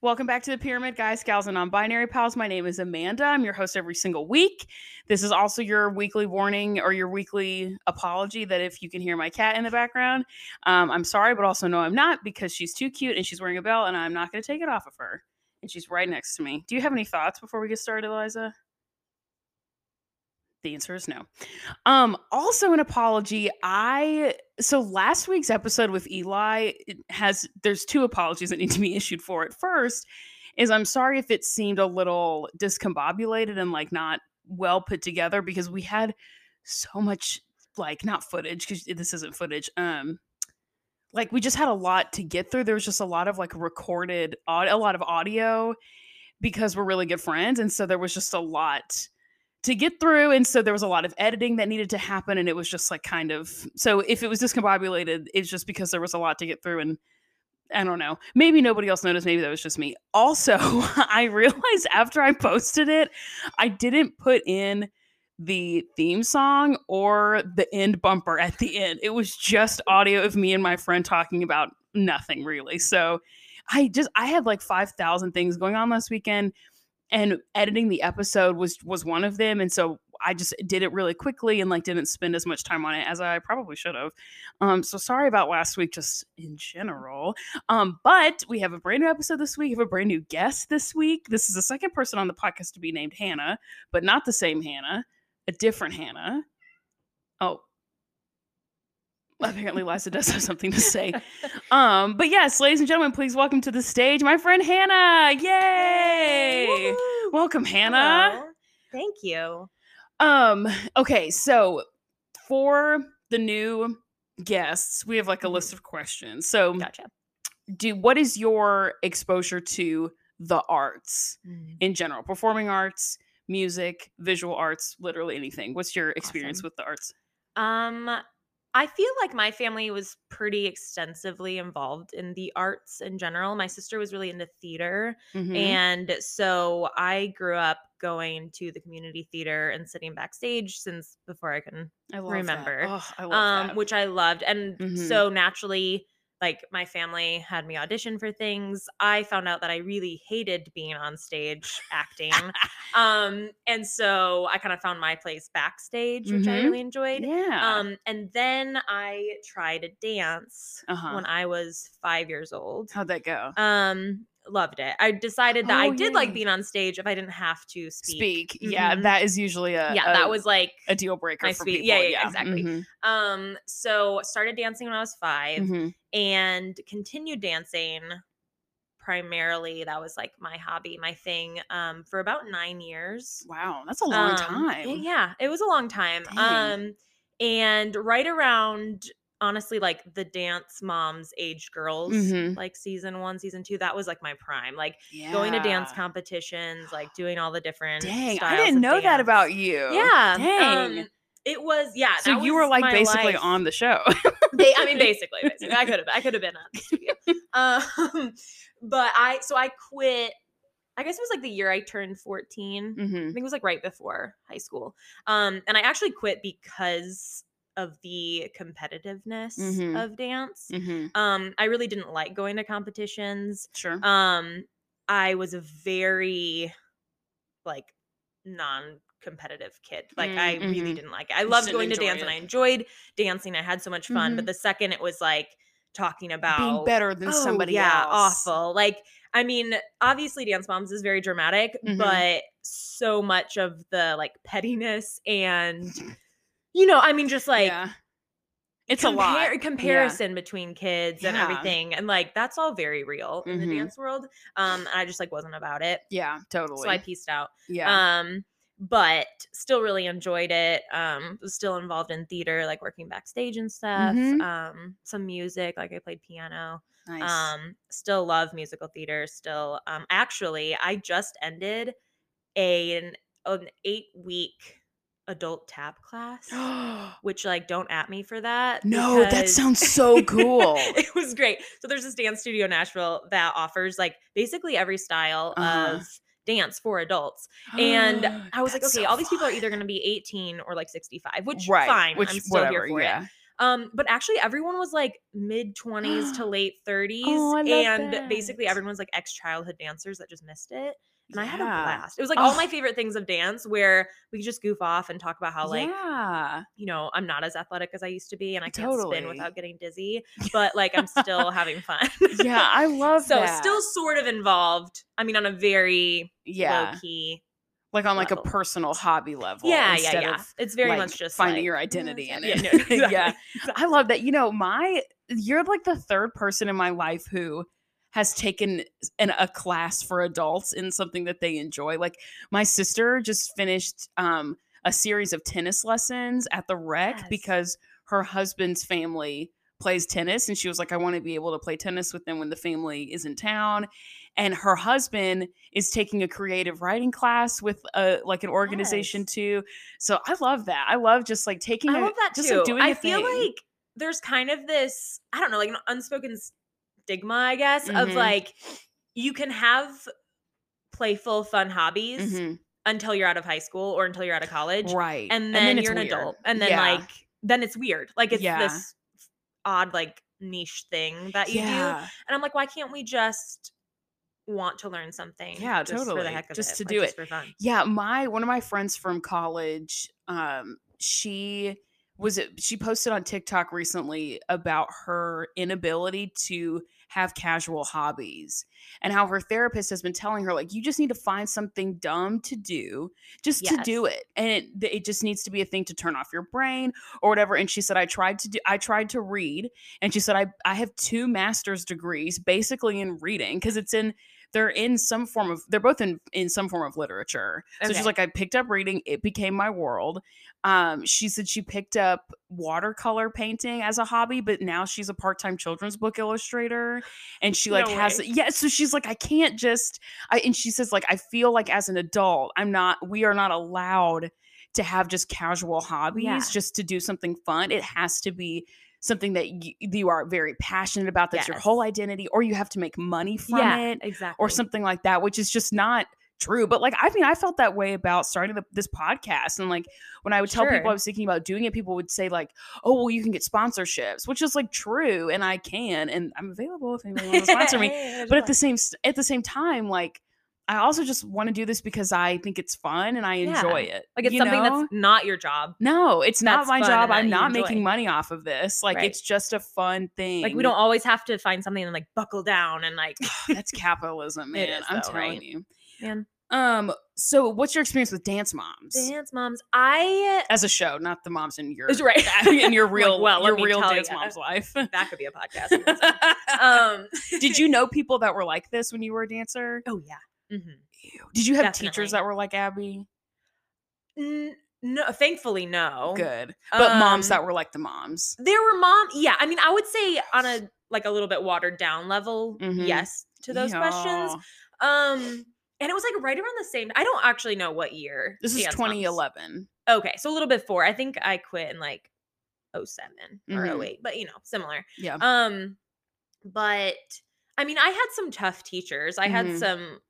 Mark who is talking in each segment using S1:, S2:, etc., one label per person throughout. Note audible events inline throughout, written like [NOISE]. S1: Welcome back to the Pyramid Guys, Gals, and Non Binary Pals. My name is Amanda. I'm your host every single week. This is also your weekly warning or your weekly apology that if you can hear my cat in the background, um, I'm sorry, but also no, I'm not because she's too cute and she's wearing a bell and I'm not going to take it off of her. And she's right next to me. Do you have any thoughts before we get started, Eliza? The answer is no. Um, also an apology. I so last week's episode with Eli it has there's two apologies that need to be issued for it. First is I'm sorry if it seemed a little discombobulated and like not well put together because we had so much like not footage because this isn't footage. Um like we just had a lot to get through. There was just a lot of like recorded aud- a lot of audio because we're really good friends and so there was just a lot to get through and so there was a lot of editing that needed to happen and it was just like kind of so if it was discombobulated it's just because there was a lot to get through and i don't know maybe nobody else noticed maybe that was just me also [LAUGHS] i realized after i posted it i didn't put in the theme song or the end bumper at the end it was just audio of me and my friend talking about nothing really so i just i had like 5000 things going on last weekend and editing the episode was was one of them and so i just did it really quickly and like didn't spend as much time on it as i probably should have um so sorry about last week just in general um but we have a brand new episode this week we have a brand new guest this week this is the second person on the podcast to be named hannah but not the same hannah a different hannah oh apparently liza does have something to say um but yes ladies and gentlemen please welcome to the stage my friend hannah yay
S2: Woohoo!
S1: welcome hannah
S2: Hello. Thank you.
S1: Um, okay, so for the new guests, we have like a list of questions. So
S2: Gotcha.
S1: do what is your exposure to the arts in general? Performing arts, music, visual arts, literally anything. What's your experience
S2: Awesome.
S1: with the arts?
S2: Um, I feel like my family was pretty extensively involved in the arts in general. My sister was really into theater.
S1: Mhm.
S2: And so I grew up going to the community theater and sitting backstage since before I can
S1: I love that.
S2: remember.
S1: Oh, I love
S2: um
S1: that.
S2: which i loved and
S1: Mhm.
S2: so naturally like my family had me audition for things i found out that i really hated being on stage
S1: [LAUGHS]
S2: acting um and so i kind of found my place backstage which i
S1: Mhm.
S2: really enjoyed
S1: yeah.
S2: um and then i tried a dance
S1: Uh-huh.
S2: when i was five years old
S1: How'd that go?
S2: um loved it i decided that i
S1: Oh,
S2: did
S1: yay.
S2: like being on stage if i didn't have to speak,
S1: Speak. Yeah,
S2: Mhm.
S1: that is usually a
S2: yeah
S1: a,
S2: that was like
S1: a deal breaker
S2: my
S1: for
S2: speak-
S1: people.
S2: yeah, yeah, exactly.
S1: Mhm.
S2: um so started dancing when i was 5
S1: Mhm.
S2: and continued dancing primarily that was like my hobby my thing um for about nine years
S1: Wow, that's a long
S2: Um,
S1: time.
S2: y- yeah it was a long time
S1: Dang.
S2: um and right around honestly like the dance moms age girls
S1: Mhm.
S2: like season one season two that was like my prime like
S1: yeah.
S2: going to dance competitions like doing all the different
S1: Dang, I
S2: styles
S1: didn't
S2: of
S1: know that
S2: dance.
S1: about you.
S2: yeah
S1: Dang.
S2: um, it was yeah
S1: so
S2: that
S1: you were
S2: was
S1: like
S2: my
S1: basically
S2: life.
S1: on the
S2: [LAUGHS]
S1: show.
S2: Ba- I mean, basically, basically, I could have, I could have been on the studio. Um, [LAUGHS] but I, so I quit. I guess it was like the year I turned 14. I
S1: Mhm.
S2: think it was like right before high school. Um, and I actually quit because of the competitiveness
S1: Mhm.
S2: of dance.
S1: Mhm.
S2: Um, I really didn't like going to competitions.
S1: Sure.
S2: Um, I was a very like non competitive kid. Like
S1: Mm,
S2: I
S1: mhm.
S2: really didn't like it. I
S1: just
S2: loved
S1: didn't
S2: going to
S1: enjoy
S2: dance and
S1: it. Mm-hmm.
S2: I enjoyed dancing. I had so much fun. But the second it was like talking about
S1: Being better than
S2: "Oh,
S1: somebody
S2: yeah,
S1: else.
S2: awful. Like I mean, obviously Dance Moms is very dramatic,
S1: Mhm.
S2: but so much of the like pettiness
S1: [LAUGHS]
S2: and you know, I mean just like
S1: yeah. It's a
S2: compare-
S1: lot.
S2: comparison between kids and
S1: Yeah.
S2: everything and like that's all very real in
S1: Mhm.
S2: the dance world um and i just like wasn't about it
S1: Yeah, totally.
S2: so i pieced out
S1: yeah.
S2: um but still really enjoyed it um was still involved in theater like working backstage and stuff
S1: Mhm.
S2: um some music like i played piano
S1: nice.
S2: um still love musical theater still um actually i just ended a an, an eight week adult tap
S1: [GASPS]
S2: class which like don't at me for that.
S1: no, that
S2: um, because
S1: sounds
S2: [LAUGHS]
S1: so Oh, cool.
S2: it was great. So there's this dance studio in Nashville that offers like basically every style
S1: Uh-huh.
S2: of dance for adults.
S1: [GASPS]
S2: And I was like,
S1: That's
S2: okay,
S1: so
S2: all these people are
S1: fun.
S2: either going to be 18 or like 65, which
S1: right,
S2: fine,
S1: which
S2: I'm still
S1: whatever,
S2: here for
S1: yeah.
S2: it. Um, but actually, everyone was like mid
S1: [GASPS]
S2: 20s to late 30s.
S1: Oh, I love
S2: and
S1: that.
S2: basically, everyone was like ex childhood dancers that just missed it. And I had a
S1: Yeah.
S2: blast. It was like all
S1: Oh.
S2: my favorite things of dance where we could just goof off and talk about how, like,
S1: yeah.
S2: you know, I'm not as athletic as I used to be and I can't
S1: Totally.
S2: spin without getting
S1: [LAUGHS]
S2: dizzy, but like I'm still having fun. [LAUGHS]
S1: yeah, I love
S2: so
S1: that.
S2: still sort of involved. I mean, on a very
S1: yeah,
S2: low key.
S1: like on like a
S2: level.
S1: personal hobby level.
S2: yeah, yeah,
S1: instead
S2: yeah.
S1: Of
S2: It's very
S1: like,
S2: much just
S1: finding
S2: like,
S1: your
S2: "Oh,
S1: identity
S2: what's
S1: in
S2: up?"
S1: it.
S2: Yeah, no,
S1: [LAUGHS] Yeah.
S2: exactly.
S1: I love that. You know, my you're like the third person in my life who has taken an, a class for adults in something that they enjoy. Like my sister just finished um, a series of tennis lessons at the rec
S2: Yes.
S1: because her husband's family plays tennis and she was like I want to be able to play tennis with them when the family is in town and her husband is taking a creative writing class with a like an organization
S2: Yes.
S1: too so I love that I love just like taking
S2: I
S1: a-
S2: love that
S1: just
S2: too.
S1: like doing
S2: I
S1: a
S2: feel
S1: thing.
S2: like there's kind of this, I don't know, like an unspoken stigma, I guess, of
S1: Mhm.
S2: like you can have playful, fun hobbies
S1: Mhm.
S2: until you're out of high school or until you're out of college.
S1: right
S2: and then,
S1: it's
S2: you're an
S1: weird.
S2: adult and then
S1: Yeah.
S2: like then it's weird like it's
S1: Yeah.
S2: this odd like niche thing that you do
S1: yeah
S2: and i'm like why can't we just want to learn something
S1: Yeah,
S2: just for
S1: totally,
S2: the heck of
S1: just
S2: it
S1: to
S2: like,
S1: do
S2: just
S1: it.
S2: for fun
S1: yeah my one of my friends from college um she was it she posted on tiktok recently about her inability to have casual hobbies and how her therapist has been telling her like you just need to find something dumb to do just to do it and it, th- it just needs to be a thing to turn off your brain or whatever and she said i tried to do i tried to read and she said i i have two master's degrees basically in reading because it's in they're in some form of they're both in in some form of literature so
S2: Okay.
S1: she's like i picked up reading it became my world um she said she picked up watercolor painting as a hobby but now she's a part-time children's book illustrator and she like
S2: No
S1: has
S2: way.
S1: yeah so she's like i can't just i and she says like i feel like as an adult i'm not we are not allowed to have just casual hobbies
S2: Yeah.
S1: just to do something fun it has to be something that you, you are very passionate about that's your
S2: Yes.
S1: whole identity or you have to make money from
S2: yeah
S1: it
S2: exactly
S1: or
S2: [LAUGHS]
S1: something like that, which is just not true. But like, I mean, I felt that way about starting the, this podcast. And like, when I would tell people
S2: Sure.
S1: I was thinking about doing it, people would say, like, oh, well, you can get sponsorships, which is like true. And I can, and I'm available if anybody wants to sponsor
S2: [LAUGHS]
S1: me.
S2: Hey, there's
S1: But
S2: a
S1: at the
S2: plug.
S1: same, s- at the same time, like, I also just want to do this because I think it's fun and I enjoy it.
S2: like it's
S1: you
S2: something
S1: know?
S2: that's not your job
S1: no, it's not
S2: that's
S1: my
S2: fun
S1: job.
S2: and that
S1: I'm
S2: you
S1: not
S2: enjoy.
S1: making money off of this. Like,
S2: Right.
S1: it's just a fun thing.
S2: like we don't always have to find something and like buckle down and like
S1: That's capitalism,
S2: [LAUGHS] It
S1: man.
S2: is,
S1: I'm
S2: though,
S1: telling
S2: right?
S1: you.
S2: Man.
S1: Um, so what's your experience with dance moms?
S2: dance moms i
S1: As a show, not the moms in your
S2: Is [LAUGHS] right.
S1: [LAUGHS] in your
S2: Like,
S1: real
S2: well, let
S1: your
S2: me
S1: real
S2: tell
S1: dance
S2: ya.
S1: mom's life. [LAUGHS]
S2: that could be a podcast in itself. um
S1: Did
S2: [LAUGHS]
S1: you know people that were like this when you were a dancer?
S2: oh yeah hmm
S1: Ew. Did you have teachers
S2: Definitely.
S1: that were like Abby?
S2: N- no, thankfully, no.
S1: Good. But moms that
S2: Oh, Um,
S1: were like the moms.
S2: there were mom. Yeah, I mean, I would say on a like a little bit watered down level,
S1: Mhm.
S2: yes to those
S1: Yeah.
S2: questions. Um, and it was like right around the same. I don't actually know what year.
S1: This is
S2: Dance Moms-
S1: 2011.
S2: Okay, so a little bit before. I think I quit in like 7 or
S1: Mhm.
S2: 08, but you know, similar.
S1: Yeah.
S2: Um, but I mean, I had some tough teachers. I had
S1: Mhm.
S2: some,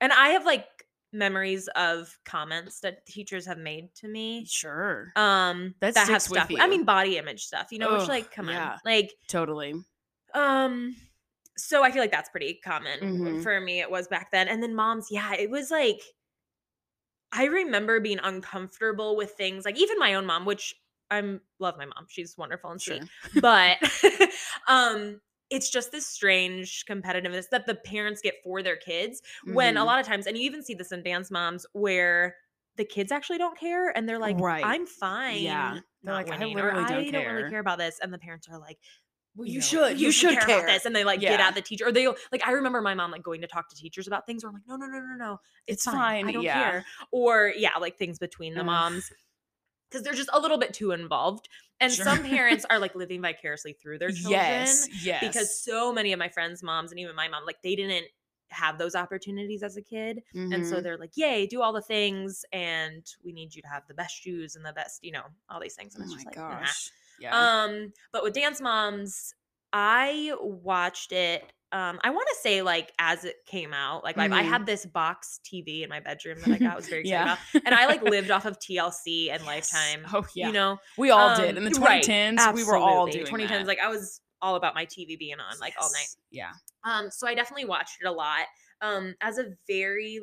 S2: and I have like memories of comments that teachers have made to me.
S1: sure.
S2: um
S1: That
S2: that,
S1: sticks
S2: has
S1: with
S2: stuff i
S1: you.
S2: mean body image stuff you know which
S1: Ugh,
S2: like come
S1: yeah.
S2: on like
S1: Totally.
S2: um so i feel like that's pretty common
S1: Mhm.
S2: for me it was back then and then moms yeah it was like i remember being uncomfortable with things like even my own mom which i'm love my mom she's wonderful and
S1: Sure. [LAUGHS]
S2: sweet but [LAUGHS] um it's just this strange competitiveness that the parents get for their kids when a
S1: Mhm.
S2: lot of times and you even see this in dance moms where the kids actually don't care and they're like
S1: Right.
S2: i'm fine
S1: Yeah. They're
S2: not
S1: like, "I
S2: winning,"
S1: literally
S2: or,
S1: don't
S2: I don't
S1: care."
S2: really care about this and the parents are like well,
S1: You
S2: you,
S1: know,
S2: should,
S1: you should
S2: about
S1: care.
S2: this, and they like get
S1: Yeah.
S2: at the teacher, or they like. I remember my mom like going to talk to teachers about things, where I'm like, no, no, no, no, no,
S1: It's fine,
S2: I don't
S1: yeah.
S2: care, or yeah, like things between the
S1: Ugh.
S2: moms because they're just a little bit too involved, and
S1: Sure.
S2: some parents
S1: [LAUGHS]
S2: are like living vicariously through their children
S1: Yes. Yes.
S2: because so many of my friends' moms and even my mom, like they didn't have those opportunities as a kid, and so
S1: Mhm.
S2: they're like, yay, do all the things, and we need you to have the best shoes and the best, you know, all these things. And
S1: Oh
S2: it's
S1: my
S2: just like, nah.
S1: gosh. Yeah.
S2: Um, but with Dance Moms, I watched it um i want to say like as it came out like, like i
S1: Mhm.
S2: had this box tv in my bedroom that i got I
S1: [LAUGHS]
S2: was very excited
S1: Yeah.
S2: about and i like lived off of tlc and lifetime
S1: Oh yeah.
S2: you know
S1: we all
S2: Um,
S1: did in the
S2: right,
S1: 2010s. We were all doing
S2: absolutely. 2010s
S1: that.
S2: like i was all about my tv being on like all night
S1: Yes. Yeah.
S2: um, so I definitely watched it a lot. Um, as a very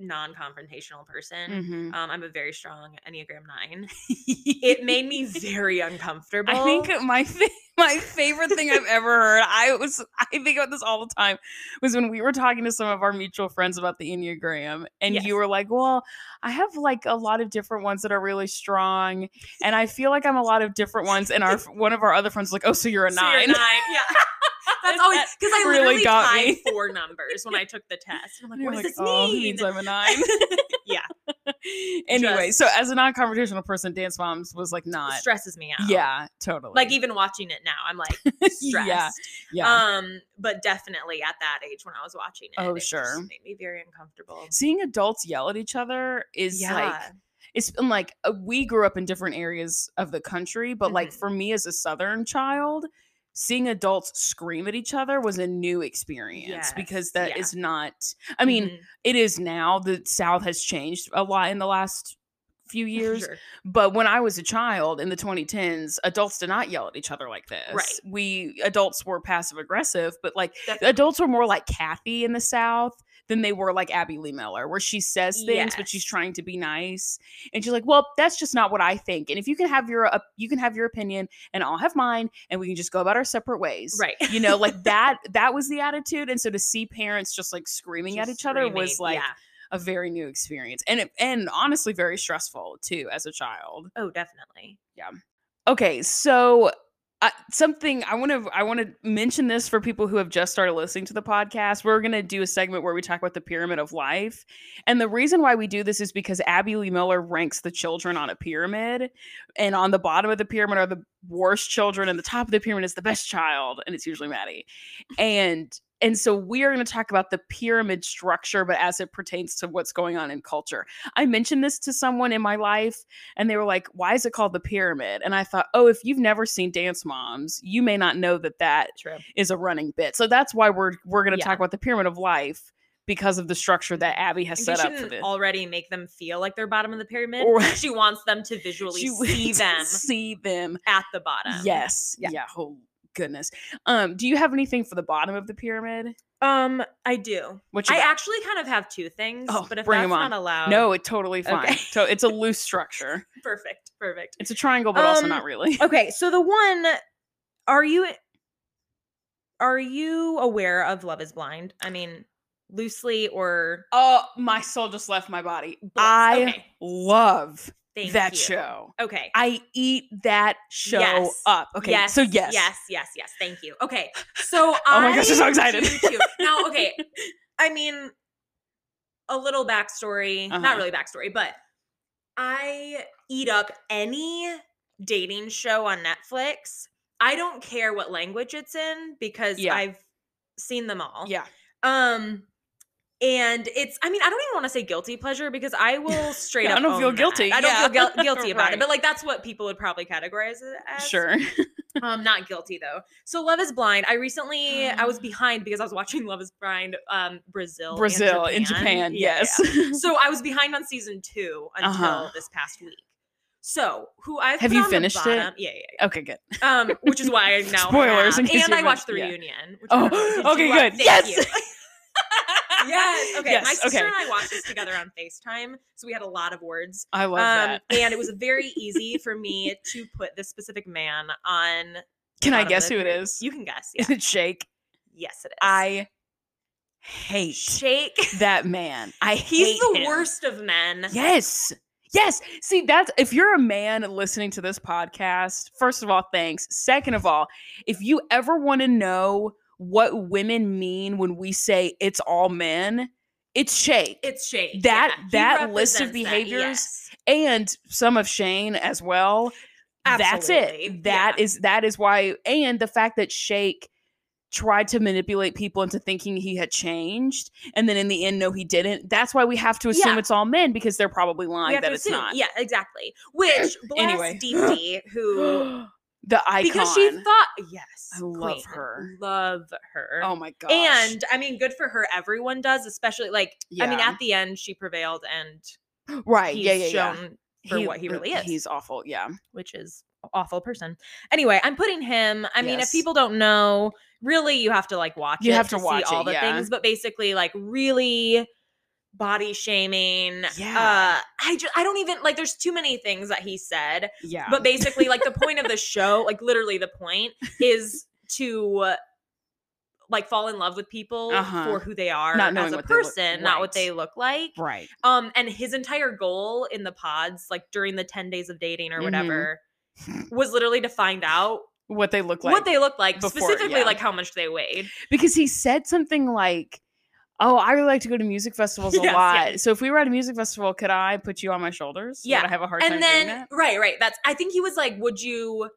S2: non-confrontational person,
S1: Mhm.
S2: um, I'm a very strong Enneagram nine. [LAUGHS]
S1: [LAUGHS]
S2: It made me very uncomfortable.
S1: I think my fa- [LAUGHS] my favorite thing I've ever heard. I was I think about this all the time. Was when we were talking to some of our mutual friends about the enneagram, and
S2: Yes.
S1: you were like, "Well, I have like a lot of different ones that are really strong, and I feel like I'm a lot of different ones." And
S2: [LAUGHS]
S1: our one of our other friends was like, "Oh, so you're a
S2: So you're
S1: nine? [LAUGHS]
S2: nine. Yeah. That's
S1: That
S2: always because I
S1: really
S2: literally
S1: got
S2: tied
S1: me.
S2: four numbers
S1: [LAUGHS]
S2: when I took the test. I'm like,
S1: You're
S2: what does this
S1: "Oh, he
S2: mean?
S1: means I'm a
S2: [LAUGHS]
S1: nine.
S2: yeah,
S1: [LAUGHS] anyway,
S2: Just-
S1: so as a non-confrontational person, Dance Moms was like
S2: it
S1: not.
S2: stresses me out.
S1: Yeah, totally.
S2: like even watching it now, I'm like
S1: [LAUGHS]
S2: stressed.
S1: yeah, yeah.
S2: Um, but definitely at that age when I was watching it,
S1: Oh,
S2: it just
S1: sure.
S2: made me very uncomfortable.
S1: Seeing adults yell at each other is like it's been like uh, we grew up in different areas of the country, but like
S2: Mhm.
S1: for me as a Southern child, seeing adults scream at each other was a new experience because
S2: Yes,
S1: that is
S2: yeah.
S1: not, I mean,
S2: Mhm,
S1: it is now. The South has changed a lot in the last few years,
S2: sure.
S1: but when I was a child in the 2010s, adults did not yell at each other like this.
S2: Right.
S1: We adults were passive aggressive, but like
S2: Definitely.
S1: adults were more like Kathy in the South than they were like Abby Lee Miller, where she says things but she's
S2: Yes.
S1: trying to be nice, and she's like, "Well, that's just not what I think." And if you can have your op- you can have your opinion, and I'll have mine, and we can just go about our separate ways.
S2: right
S1: You know,
S2: [LAUGHS]
S1: like that. That was the attitude, and so to see parents just like screaming at each
S2: Just
S1: other was
S2: screaming.
S1: like
S2: Yeah.
S1: a very new experience, and it, and honestly, very stressful too as a child.
S2: oh definitely
S1: Okay, so uh, something I want to I want to mention this for people who have just started listening to the podcast. We're going to do a segment where we talk about the pyramid of life, and the reason why we do this is because Abby Lee Miller ranks the children on a pyramid, and on the bottom of the pyramid are the worst children, and the top of the pyramid is the best child, and it's usually Maddie, and. And so we are going to talk about the pyramid structure, but as it pertains to what's going on in culture. I mentioned this to someone in my life and they were like, "Why is it called the pyramid?" And I thought, "Oh, if you've never seen Dance Moms, you may not know that that
S2: true
S1: is a running bit." So that's why we're we're going to
S2: Yeah.
S1: talk about the pyramid of life because of the structure that Abby has
S2: you
S1: set up for
S2: shouldn't
S1: this.
S2: already make them feel like they're bottom of the pyramid
S1: Or-
S2: she wants them to visually
S1: She
S2: see
S1: wants [LAUGHS] to
S2: them
S1: See them.
S2: at the bottom
S1: Yes. Yeah.
S2: Yeah.
S1: Oh goodness. Um. Do you have anything for the bottom of the pyramid?
S2: um i do
S1: What you
S2: i
S1: got?
S2: actually kind of have two things
S1: Oh,
S2: but if
S1: bring 'em
S2: that's
S1: on.
S2: not allowed
S1: no, it's totally fine.
S2: Okay.
S1: So it's a loose structure.
S2: perfect perfect
S1: It's a triangle, but also
S2: Um,
S1: not really.
S2: okay so the one are you are you aware of love is blind i mean loosely or
S1: Oh, my soul just left my body.
S2: Bliss.
S1: I
S2: Okay.
S1: love
S2: Thank
S1: that
S2: you.
S1: show.
S2: okay
S1: I eat that show
S2: Yes.
S1: up. Okay,
S2: Yes.
S1: so yes,
S2: Yes. Yes. Yes. Thank you.
S1: [LAUGHS]
S2: Okay. So
S1: Oh my gosh, I'm so
S2: I
S1: excited.
S2: do too. Now,
S1: [LAUGHS]
S2: okay. I mean, a little backstory.
S1: Uh-huh.
S2: Not really backstory, but I eat up any dating show on Netflix. I don't care what language it's in because
S1: Yeah.
S2: I've seen them all.
S1: yeah,
S2: Um. And it's, I mean, I don't even want to say guilty pleasure because
S1: [LAUGHS]
S2: I will straight
S1: Yeah, I
S2: up.
S1: don't feel
S2: own that.
S1: guilty.
S2: I don't
S1: Yeah.
S2: feel
S1: [LAUGHS]
S2: guil- guilty about
S1: Right.
S2: it, but like that's what people would probably categorize it as.
S1: sure. [LAUGHS]
S2: Um, not guilty though. So Love is Blind. I recently
S1: [GASPS]
S2: I was behind because I was watching Love is Blind, um, Brazil, and
S1: Brazil in Japan,
S2: Yeah, yeah,
S1: yes. [LAUGHS]
S2: yeah. So I was behind on season two until
S1: Uh-huh.
S2: this past week. So who I
S1: Have you finished it?
S2: Yeah, yeah,
S1: okay, good.
S2: yeah. Um, which
S1: [LAUGHS]
S2: is why I now
S1: Spoilers
S2: have-
S1: in case
S2: and
S1: you
S2: I watched the
S1: haven't- yeah.
S2: reunion. Which
S1: Oh,
S2: I don't know. Did
S1: okay,
S2: you watch-
S1: good.
S2: Thank
S1: Yes!
S2: you. [LAUGHS] yes. Okay. My
S1: Yes,
S2: sister
S1: okay.
S2: and I watched this together on Facetime, so we had a lot of words
S1: I love
S2: um,
S1: that.
S2: and it was
S1: [LAUGHS]
S2: very easy for me to put this specific man on. the
S1: Can I
S2: bottom of
S1: guess
S2: the
S1: who it
S2: pyramid.
S1: is?
S2: You can guess.
S1: [LAUGHS]
S2: Yeah.
S1: Is it Shake?
S2: yes, it is.
S1: I hate
S2: [LAUGHS] shake.
S1: that man. I
S2: He's
S1: [LAUGHS] hate
S2: the
S1: him.
S2: worst of men.
S1: Yes. Yes. See, that's if you're a man listening to this podcast, first of all, thanks. Second of all, if you ever want to know what women mean when we say it's all men, it's shake.
S2: It's shake.
S1: That-
S2: yeah. He
S1: that list of
S2: represents that,
S1: behaviors,
S2: yes.
S1: and some of Shane as well. That's
S2: Absolutely,
S1: it. That
S2: yeah.
S1: is that is why and the fact that Shake tried to manipulate people into thinking he had changed and then in the end no he didn't. That's why we have to assume
S2: Yeah.
S1: it's all men because they're probably
S2: We
S1: lying
S2: have
S1: that
S2: to
S1: it's [CLEARS THROAT]
S2: assume.
S1: not. [GASPS]
S2: Yeah, exactly. Which bless
S1: Anyway.
S2: anyway. who
S1: [GASPS] the icon.
S2: because she thought yes
S1: I love
S2: queen.
S1: her.
S2: love her
S1: oh my gosh.
S2: and i mean good for her everyone does especially like i mean
S1: Yeah.
S2: at the end she prevailed and
S1: right,
S2: he's
S1: yeah, yeah, yeah.
S2: shown for what he really is.
S1: He's awful. Yeah.
S2: which is a awful person anyway i'm putting him i mean if
S1: Yes.
S2: people don't know really you have to like watch
S1: You
S2: it
S1: have to
S2: see
S1: watch it,
S2: all the
S1: yeah.
S2: things but basically like really body shaming
S1: Yeah.
S2: uh i just i don't even like there's too many things that he said
S1: Yeah.
S2: but basically like the
S1: [LAUGHS]
S2: point of the show like literally the point is to uh, like fall in love with people
S1: Uh-huh.
S2: for who they are
S1: Not
S2: as
S1: knowing
S2: a
S1: what they look-
S2: person not
S1: right.
S2: what they look like
S1: right.
S2: um and his entire goal in the pods like during the 10 days of dating or
S1: Mhm.
S2: whatever was literally to find out
S1: What they look like.
S2: what they look like
S1: before,
S2: specifically
S1: yeah.
S2: like how much they weighed
S1: because he said something like, "Oh, I really like to go to music festivals a
S2: [LAUGHS] Yes, yeah.
S1: lot. So if we were at a music festival, could I put you on my shoulders?
S2: Yeah.
S1: Would I have a hard time
S2: and
S1: doing that?
S2: then right right that's i think he was like would you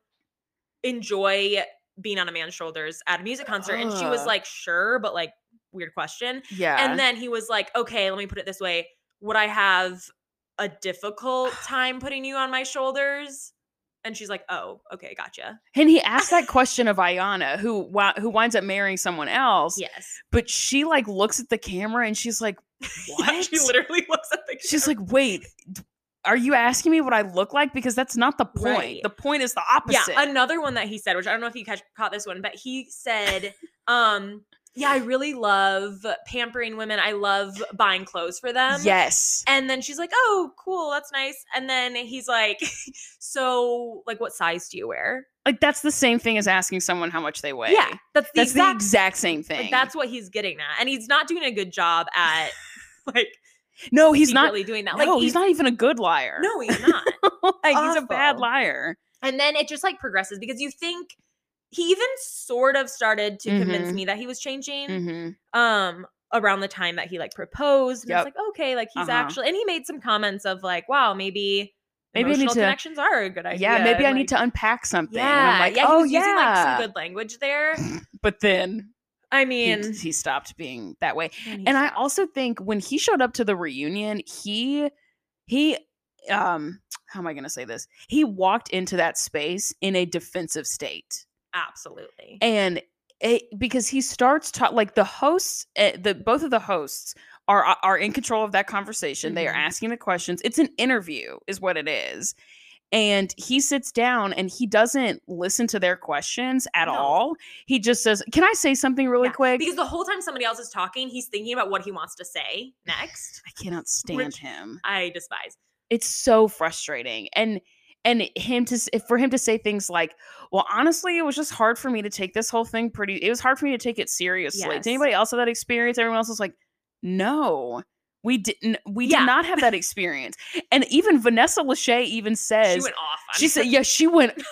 S2: enjoy being on a man's shoulders at a music concert and she was
S1: Ugh.
S2: like sure but like weird question
S1: Yeah.
S2: and then he was like okay let me put it this way would i have a
S1: [SIGHS]
S2: difficult time putting you on my shoulders and she's like oh okay gotcha
S1: and he asked
S2: [LAUGHS]
S1: that question of Ayana, who wi- who winds up marrying someone else.
S2: yes
S1: But she like looks at the camera and she's like,
S2: [LAUGHS] Yeah,
S1: "What?"
S2: she literally looks at the [LAUGHS]
S1: she's like, "Wait." d- Are you asking me what I look like? Because that's not the point.
S2: Right.
S1: The point is the
S2: yeah.
S1: opposite.
S2: Another one that he said, which I don't know if you catch, caught this one, but he said, um, yeah, I really love pampering women. I love buying clothes for them.
S1: yes.
S2: And then she's like, oh, cool, that's nice. And then he's like, [LAUGHS] so like what size do you wear?
S1: Like that's the same thing as asking someone how much they weigh.
S2: Yeah. That's the
S1: That's the
S2: exact,
S1: exact same thing.
S2: like, that's what he's getting at. And he's not doing a good job
S1: [LAUGHS]
S2: at like
S1: no, he's not
S2: secretly doing that.
S1: no,
S2: like
S1: he's, not even a good liar.
S2: no, he's not.
S1: [LAUGHS] like, he's a bad
S2: Awful.
S1: liar.
S2: and then it just like progresses because you think he even sort of started to convince
S1: Mhm.
S2: me that he was changing
S1: Mhm.
S2: um around the time that he like proposed and
S1: Yep.
S2: it's like okay like he's
S1: Uh-huh.
S2: actually and he made some comments of like wow maybe
S1: Maybe I need
S2: emotional
S1: to-
S2: connections are a good idea
S1: Yeah, maybe
S2: and,
S1: I need
S2: like-
S1: to unpack something.
S2: yeah
S1: And I'm like,
S2: yeah he
S1: oh
S2: was
S1: yeah.
S2: using like some good language there
S1: but then [LAUGHS]
S2: i
S1: he,
S2: mean
S1: he stopped being that way.
S2: man, he
S1: And I
S2: sucked.
S1: also think when he showed up to the reunion, he he um how am I gonna say this? He walked into that space in a defensive state.
S2: absolutely
S1: and it, because he starts ta- like the hosts uh, the both of the hosts are are- are in control of that conversation they are
S2: Mhm.
S1: asking the questions it's an interview is what it is and he sits down and he doesn't listen to their questions at
S2: No.
S1: all he just says can i say something really
S2: Yeah,
S1: quick
S2: because the whole time somebody else is talking he's thinking about what he wants to say next
S1: i cannot stand him
S2: i despise
S1: it's so frustrating and and him to s- for him to say things like well honestly it was just hard for me to take this whole thing pretty it was hard for me to take it seriously
S2: Yes.
S1: Did anybody else have that experience everyone else was like no we didn't we
S2: Yeah.
S1: did not have that experience and even vanessa lachey even says
S2: she went off on
S1: she
S2: [LAUGHS]
S1: said yeah she went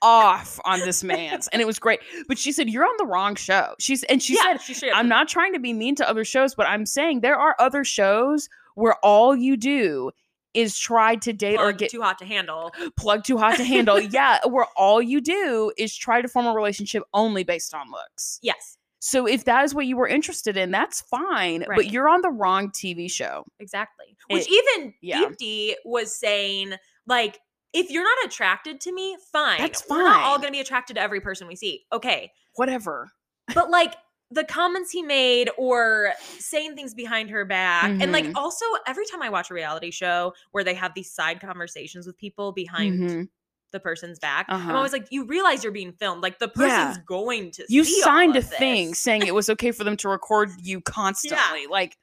S1: off on this man's and it was great but she said you're on the wrong show she's and she
S2: Yeah,
S1: said
S2: she straight up
S1: I'm
S2: said [LAUGHS] that.
S1: not trying to be mean to other shows, but I'm saying there are other shows where all you do is try to date or
S2: Plug
S1: get
S2: too hot to handle
S1: plugged too hot to
S2: [LAUGHS]
S1: handle. yeah, where all you do is try to form a relationship only based on looks.
S2: yes
S1: So if that is what you were interested in, that's fine,
S2: Right.
S1: but you're on the wrong TV show.
S2: Exactly. Which
S1: It-
S2: even
S1: yeah.
S2: Deep D was saying, like, if you're not attracted to me, fine.
S1: That's
S2: We're not all
S1: fine.
S2: going to be attracted to every person we see. Okay.
S1: Whatever.
S2: But like the comments he made or saying things behind her back. And like
S1: Mhm.
S2: also, every time I watch a reality show where they have these side conversations with people behind
S1: Mhm.
S2: the person's back, I'm
S1: Uh-huh.
S2: always like, you realize you're being filmed. Like the
S1: Yeah.
S2: person's going to
S1: You
S2: see all
S1: signed a
S2: of
S1: thing
S2: this.
S1: saying it was okay for them to
S2: [LAUGHS]
S1: record you constantly. Like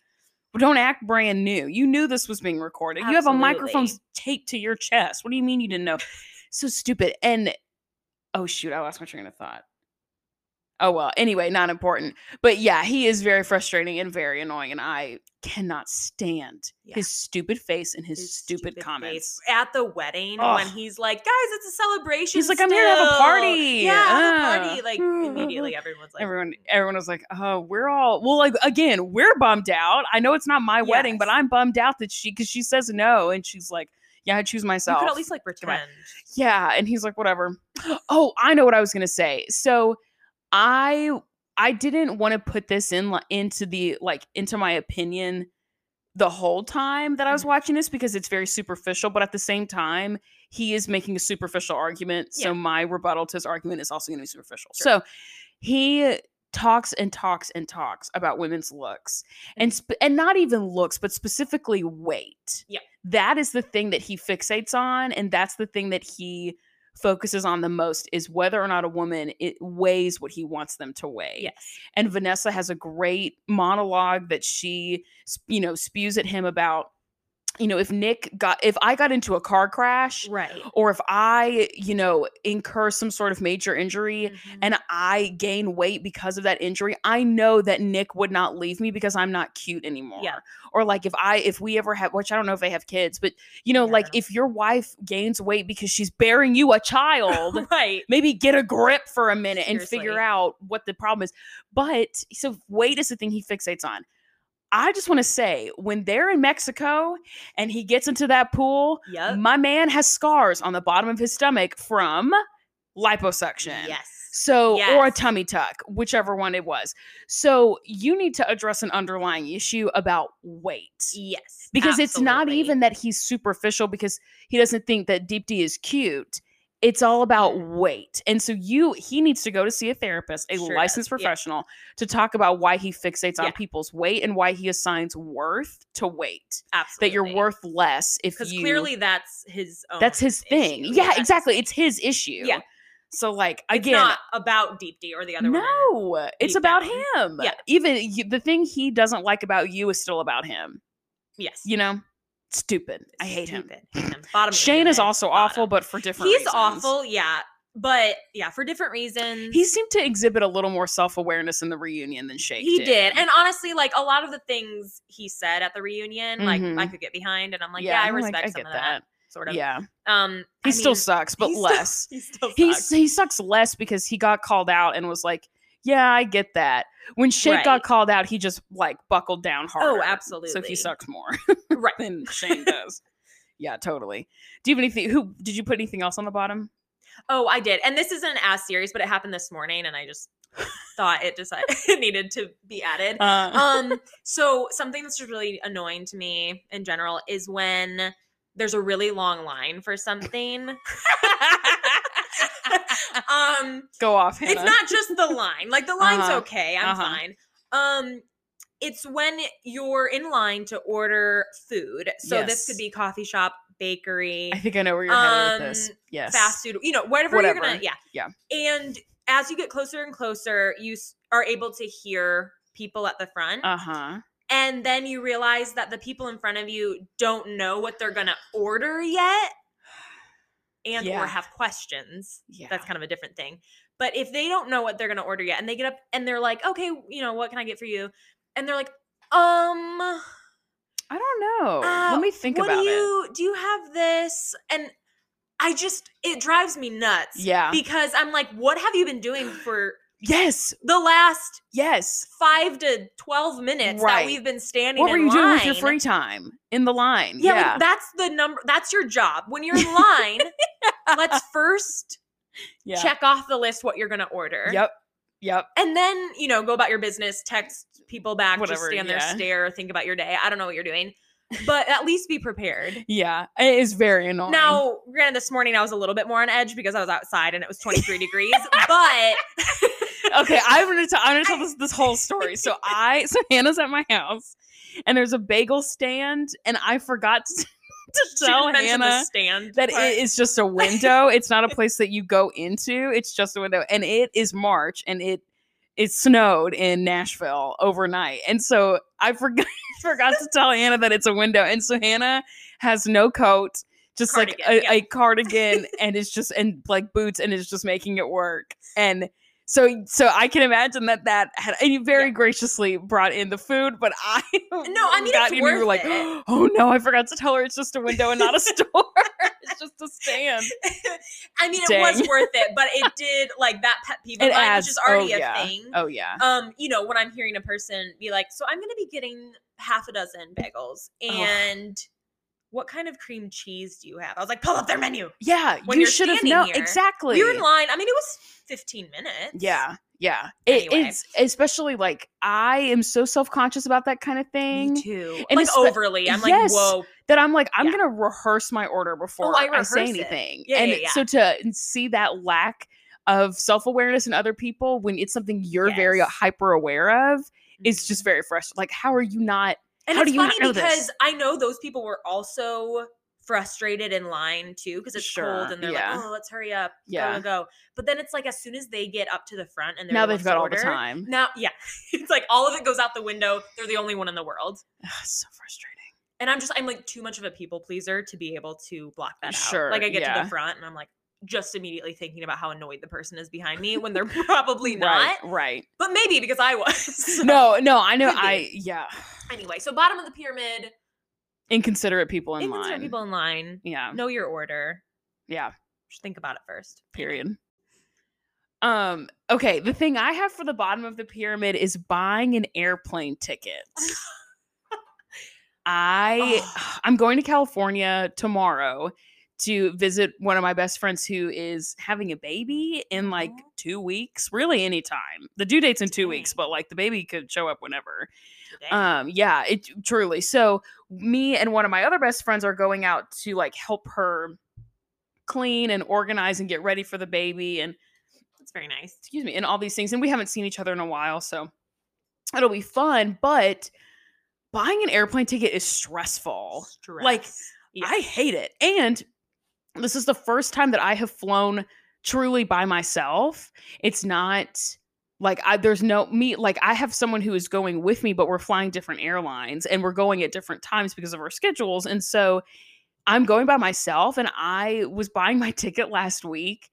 S1: don't act brand new. You knew this was being recorded. You have a microphone
S2: Absolutely.
S1: taped to your chest. What do you mean you didn't know?
S2: [LAUGHS]
S1: So stupid. And oh shoot, I lost my train of thought. Oh well. Anyway, not important. But yeah, he is very frustrating and very annoying, and I cannot stand
S2: Yeah.
S1: his stupid face and his,
S2: his
S1: stupid,
S2: face.
S1: comments.
S2: at the wedding when
S1: Ugh.
S2: he's like, "Guys, it's a celebration."
S1: He's like, "I'm here to have a
S2: still."
S1: party."
S2: Yeah, have a
S1: Ah.
S2: party. Like immediately, everyone's like, mm.
S1: Everyone, everyone was like, "Oh, we're all well." Like again, we're bummed out. I know it's not my wedding, but
S2: Yes.
S1: I'm bummed out that she because she says no, and she's like, "Yeah, I choose
S2: You
S1: myself."
S2: could at least like
S1: on.
S2: pretend.
S1: yeah and he's like whatever oh i know what i was gonna say so i i didn't want to put this in li- into the like into my opinion the whole time that I was
S2: Mhm.
S1: watching this because it's very superficial, but at the same time, he is making a superficial argument.
S2: Yeah.
S1: So my rebuttal to his argument is also going to be superficial.
S2: Sure.
S1: So he talks and talks and talks about women's looks and sp- and not even looks, but specifically weight.
S2: Mm-hmm. Yeah.
S1: That is the thing that he fixates on and that's the thing that he focuses on the most is whether or not a woman it weighs what he wants them to weigh
S2: Yes.
S1: and Vanessa has a great monologue that she sp- you know spews at him about you know if Nick got if I got into a car crash
S2: Right.
S1: or if I you know incur some sort of major injury
S2: Mhm.
S1: and I gain weight because of that injury I know that Nick would not leave me because I'm not cute anymore or like if I if we ever have which I don't know if they have kids but you know
S2: Yeah, I
S1: like
S2: don't
S1: if your wife gains weight because she's bearing you a child
S2: [LAUGHS] right.
S1: maybe get a grip for a minute and
S2: Seriously.
S1: figure out what the problem is. But so weight is the thing he fixates on. I just want to say when they're in Mexico and he gets into that pool,
S2: Yep.
S1: my man has scars on the bottom of his stomach from liposuction.
S2: Yes.
S1: So, or a
S2: Yes.
S1: tummy tuck, whichever one it was. So, you need to address an underlying issue about weight
S2: Yes.
S1: because it's not
S2: absolutely.
S1: even that he's superficial because he doesn't think that deep d is cute it's all about
S2: Mhm.
S1: weight and so you he needs to go to see a therapist a
S2: Sure does,
S1: licensed
S2: yeah.
S1: professional to talk about why he fixates on
S2: Yeah.
S1: people's weight and why he assigns worth to weight
S2: absolutely
S1: that you're worth less if
S2: because
S1: you
S2: clearly that's his own
S1: that's his thing
S2: issue.
S1: yeah
S2: That's his
S1: exactly
S2: thing.
S1: it's his issue
S2: Yeah.
S1: so like
S2: It's
S1: again
S2: not about Deep D or the other one. or-
S1: no it's
S2: deep
S1: about
S2: down.
S1: him
S2: Yeah.
S1: even y- the thing he doesn't like about you is still about him
S2: Yes.
S1: you know stupid i hate him
S2: Stupid. Hate him. Bottom. of the
S1: Shane is
S2: pyramid.
S1: also awful,
S2: Bottom.
S1: but for different
S2: He's
S1: reasons.
S2: awful. Yeah. But yeah, for different reasons.
S1: He seemed to exhibit a little more self awareness in the reunion than Shane.
S2: he did. And honestly, like a lot of the things he said at the reunion, like
S1: Mhm.
S2: I could get behind, and I'm like, yeah, I
S1: I'm like,
S2: respect some of that, sort of.
S1: Yeah, he
S2: Um, I
S1: still
S2: mean,
S1: sucks, but
S2: he still-
S1: less.
S2: [LAUGHS] he still
S1: he
S2: sucks.
S1: s- he sucks less because he got called out and was like, "Yeah, I get that." When Shane
S2: Right. Oh,
S1: got called out, he just like buckled down harder. So
S2: absolutely.
S1: he sucks more [LAUGHS]
S2: right. [LAUGHS]
S1: than Shane does. Yeah, totally. Do you have anything? Who did you put anything else on the bottom?
S2: Oh, I did. And this isn't as serious, but it happened this morning, and I just thought it decided it [LAUGHS] needed to be added.
S1: Uh,
S2: um so something that's just really annoying to me in general is when there's a really long line
S1: [LAUGHS]
S2: for something [LAUGHS] um
S1: go off, Hannah.
S2: it's not just the line like the line's
S1: Uh-huh.
S2: okay i'm
S1: Uh-huh.
S2: fine um it's when you're in line to order food so this could
S1: Yes.
S2: be coffee shop bakery
S1: I think I know where you're headed with this.
S2: Um,
S1: Yes.
S2: fast food, you know, whatever,
S1: Whatever.
S2: you're gonna, yeah,
S1: Yeah.
S2: And as you get closer and closer, you s- are able to hear people at the front,
S1: Uh huh.
S2: and then you realize that the people in front of you don't know what they're gonna order yet, and
S1: Yeah.
S2: or have questions.
S1: Yeah.
S2: That's kind of a different thing. But if they don't know what they're gonna order yet, and they get up and they're like, "Okay, you know, what can I get for you?" and they're like, "Um."
S1: I don't know.
S2: Uh,
S1: Let me think
S2: what
S1: about
S2: do
S1: it.
S2: you do you have this and i just it drives me nuts
S1: Yeah.
S2: because i'm like what have you been doing for
S1: Yes.
S2: the last
S1: Yes.
S2: five to 12 minutes that
S1: Right.
S2: we've been standing
S1: What were
S2: in
S1: you doing with your
S2: line?"
S1: free time in the line?
S2: yeah, like, that's the number that's your job when you're
S1: [LAUGHS]
S2: in line let's first
S1: Yeah.
S2: check off the list what you're gonna order
S1: Yep. Yep.
S2: and then you know go about your business text people back
S1: Whatever,
S2: just stand
S1: yeah.
S2: there stare think about your day i don't know what you're doing but at least be prepared
S1: Yeah. It is very annoying.
S2: Now, granted, this morning I was a little bit more on edge because I was outside and it was
S1: [LAUGHS]
S2: 23 degrees, but
S1: [LAUGHS] okay, I'm gonna tell I'm gonna tell this this whole story.
S2: [LAUGHS]
S1: So I so Hannah's at my house and there's a bagel stand and I forgot [LAUGHS] to, to
S2: she
S1: tell
S2: didn't mention the
S1: Hannah
S2: [LAUGHS] stand.
S1: that
S2: part.
S1: it is just a window. it's not a place that you go into. It's just a window, and it is March, and it it snowed in Nashville overnight, and so [LAUGHS] I forgot forgot to tell Hannah that it's a window, and so Hannah has no coat. Just like
S2: Cardigan,
S1: a,
S2: yeah.
S1: a cardigan and it's just and like boots and it's just making it work. And so so I can imagine that that had and you very
S2: Yeah.
S1: graciously brought in the food, but [LAUGHS] I
S2: No, I mean,
S1: got
S2: it's
S1: in and you were
S2: worth
S1: like,
S2: it.
S1: [GASPS] oh no, I forgot to tell her it's just a window and not
S2: [LAUGHS]
S1: a store. [LAUGHS] it's just a stand.
S2: I mean, it
S1: Dang.
S2: was worth it, but it did like that pet peeve of
S1: It
S2: mine, which is
S1: adds- oh,
S2: already a
S1: yeah.
S2: thing.
S1: Oh yeah.
S2: Um, you know, when I'm hearing a person be like, "So I'm going to be getting half a dozen bagels, and what kind of cream cheese do you have?" I was like, "Pull up their menu."
S1: Yeah,
S2: When
S1: you
S2: you're
S1: should have
S2: standing
S1: known
S2: here,
S1: exactly.
S2: We were in line. I mean, it was 15 minutes.
S1: Yeah. Yeah. It,
S2: Anyway.
S1: It's especially like I am so self conscious about that kind of thing
S2: Me too.
S1: And
S2: like
S1: it's-
S2: overly. I'm
S1: yes.
S2: like, whoa.
S1: that I'm like, I'm
S2: Yeah. Oh,
S1: going to rehearse my order before
S2: I
S1: I, say
S2: rehearse it.
S1: anything.
S2: Yeah,
S1: and
S2: yeah, yeah.
S1: so to see that lack of self awareness in other people when it's something you're very
S2: Yes.
S1: hyper aware of is
S2: Mhm.
S1: just very frustrating. Like, how are you not?
S2: And
S1: How
S2: it's
S1: do you not
S2: funny
S1: know this?
S2: because I know those people were also frustrated in line too because it's
S1: Sure,
S2: cold and they're
S1: yeah.
S2: like, oh, let's hurry up, yeah.
S1: Yeah.
S2: go, go. But then it's like as soon as they get up to the front and they're
S1: Now
S2: the
S1: they've
S2: ones
S1: got
S2: to
S1: all the
S2: order,
S1: time.
S2: Now, yeah, [LAUGHS] it's like all of it goes out the window. They're the only one in the world,
S1: Ugh, it's so frustrating.
S2: and I'm just I'm like too much of a people pleaser to be able to block that out.
S1: Sure,
S2: like I get to
S1: yeah.
S2: the front and I'm like just immediately thinking about how annoyed the person is behind me when they're [LAUGHS] probably not,
S1: Right. Right.
S2: but maybe because I was. [LAUGHS] So,
S1: no, no, I know.
S2: could be.
S1: I, yeah.
S2: Anyway, so bottom of the pyramid,
S1: Inconsiderate people in
S2: inconsiderate
S1: line.
S2: people in line.
S1: Yeah.
S2: Know your order.
S1: Yeah.
S2: Just think about it first.
S1: Period. Um, okay. The thing I have for the bottom of the pyramid is buying an airplane ticket. I I'm going to California tomorrow to visit one of my best friends who is having a baby in like
S2: Aw.
S1: two weeks, really anytime. The due date's in two weeks,
S2: Dang.
S1: but like the baby could show up whenever.
S2: Today.
S1: Um, yeah, it truly. So me and one of my other best friends are going out to like help her clean and organize and get ready for the baby and
S2: That's very nice.
S1: excuse me and all these things. And we haven't seen each other in a while, so it'll be fun. But buying an airplane ticket is stressful. like,
S2: Stress. Yeah.
S1: I hate it. And this is the first time that I have flown truly by myself. It's not like I there's no me like I have someone who is going with me, but we're flying different airlines and we're going at different times because of our schedules. And so I'm going by myself and I was buying my [LAUGHS] ticket last week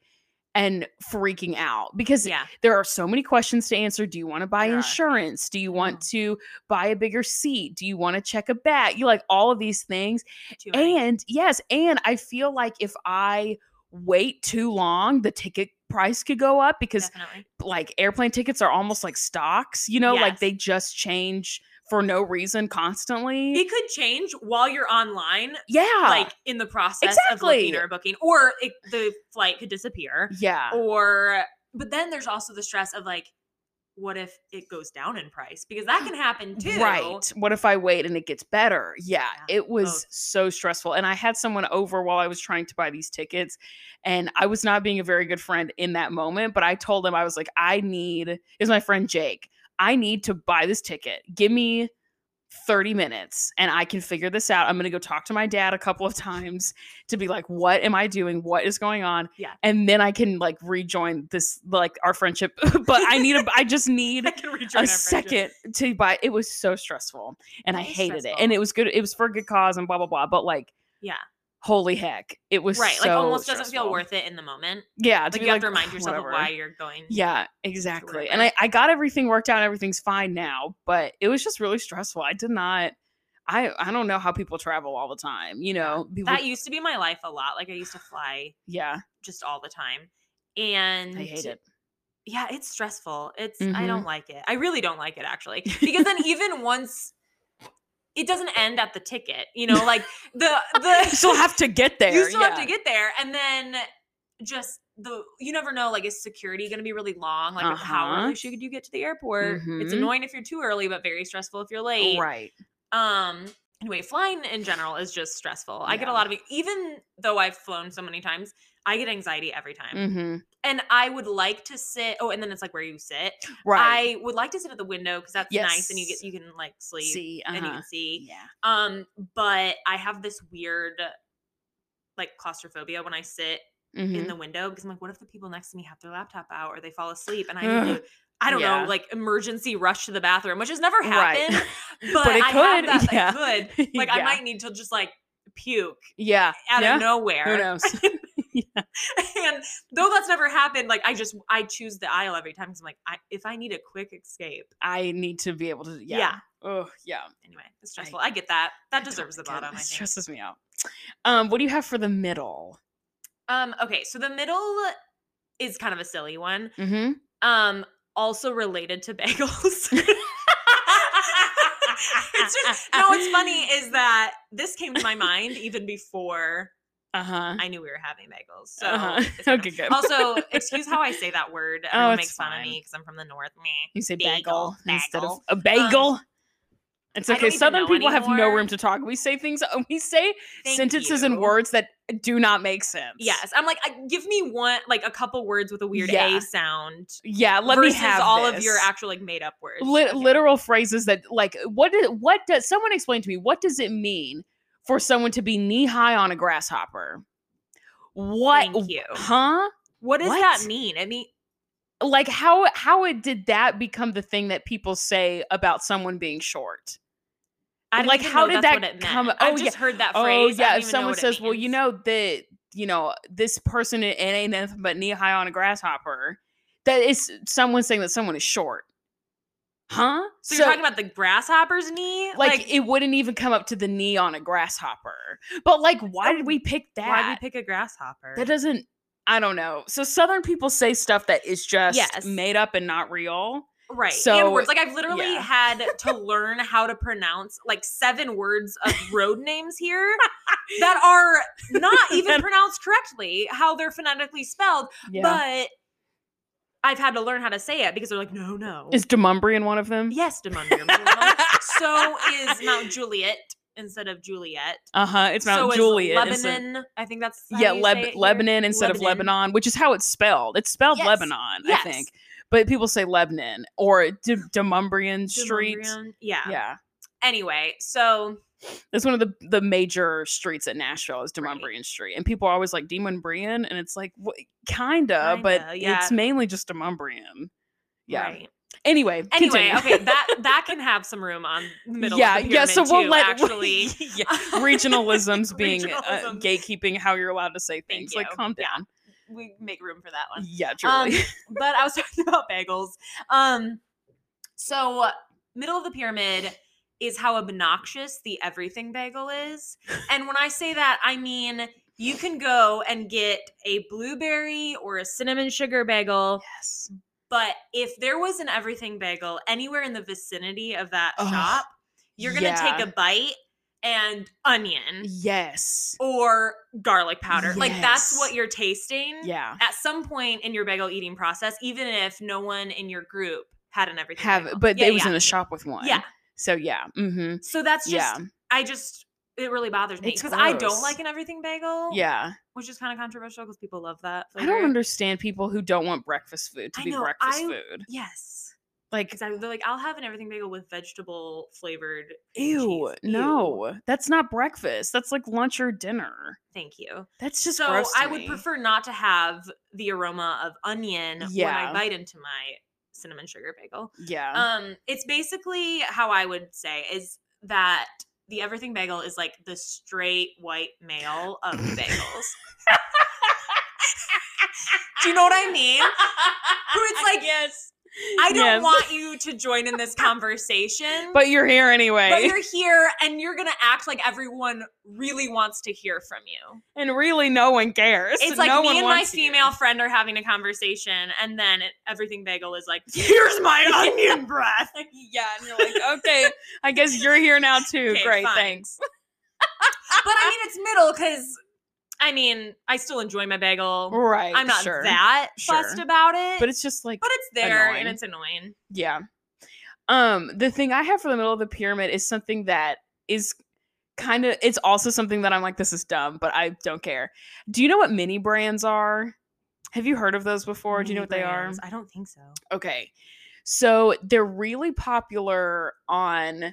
S1: and freaking out because
S2: yeah.
S1: there are so many questions to answer. Do you want to buy
S2: There are.
S1: insurance? Do you want to buy a bigger seat? Do you want to check a bag? You like all of these things.
S2: Too many.
S1: And yes, and I feel like if I wait too long, the ticket price could go up because
S2: Definitely.
S1: like airplane tickets are almost like stocks, you know, like
S2: Yes.
S1: they just change for no reason constantly.
S2: It could change while you're online,
S1: yeah.
S2: like in the process of looking
S1: Exactly.
S2: or booking, or it, the flight could disappear.
S1: yeah.
S2: Or, but then there's also the stress of like, what if it goes down in price? Because that can happen too.
S1: Right. What if I wait and it gets better? Yeah,
S2: Yeah,
S1: it was
S2: both.
S1: so stressful. And I had someone over while I was trying to buy these tickets, and I was not being a very good friend in that moment. But I told him, I was like, I need, is my friend Jake, I need to buy this ticket. Give me 30 minutes and I can figure this out. I'm going to go talk to my dad a couple of times to be like, what am I doing? What is going on?
S2: Yeah.
S1: And then I can like rejoin this, like our friendship. [LAUGHS] but I need, a, I just need
S2: [LAUGHS] I can rejoin
S1: a
S2: our
S1: second
S2: friendship.
S1: to buy it was so stressful and i
S2: That is
S1: hated it and
S2: stressful.
S1: it was good it was for a good cause and blah blah blah but like
S2: Yeah.
S1: holy heck it was
S2: Right. like
S1: so
S2: almost doesn't feel
S1: stressful.
S2: worth it in the moment.
S1: yeah
S2: Like
S1: be
S2: you have to remind
S1: "Ugh,
S2: yourself
S1: whatever."
S2: of why you're going.
S1: yeah exactly and I,
S2: whatever.
S1: I got everything worked out everything's fine now but it was just really stressful i did not i i don't know how people travel all the time you know people,
S2: That used to be my life a lot. Like I used to fly
S1: yeah
S2: just all the time. And
S1: i hate it
S2: yeah, it's stressful. It's I don't
S1: Mhm.
S2: like it. I really don't like it
S1: [LAUGHS]
S2: actually. Because then even once it doesn't end at the ticket, you know, like the
S1: [LAUGHS]
S2: the
S1: you still have to get there
S2: you still have
S1: yeah.
S2: to get there and then just the you never know like is security going to be really long like how
S1: Uh-huh.
S2: early should you get to the airport it's
S1: Mhm.
S2: annoying if you're too early but very stressful if you're late
S1: right
S2: um anyway flying in general is just stressful i get a
S1: Yeah.
S2: lot of e, even though i've flown so many times i get anxiety every time
S1: hmm
S2: and i would like to sit oh and then it's like where you sit
S1: right
S2: i would like to sit at the window because that's nice and you
S1: Yes.
S2: get you can like sleep
S1: see
S2: and you
S1: uh-huh.
S2: can see
S1: yeah
S2: um but i have this weird like claustrophobia when i sit in
S1: Mhm.
S2: the window because i'm like what if the people next to me have their laptop out or they fall asleep and i need to I don't
S1: Yeah.
S2: know, like emergency rush to the bathroom, which has never
S1: Right.
S2: happened.
S1: [LAUGHS]
S2: But,
S1: But it
S2: I have
S1: could,
S2: that, like,
S1: yeah.
S2: could
S1: [LAUGHS]
S2: like I
S1: Yeah.
S2: might need to just like puke
S1: yeah
S2: out
S1: Yeah.
S2: of nowhere.
S1: who
S2: [LAUGHS]
S1: knows
S2: and though that's never happened, like I just I choose the aisle every time because I'm like, I, if I need a quick escape,
S1: I need to be able to. Yeah.
S2: Yeah.
S1: Oh, yeah.
S2: anyway, it's stressful. I, get that. That deserves the
S1: Totally get
S2: bottom.
S1: It
S2: I
S1: It
S2: think.
S1: stresses me out. Um, what do you have for the middle?
S2: um. Okay. So the middle is kind of a silly one.
S1: Mm-hmm.
S2: Um. Also related to [LAUGHS] bagels. it's just no. What's funny is that this came to my mind even before
S1: Uh huh.
S2: I knew we were having bagels. So
S1: Uh-huh. [LAUGHS]
S2: it's fine.
S1: Okay, good.
S2: Also,
S1: [LAUGHS]
S2: excuse how I say that word.
S1: Oh,
S2: Everyone
S1: it's
S2: makes fun
S1: fine.
S2: of me because I'm from the north. Me.
S1: You say bagel,
S2: Bagel,
S1: instead of
S2: bagel. Um,
S1: a bagel. it's
S2: I don't
S1: okay.
S2: even
S1: Southern
S2: know
S1: people have no
S2: anymore.
S1: room to talk. We say things. uh, We say
S2: Thank
S1: sentences and
S2: you.
S1: words that do not make sense.
S2: Yes, I'm like, I, give me one, like a couple words with a weird
S1: Yeah.
S2: a sound.
S1: Yeah. Let
S2: versus
S1: me have
S2: all of your
S1: this.
S2: actual like made up words.
S1: Lit-
S2: Okay.
S1: literal phrases that like what did what does someone explain to me what does it mean for someone to be knee high on a grasshopper what
S2: Thank you.
S1: huh
S2: What does
S1: What?
S2: that mean? I mean,
S1: like how how it did that become the thing that people say about someone being short
S2: I didn't
S1: Like,
S2: even
S1: how
S2: know
S1: did
S2: that's
S1: that
S2: what it meant.
S1: come-
S2: I
S1: oh, yeah.
S2: just heard that
S1: oh
S2: phrase. I
S1: yeah
S2: don't
S1: if
S2: even know
S1: someone
S2: what it
S1: says well you
S2: means.
S1: know that you know this person it ain't nothing but knee high on a grasshopper that is someone saying that someone is short huh
S2: So, you're talking about the grasshopper's knee?
S1: like, it wouldn't even come up to the knee on a grasshopper. But like, why did
S2: Oh,
S1: we pick that?
S2: why we pick a grasshopper?
S1: that doesn't. I don't know. So southern people say stuff that is just
S2: Yes.
S1: made up and not real.
S2: right.
S1: so,
S2: and words. Like I've literally
S1: yeah.
S2: had
S1: [LAUGHS]
S2: to learn how to pronounce like seven words of road names here that are
S1: [LAUGHS]
S2: not even pronounced correctly, how they're phonetically spelled, but I've had to learn how to say it because they're like, no, no.
S1: is Demumbrian one of them?
S2: yes, Demundrum.
S1: [LAUGHS]
S2: so is Mount Juliet instead of Juliet.
S1: Uh huh. It's Mount
S2: so is
S1: Juliet.
S2: Lebanon.
S1: instead-
S2: I think that's how
S1: yeah,
S2: you
S1: Leb-
S2: say it here.
S1: Lebanon instead of
S2: Lebanon.
S1: Lebanon, which is how it's spelled. It's spelled
S2: Yes.
S1: Lebanon,
S2: Yes.
S1: I think. But people say Lebanon or De- Demumbrian Street.
S2: Demumbrian. Yeah.
S1: Yeah.
S2: Anyway, so
S1: That's one of the the major streets in Nashville is
S2: Right.
S1: Demumbrian Street, and people are always like Demumbrian, and it's like wh- kinda, but
S2: Kinda, yeah.
S1: it's mainly just Demumbrian. Yeah.
S2: right.
S1: Anyway.
S2: Anyway,
S1: continue. [LAUGHS]
S2: okay, that that can have some room on the middle.
S1: yeah.
S2: of the
S1: yeah. So
S2: pyramid,
S1: we'll
S2: too,
S1: let [LAUGHS]
S2: actually.
S1: yeah.
S2: [LAUGHS]
S1: regionalisms being Uh,
S2: Regionalisms.
S1: gatekeeping how you're allowed to say
S2: Thank
S1: things. Like,
S2: you.
S1: calm
S2: Yeah.
S1: down.
S2: we make room for that one.
S1: Yeah.
S2: Um,
S1: truly.
S2: but I was [LAUGHS] talking about bagels. Um, so middle of the pyramid is how obnoxious the everything bagel is, and when I say that, I mean you can go and get a blueberry or a cinnamon sugar bagel.
S1: yes.
S2: But if there was an everything bagel anywhere in the vicinity of that
S1: Ugh,
S2: shop, you're gonna
S1: yeah.
S2: take a bite and
S1: [LAUGHS]
S2: onion
S1: Yes.
S2: or garlic powder. Like that's what
S1: Yes.
S2: you're tasting.
S1: Yeah.
S2: At some point in your bagel eating process, even if no one in your group had an everything
S1: Have,
S2: bagel.
S1: but
S2: Yeah,
S1: it was
S2: yeah.
S1: in a shop with one.
S2: Yeah.
S1: So yeah. Mm-hmm.
S2: So that's just
S1: Yeah.
S2: I just it really bothers me
S1: It's
S2: because I
S1: gross.
S2: don't like an everything bagel.
S1: Yeah.
S2: which is kind of controversial because people love that.
S1: I
S2: Flavor.
S1: don't understand people who don't want breakfast food to
S2: I
S1: be
S2: know,
S1: breakfast
S2: I-
S1: food.
S2: Yes,
S1: Like
S2: exactly. They're like, I'll have an everything bagel with vegetable flavored. cream
S1: Ew,
S2: cheese."
S1: no, that's not breakfast. That's like lunch or dinner.
S2: Thank you.
S1: That's just
S2: so
S1: gross to
S2: I would
S1: me.
S2: prefer not to have the aroma of onion when
S1: Yeah.
S2: I bite into my cinnamon sugar bagel.
S1: Yeah,
S2: Um, it's basically how I would say is that the everything bagel is like the straight white male of
S1: [LAUGHS]
S2: bagels. Do you know what I mean? Who it's like yes. I don't
S1: Yes.
S2: want you to join in this conversation.
S1: but you're here anyway.
S2: But you're here and you're gonna act like everyone really wants to hear from you.
S1: [LAUGHS] and really, no one cares.
S2: It's like
S1: no one
S2: me and my
S1: wants you.
S2: female friend are having a conversation, and then it, everything bagel is
S1: [LAUGHS]
S2: like, "Here's [LAUGHS] my onion breath."
S1: [LAUGHS] Yeah, and you're like, okay, I guess you're here
S2: [LAUGHS]
S1: now too.
S2: Okay,
S1: Great,
S2: fine.
S1: thanks.
S2: But I mean, it's middle because I mean, I still enjoy my bagel.
S1: Right,
S2: I'm not
S1: sure.
S2: that fussed
S1: sure.
S2: about it,
S1: But it's just like,
S2: but it's there
S1: annoying.
S2: and it's annoying.
S1: yeah. Um, the thing I have for the middle of the pyramid is something that is kind of. It's also something that I'm like, this is dumb, but I don't care. Do you know what mini brands are? Have you heard of those before? Do you know what they are?
S2: I don't think so.
S1: Okay. So they're really popular on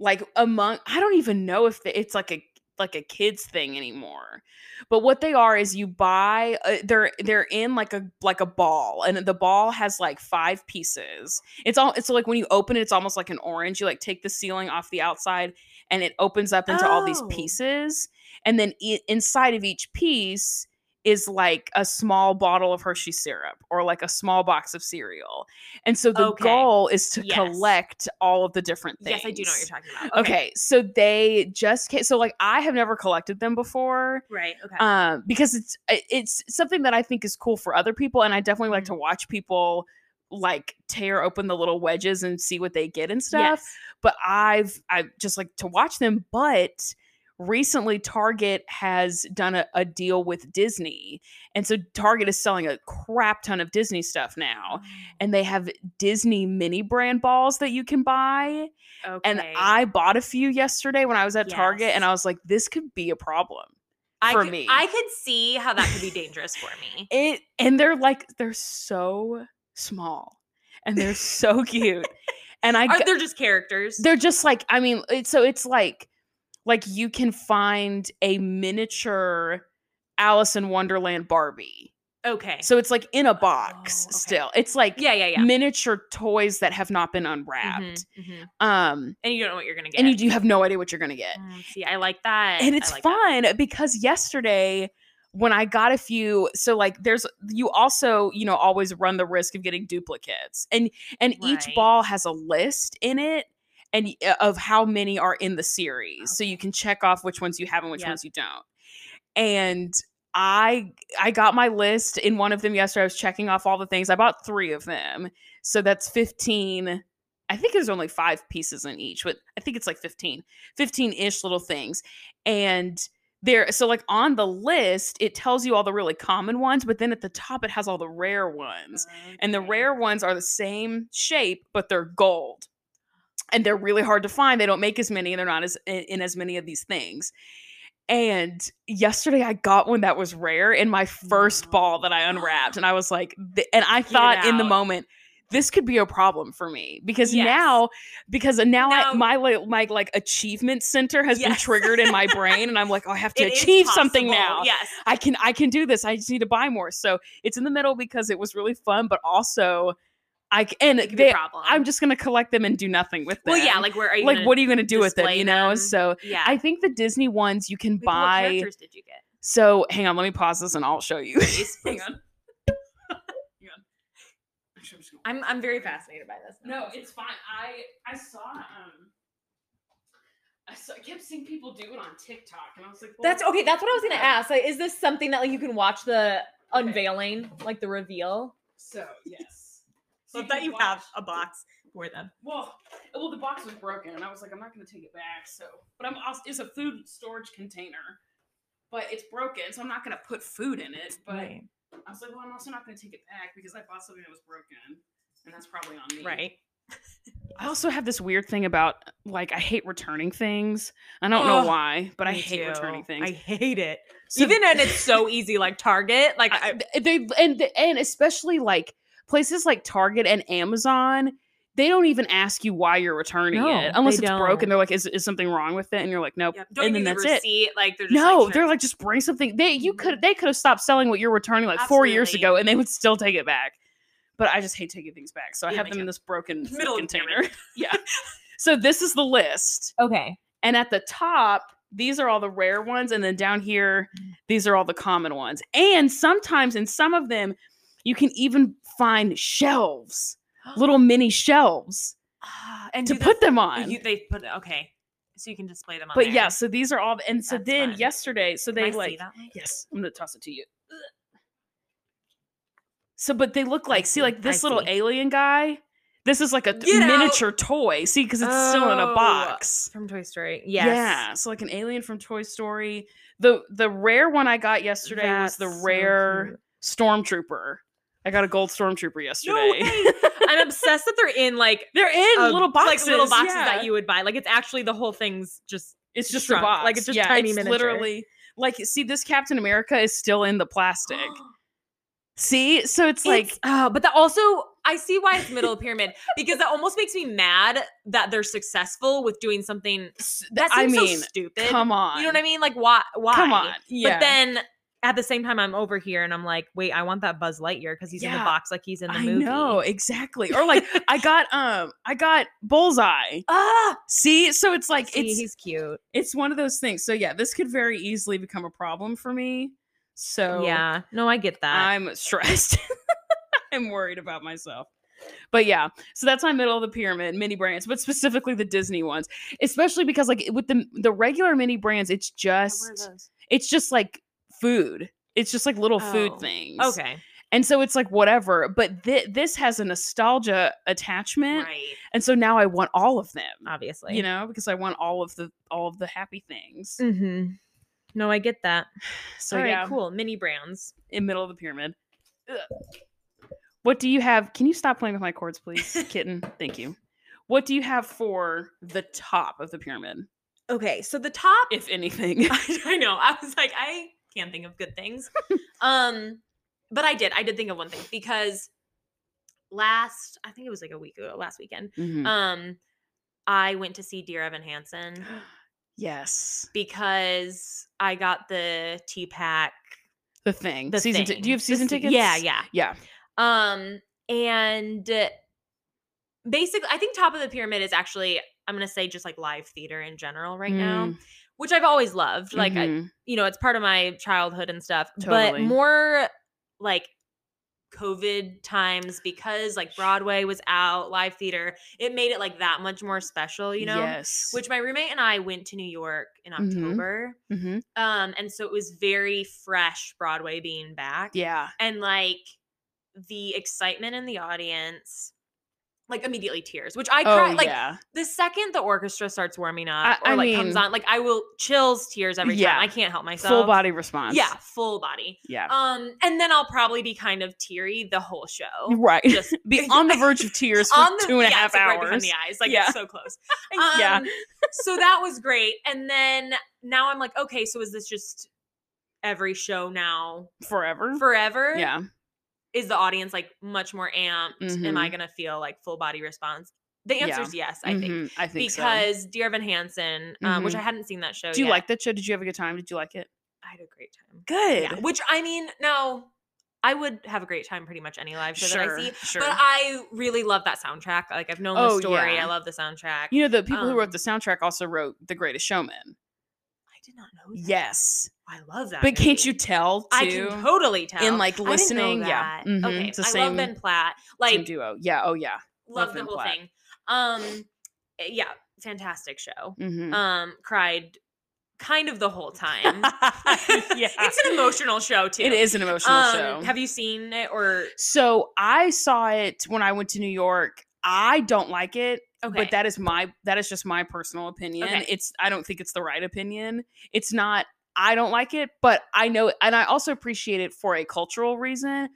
S1: like among I don't even know if the, it's like a like a kids thing anymore. But what they are is you buy uh, they're they're in like a like a ball and the ball has like five pieces. It's all it's like when you open it it's almost like an orange. You like take the ceiling off the outside and it opens up into all these
S2: Oh.
S1: pieces and then e- inside of each piece is like a small bottle of Hershey syrup or like a small box of cereal. And so the
S2: Okay.
S1: goal is to
S2: Yes.
S1: collect all of the different things.
S2: Yes, I do know what you're talking
S1: [LAUGHS]
S2: about.
S1: Okay. so they just ca- so like I have never collected them before
S2: right. Okay.
S1: um because it's i- it's something that I think is cool for other people and I definitely like to
S2: Mhm.
S1: watch people like tear open the little wedges and see what they get and stuff
S2: Yes.
S1: but I've I just like to watch them. But recently Target has done a, a deal with Disney. And so Target is selling a crap ton of Disney stuff now.
S2: Mm-hmm.
S1: And they have Disney mini brand balls that you can buy.
S2: Okay.
S1: And I bought a few yesterday when I was at Target and
S2: Yes.
S1: I was like, this could be a problem.
S2: I
S1: for
S2: could,
S1: me.
S2: I could see how that could be dangerous for me.
S1: It and they're like, they're so small and they're so cute. [LAUGHS] And I
S2: [LAUGHS] Are
S1: g-
S2: they're just characters?
S1: they're just like i mean it, so it's like like you can find a miniature alice in wonderland barbie
S2: okay.
S1: so it's like in a box
S2: Oh, okay.
S1: still it's like
S2: yeah, yeah, yeah.
S1: miniature toys that have not been unwrapped
S2: Mhm, mhm.
S1: um
S2: And you don't know what you're gonna get.
S1: and you, you have no idea what you're gonna get
S2: Mm, see, I like that.
S1: and
S2: I
S1: it's
S2: like that.
S1: fun because yesterday when i got a few so like there's you also you know always run the risk of getting duplicates and and each
S2: Right.
S1: ball has a list in it and y- uh, of how many are in the series so you
S2: Okay.
S1: can check off which ones you have and which
S2: Yep.
S1: ones you don't and i i got my list in one of them yesterday i was checking off all the things i bought three of them so that's 15 i think there's only five pieces in each but i think it's like 15 15-ish little things and there so like on the list it tells you all the really common ones but then at the top it has all the rare ones and the
S2: Okay.
S1: rare ones are the same shape but they're gold and they're really hard to find they don't make as many and they're not as in, in as many of these things and yesterday i got one that was rare in my first
S2: No.
S1: ball that i unwrapped and i was like th- and i
S2: Get
S1: thought in the
S2: out.
S1: moment this could be a problem for me because
S2: Yes.
S1: now because now I,
S2: Now-
S1: my li- my like achievement center has been
S2: Yes.
S1: triggered in
S2: [LAUGHS]
S1: my brain and i'm like oh i have to
S2: It is
S1: achieve something
S2: possible,
S1: now
S2: Yes.
S1: I can I can do this. I just need to buy more. So it's in the middle because it was really fun, but also I c- and
S2: It could be a
S1: they,
S2: problem.
S1: I'm just gonna collect them and do nothing with them.
S2: Well, yeah. Like, where are you?
S1: like
S2: gonna-
S1: what are you gonna do with them?
S2: display
S1: You know.
S2: them?
S1: So
S2: Yeah.
S1: I think the Disney ones you can
S2: Wait, but what
S1: buy.
S2: characters did you get?
S1: So hang on, let me pause this and I'll show you. [LAUGHS]
S2: Please, hang on. I'm I'm very fascinated by this.
S1: No, it's fine. I I saw um. I, saw, I kept seeing people do it on TikTok, and I was like,
S2: That's okay. That's what I was gonna
S1: ask.
S2: ask. Like, is this something that like you can watch the unveiling, like the reveal?
S1: So yes.
S2: a box for them.
S1: Well, well, the box was broken, and I was like, I'm not going to take it back. So, but I'm also, it's a food storage container, but it's broken, so I'm not going to put food in it. But I was like, well, I'm also not going to take it back because I bought something that was broken, and that's probably on me.
S2: Right.
S1: I also have this weird thing about like I hate returning things. I don't
S2: Ugh,
S1: know why, but I
S2: Me
S1: hate
S2: too.
S1: returning things.
S2: I hate it.
S1: So-
S2: Even and it's so easy, like Target. Like I,
S1: I, they and and especially like places like Target and Amazon, they don't even ask you why you're returning
S2: No,
S1: it unless
S2: they
S1: it's broken.
S2: don't.
S1: They're like, is, is something wrong with it? And you're like, nope.
S2: Yep. don't
S1: and
S2: you
S1: then
S2: need
S1: that's
S2: the
S1: it.
S2: receipt. Like they're just
S1: No,
S2: like,
S1: they're
S2: "Sure."
S1: like, just bring something. They you
S2: Mhm.
S1: could they could have stopped selling what you're returning like four years
S2: Absolutely.
S1: ago, and they would still take it back. But I just hate taking things back, so I
S2: Yeah,
S1: have
S2: me
S1: them in
S2: too.
S1: this broken food
S2: Middle of the
S1: container. [LAUGHS] yeah.
S2: [LAUGHS]
S1: So this is the list.
S2: [GASPS] okay.
S1: And at the top, these are all the rare ones. And then down here,
S2: Mm.
S1: these are all the common ones. And sometimes in some of them, you can even find shelves, little mini shelves
S2: Ah, and
S1: to
S2: Oh. do the-
S1: put them on.
S2: You, they put okay, so you can display them. on
S1: but
S2: there.
S1: yeah, so these are all. And so
S2: That's
S1: then
S2: fun.
S1: yesterday, so
S2: Can I
S1: they
S2: see
S1: like,
S2: that link?
S1: yes, I'm going to toss it to you. So, but they look like, see,
S2: see,
S1: like this
S2: I
S1: little
S2: see.
S1: alien guy. This is like a t-
S2: Get out.
S1: miniature toy. See, because it's still in a
S2: Oh.
S1: box.
S2: from Toy Story.
S1: Yeah. So like an alien from Toy Story. The the rare one I got yesterday was the rare stormtrooper. I got a gold stormtrooper yesterday.
S2: [LAUGHS] way. I'm obsessed that they're in like
S1: [LAUGHS] They're in
S2: a-
S1: little boxes.
S2: Um, like little boxes
S1: yeah.
S2: that you would buy. Like it's actually the whole thing's [GASPS] just
S1: It's just a
S2: shrunk,
S1: box.
S2: like, it's just
S1: yeah,
S2: tiny
S1: it's
S2: miniature.
S1: literally like see this Captain America is still in the plastic.
S2: [GASPS]
S1: see, so it's like
S2: It's- oh, but that also I see why it's [LAUGHS] middle pyramid because that almost makes me mad that they're successful with doing something
S1: s-
S2: that
S1: I
S2: seems
S1: mean,
S2: so stupid.
S1: come on,
S2: You know what I mean? Like why? Why?
S1: Come on, yeah.
S2: But then at the same time, I'm over here and I'm like, wait, I want that Buzz Lightyear because he's in
S1: Yeah.
S2: the box like he's in the
S1: I
S2: movie.
S1: know exactly. Or like
S2: [LAUGHS]
S1: I got um I got Bullseye.
S2: Ah,
S1: See, so it's like
S2: like
S1: it's
S2: he's cute.
S1: it's one of those things. So yeah, this could very easily become a problem for me. So
S2: yeah, no, I get that.
S1: I'm stressed. [LAUGHS] I'm worried about myself. But yeah, so that's my middle of the pyramid mini brands, but specifically the Disney ones, especially because like with the the regular mini brands, it's
S2: Yeah, what are
S1: just
S2: those?
S1: it's just like food. It's just like little food
S2: Oh,
S1: things.
S2: Okay.
S1: And so it's like whatever, but thi- this has a nostalgia attachment,
S2: Right.
S1: and so now I want all of them,
S2: Obviously.
S1: you know, because I want all of the all of the happy things.
S2: Mm-hmm. No, I get that.
S1: So
S2: All right,
S1: yeah,
S2: cool. Mini brands.
S1: in middle of the pyramid. Ugh. What do you have? Can you stop playing with my cords,
S2: [LAUGHS]
S1: please, kitten? Thank you. What do you have for the top of the pyramid,
S2: Okay, so the top.
S1: if
S2: [LAUGHS]
S1: anything?
S2: I, I know. I was like, I can't think of good
S1: [LAUGHS]
S2: things. um, but I did. I did think of one thing because last, I think it was like a week ago, last weekend. [GASPS]
S1: Mhm.
S2: Um, I went to see Dear Evan Hansen
S1: yes,
S2: because I got the T pack.
S1: the thing.
S2: The
S1: season. ti-
S2: thing.
S1: do you have
S2: The
S1: season
S2: se-
S1: tickets?
S2: Yeah, yeah.
S1: yeah.
S2: Um, and uh, basically, I think top of the pyramid is actually I'm gonna say just like live theater in general right now,
S1: Mm,
S2: which I've always loved. Like uh, I,
S1: mhm.
S2: you know, it's part of my childhood and stuff. But
S1: Totally.
S2: more like COVID times because like Broadway was out, live theater, it made it like that much more special, you know?
S1: Yes.
S2: Which my roommate and I went to New York in
S1: Mhm.
S2: October.
S1: Mhm.
S2: Um, and so it was very fresh Broadway being back.
S1: Yeah.
S2: And like the excitement in the audience. Like immediately tears, which I
S1: Oh
S2: cry like
S1: yeah.
S2: the second the orchestra starts warming up
S1: I-
S2: or
S1: I
S2: like comes
S1: mean-
S2: on, like I will chills tears every
S1: Yeah.
S2: time. I can't help myself.
S1: [LAUGHS] Full body response.
S2: Yeah, full body.
S1: Yeah.
S2: Um, and then I'll probably be kind of teary the
S1: [LAUGHS]
S2: whole show.
S1: right.
S2: Just [LAUGHS]
S1: Be on the verge of tears for
S2: Oh. on the
S1: two and a
S2: yeah,
S1: half
S2: it's, like, right behind
S1: hours.
S2: the eyes, like
S1: Yeah.
S2: it's so close. Um,
S1: [LAUGHS] yeah.
S2: so that was great. And then now I'm like, okay, so is this just every show now
S1: Forever.
S2: forever?
S1: Mm-hmm. yeah.
S2: Is the audience like much more amped? Am I
S1: Mhm.
S2: gonna feel like full body response? The
S1: Yeah.
S2: answer is yes, I think.
S1: Mhm, I think so.
S2: Because Dear Evan Hansen, um, which
S1: Mhm.
S2: I hadn't seen that show
S1: Do you
S2: yet,
S1: like that show? Did you have a good time? Did you like it?
S2: I had a great time.
S1: Good.
S2: Yeah, which I mean, no, I would have a great time pretty much any live show that I
S1: Sure.
S2: see.
S1: Sure.
S2: But I really love that soundtrack. Like I've known
S1: Oh,
S2: the story.
S1: yeah.
S2: I love the soundtrack.
S1: you know, the people who
S2: um,
S1: wrote the soundtrack also wrote The Greatest Showman.
S2: I did not know. That.
S1: Yes.
S2: I love that.
S1: But can't
S2: movie.
S1: you tell too?
S2: I can totally tell.
S1: In like
S2: I didn't know
S1: listening, yeah.
S2: that.
S1: Mhm,
S2: Okay.
S1: it's the
S2: I
S1: same-
S2: love Ben Platt.
S1: Same
S2: Like
S1: duo. Yeah. Oh yeah. love
S2: love, the
S1: Ben
S2: whole
S1: Platt.
S2: thing. Um, yeah, fantastic show.
S1: hmm
S2: Um, cried kind of the whole time.
S1: [LAUGHS]
S2: [LAUGHS]
S1: Yeah.
S2: it's an emotional show
S1: [LAUGHS]
S2: too.
S1: It is an emotional
S2: Um,
S1: show.
S2: Have you seen it or
S1: so I saw it when I went to New York. I don't like it.
S2: okay?
S1: but that is my that is just my personal opinion
S2: Okay.
S1: it's i don't think it's the right opinion it's not i don't like it but i know and i also appreciate it for a cultural reason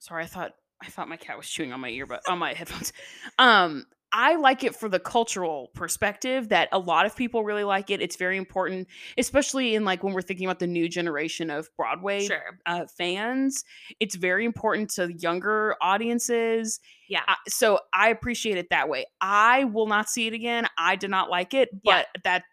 S1: sorry i thought i thought my cat was chewing on my earbud on my headphones um i like it for the cultural perspective that a lot of people really like it it's very important especially in like when we're thinking about the new generation of broadway
S2: sure.
S1: uh, fans. It's very important to younger audiences.
S2: Yeah.
S1: I- so I appreciate it that way. I will not see it again. I did not like it,
S2: Yeah.
S1: but that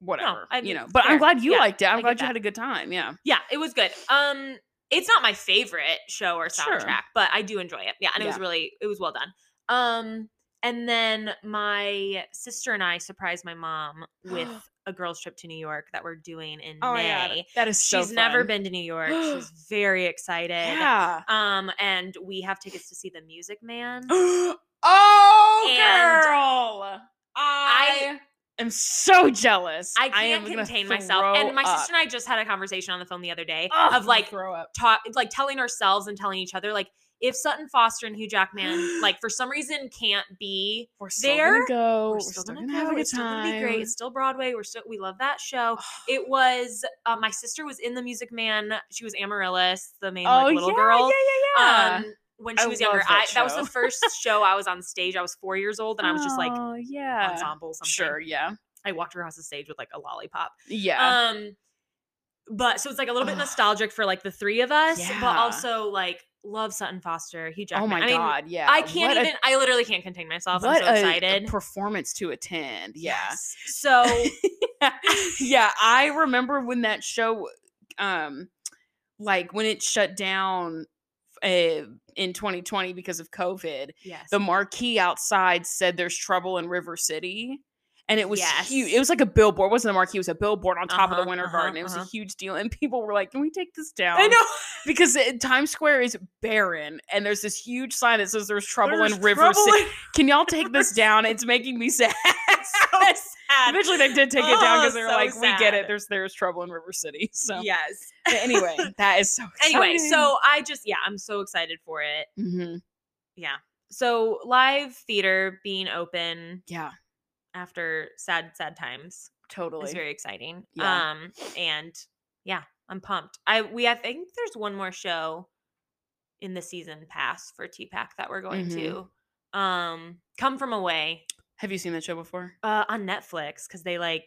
S1: whatever
S2: I
S1: you
S2: mean,
S1: know. But
S2: fair.
S1: I'm glad you
S2: Yeah,
S1: liked it. I'm
S2: I get
S1: glad
S2: that.
S1: you had a good time. Yeah.
S2: Yeah, it was good. Um, it's not my favorite show or
S1: Sure.
S2: soundtrack, but I do enjoy it. Yeah, and it was
S1: Yeah.
S2: really it was well done. Um, and then my sister and I surprised
S1: [GASPS]
S2: my mom with a girls trip to New York that we're doing in
S1: Oh
S2: May.
S1: that is so.
S2: She's never
S1: fun.
S2: been to New
S1: [GASPS]
S2: York. She's very excited. [GASPS]
S1: Yeah.
S2: Um, and we have tickets to see The Music Man.
S1: [GASPS] oh,
S2: And
S1: girl. I, am so jealous.
S2: I
S1: am
S2: can't
S1: gonna
S2: contain myself.
S1: throw
S2: And my
S1: up.
S2: sister and I just had a conversation on the phone the other day
S1: Ugh, I'm
S2: of
S1: gonna
S2: like
S1: throw up.
S2: talk like telling ourselves and telling each other like if Sutton Foster and Hugh
S1: [GASPS]
S2: Jackman like for some reason can't be
S1: We're still gonna
S2: there,
S1: go.
S2: we're,
S1: Oh, We're
S2: still, gonna,
S1: have
S2: go,
S1: a good
S2: it's still gonna be great
S1: time.
S2: it's still Broadway we're still we love that show it was uh, my sister was in the Music Man she was Amaryllis the main like, little
S1: Oh, yeah,
S2: girl
S1: Yeah, yeah, yeah.
S2: um when she
S1: I
S2: was younger
S1: love
S2: I,
S1: that
S2: that was the
S1: show.
S2: first show I was on stage I was four years old and I was just like
S1: Oh, yeah.
S2: ensemble something
S1: Sure, yeah.
S2: I walked across the stage with like a lollipop
S1: Yeah.
S2: um but so it's like a little bit
S1: Ugh.
S2: nostalgic for like the three of us but
S1: Yeah.
S2: also like love sutton foster hugh jackman
S1: oh my
S2: i mean
S1: god, yeah.
S2: i can't
S1: What a-
S2: even I literally can't contain myself i'm
S1: what
S2: so
S1: a- a
S2: excited
S1: performance to attend. Yeah. [LAUGHS]
S2: Yes. so
S1: yeah, I remember when that show um like when it shut down uh, in 2020 because of COVID,
S2: yes
S1: the marquee outside said there's trouble in River City. And it was huge.
S2: Yes.
S1: It was like a billboard. It wasn't a marquee. It was a billboard on top of
S2: Uh-huh,
S1: the Winter
S2: uh-huh,
S1: Garden. It was
S2: uh-huh.
S1: a huge deal. And people were like, can we take this down?
S2: [LAUGHS] i know
S1: because it, Times Square is barren, and there's this huge sign that says "There's [LAUGHS] trouble in River
S2: Trouble
S1: City."
S2: in- [LAUGHS]
S1: Can y'all take
S2: River [LAUGHS]
S1: this down? It's making me sad. [LAUGHS] Yes.
S2: sad.
S1: Eventually, they did take it down because
S2: Oh,
S1: they were
S2: so
S1: like, "We get it.
S2: sad.
S1: There's there's trouble in River City." [LAUGHS] So
S2: Yes.
S1: But
S2: [LAUGHS]
S1: anyway, that is so.
S2: Anyway,
S1: exciting.
S2: so I just yeah, I'm so excited for it.
S1: Mhm.
S2: So live theater being open
S1: yeah,
S2: after sad sad times
S1: totally.
S2: is very exciting.
S1: Yeah.
S2: Um and yeah, I'm pumped. I we I think there's one more show in the season pass for TPAC that we're going
S1: Mm-hmm.
S2: to. Um Come From Away
S1: Have you seen that show before?
S2: uh on Netflix cuz they like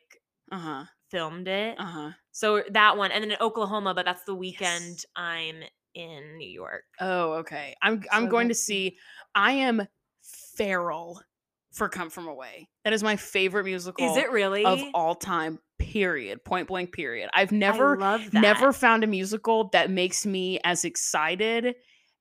S1: Uh huh.
S2: filmed it.
S1: Uh huh.
S2: So that one and then in Oklahoma, but that's the weekend
S1: Yes.
S2: I'm in New York.
S1: Oh, okay. I'm I'm
S2: So
S1: going to
S2: that's-
S1: see. I am feral for Come From Away. That is my favorite musical
S2: Is it really?
S1: of all time. Period. Point blank. Period. I've never
S2: I love that.
S1: never found a musical that makes me as excited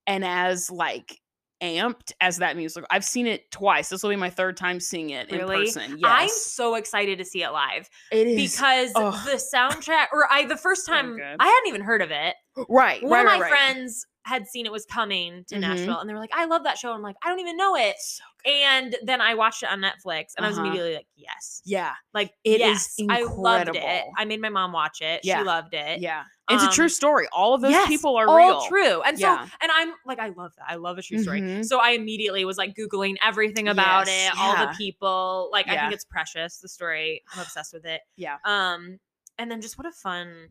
S1: and as like amped as that musical. I've seen it twice. This will be my third time seeing it in
S2: Really?
S1: person.
S2: I'm
S1: Yes,
S2: so excited to see it live
S1: it
S2: because
S1: ugh.
S2: the soundtrack, or I the first
S1: So
S2: time
S1: good.
S2: I hadn't even heard of it.
S1: right.
S2: One
S1: right,
S2: of my
S1: right, right.
S2: friends had seen it was coming to
S1: Mhm.
S2: Nashville, and they were like, "I love that show." I'm like, "I don't even know it."
S1: So good.
S2: And then I watched it on Netflix, and I was
S1: Uh-huh.
S2: immediately like, "Yes,
S1: yeah,
S2: like
S1: It
S2: yes,
S1: is
S2: I loved it.
S1: incredible.
S2: I made my mom watch it.
S1: Yeah.
S2: She loved it.
S1: yeah. It's a true
S2: Um,
S1: story. All of those
S2: yes,
S1: people are
S2: all
S1: real.
S2: true. And so,
S1: Yeah.
S2: and I'm like, I love that. I love a true story.
S1: Mhm.
S2: So I immediately was like Googling everything about
S1: Yes,
S2: it, all
S1: yeah.
S2: the people. Like, I
S1: Yeah.
S2: think it's precious, the story. I'm obsessed with it.
S1: Yeah.
S2: Um, and then just what a fun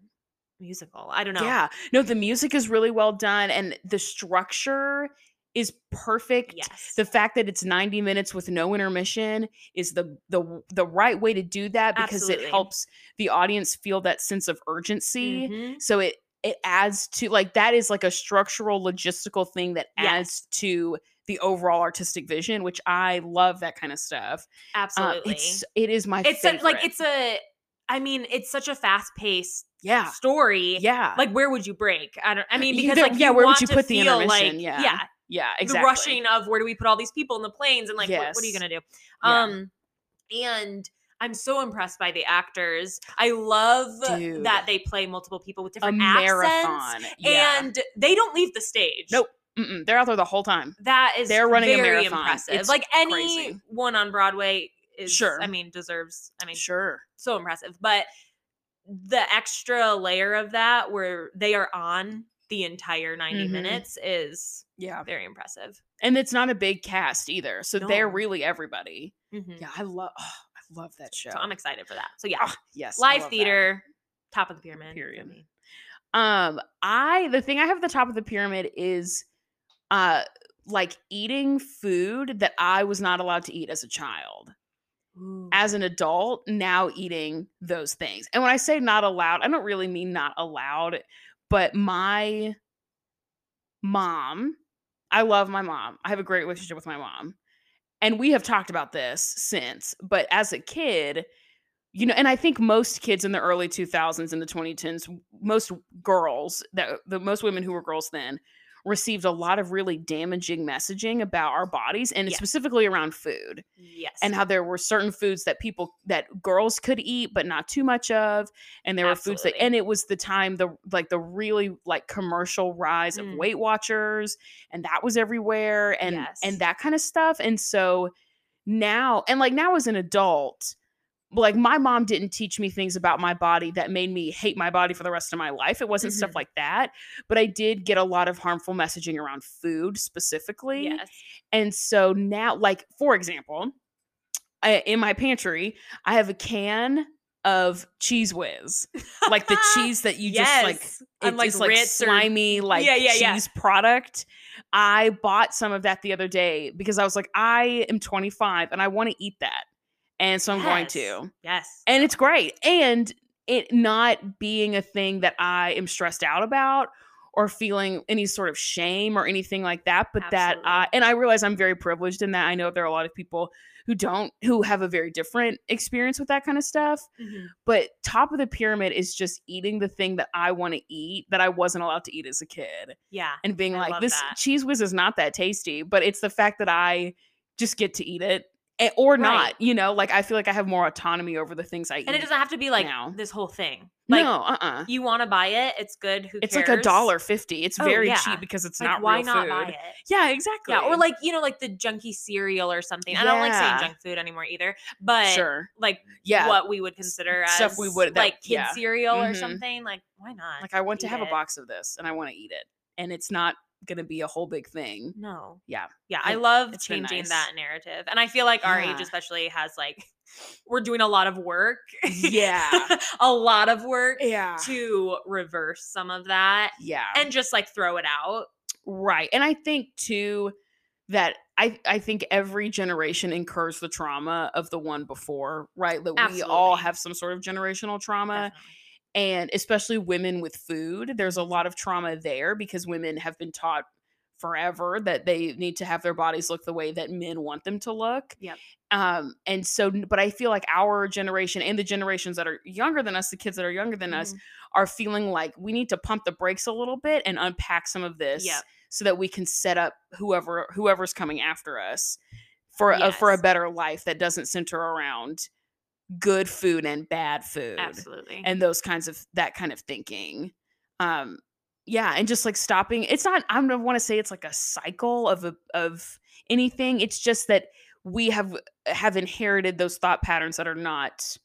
S2: musical. I don't know.
S1: Yeah. No, the music is really well done and the structure is perfect.
S2: Yes.
S1: The fact that it's 90 minutes with no intermission is the the w- the right way to do that because
S2: Absolutely.
S1: it helps the audience feel that sense of urgency.
S2: Mhm.
S1: So it it adds to like that is like a structural logistical thing that adds to the overall artistic vision, which I love that kind of stuff. Um,
S2: Absolutely.
S1: it's it is my
S2: it's
S1: favorite.
S2: a, like it's a. I mean, it's such a fast paced
S1: yeah
S2: story.
S1: yeah Uh,
S2: Like, where would you break? I don't. I mean,
S1: You
S2: because
S1: don't-
S2: like,
S1: yeah,
S2: you
S1: where would
S2: want
S1: you
S2: to
S1: put the
S2: feel
S1: intermission?
S2: Like,
S1: Yeah.
S2: yeah.
S1: yeah exactly
S2: the rushing of where do we put all these people in the planes and like what, what are you
S1: Yes.
S2: gonna do
S1: Yeah.
S2: um and i'm so impressed by the actors i love
S1: Dude.
S2: that they play multiple people with
S1: a
S2: different accents
S1: marathon Yeah.
S2: and they don't leave the stage
S1: Nope. Mm-mm, they're out there the whole time.
S2: that is
S1: They're running a
S2: very
S1: marathon.
S2: impressive
S1: It's
S2: like
S1: crazy.
S2: any one on broadway is
S1: Sure.
S2: i mean deserves i mean
S1: Sure.
S2: so impressive but the extra layer of that where they are on the entire 90
S1: Mhm.
S2: minutes is
S1: Yeah.
S2: very impressive
S1: And it's not a big cast either. So they're
S2: No.
S1: really everybody.
S2: Mhm.
S1: Yeah, I love I love that show.
S2: So I'm excited for that. So yeah,
S1: Ah, yes. I love
S2: live
S1: that.
S2: theater, top of the pyramid. for
S1: Period.
S2: me.
S1: Um, I the thing I have at the top of the pyramid is uh like eating food that I was not allowed to eat as a child. as an adult now eating those things. And when I say not allowed, I don't really mean not allowed, but my mom, I love my mom. I have a great relationship with my mom. And we have talked about this since, but as a kid, you know, and I think most kids in the early 2000s and the 2010s, most girls that the most women who were girls then received a lot of really damaging messaging about our bodies and
S2: Yes.
S1: specifically around food
S2: yes,
S1: and how there were certain foods that people that girls could eat but not too much of and there were foods that
S2: Absolutely.
S1: and it was the time the like the really like commercial rise of
S2: Mm.
S1: weight watchers and that was everywhere and
S2: Yes.
S1: and that kind of stuff and so now and like now as an adult like my mom didn't teach me things about my body that made me hate my body for the rest of my life it wasn't stuff
S2: Mhm.
S1: like that but i did get a lot of harmful messaging around food specifically
S2: yes,
S1: and so now, like for example, I, in my pantry, I have a can of cheese whiz, like
S2: [LAUGHS]
S1: the cheese that you just like.
S2: Yes.
S1: It's
S2: Unlike
S1: just, like
S2: Ritz or-
S1: slimy, like
S2: Yeah, yeah, yeah.
S1: cheese product. I bought some of that the other day because I was like, I am 25 and I want to eat that, and so I'm going
S2: Yes.
S1: to.
S2: yes,
S1: And it's great, and it not being a thing that I am stressed out about or feeling any sort of shame or anything like that. But that
S2: Absolutely.
S1: I and I realize I'm very privileged in that. I know there are a lot of people who don't who have a very different experience with that kind of stuff.
S2: Mhm.
S1: But top of the pyramid is just eating the thing that I want to eat that I wasn't allowed to eat as a kid.
S2: yeah,
S1: And being
S2: I
S1: like,
S2: love
S1: this
S2: that.
S1: cheese whiz is not that tasty, but it's the fact that I just get to eat it eh, or
S2: Right.
S1: not. You know, like I feel like I have more autonomy over the things I eat.
S2: And it doesn't have to be like
S1: now.
S2: this whole thing. Like
S1: no, uh, uh
S2: you want to buy it, it's good. Who
S1: It's
S2: cares?
S1: like a dollar fifty. It's
S2: Oh,
S1: very
S2: yeah.
S1: cheap because it's
S2: Like,
S1: not
S2: why
S1: real
S2: not
S1: food.
S2: buy it?
S1: Yeah, exactly.
S2: Yeah, or like you know, like the junky cereal or something. I don't like saying
S1: Yeah.
S2: junk food anymore either, but
S1: sure,
S2: like
S1: yeah.
S2: what we would consider as
S1: stuff we would- that-
S2: like kid
S1: yeah.
S2: cereal or
S1: Mhm.
S2: something. Like why not?
S1: Like I want to
S2: eat
S1: have a
S2: it.
S1: box of this and I want to eat it, and it's not gonna be a whole big thing. [LAUGHS]
S2: No.
S1: Yeah.
S2: Yeah, I
S1: And
S2: love
S1: it's been
S2: changing
S1: nice.
S2: that narrative, and I feel like our age
S1: Yeah.
S2: especially has like [LAUGHS] we're doing a lot of work.
S1: Yeah.
S2: [LAUGHS] a lot of work
S1: Yeah,
S2: to reverse some of that
S1: yeah.
S2: and just like throw it out.
S1: Right. And I think too that I I think every generation incurs the trauma of the one before, right? That we all
S2: Absolutely.
S1: have some sort of generational trauma
S2: Definitely.
S1: and especially women with food, there's a lot of trauma there because women have been taught forever that they need to have their bodies look the way that men want them to look.
S2: Yep.
S1: Um and so but I feel like our generation and the generations that are younger than us, the kids that are younger than us
S2: Mhm.
S1: are feeling like we need to pump the brakes a little bit and unpack some of this
S2: Yep.
S1: so that we can set up whoever whoever's coming after us for a, for a
S2: Yes.
S1: better life that doesn't center around good food and bad food
S2: Absolutely.
S1: and those kinds of that kind of thinking um yeah and just like stopping it's not i don't want to say it's like a cycle of a, of anything it's just that we have have inherited those thought patterns that are not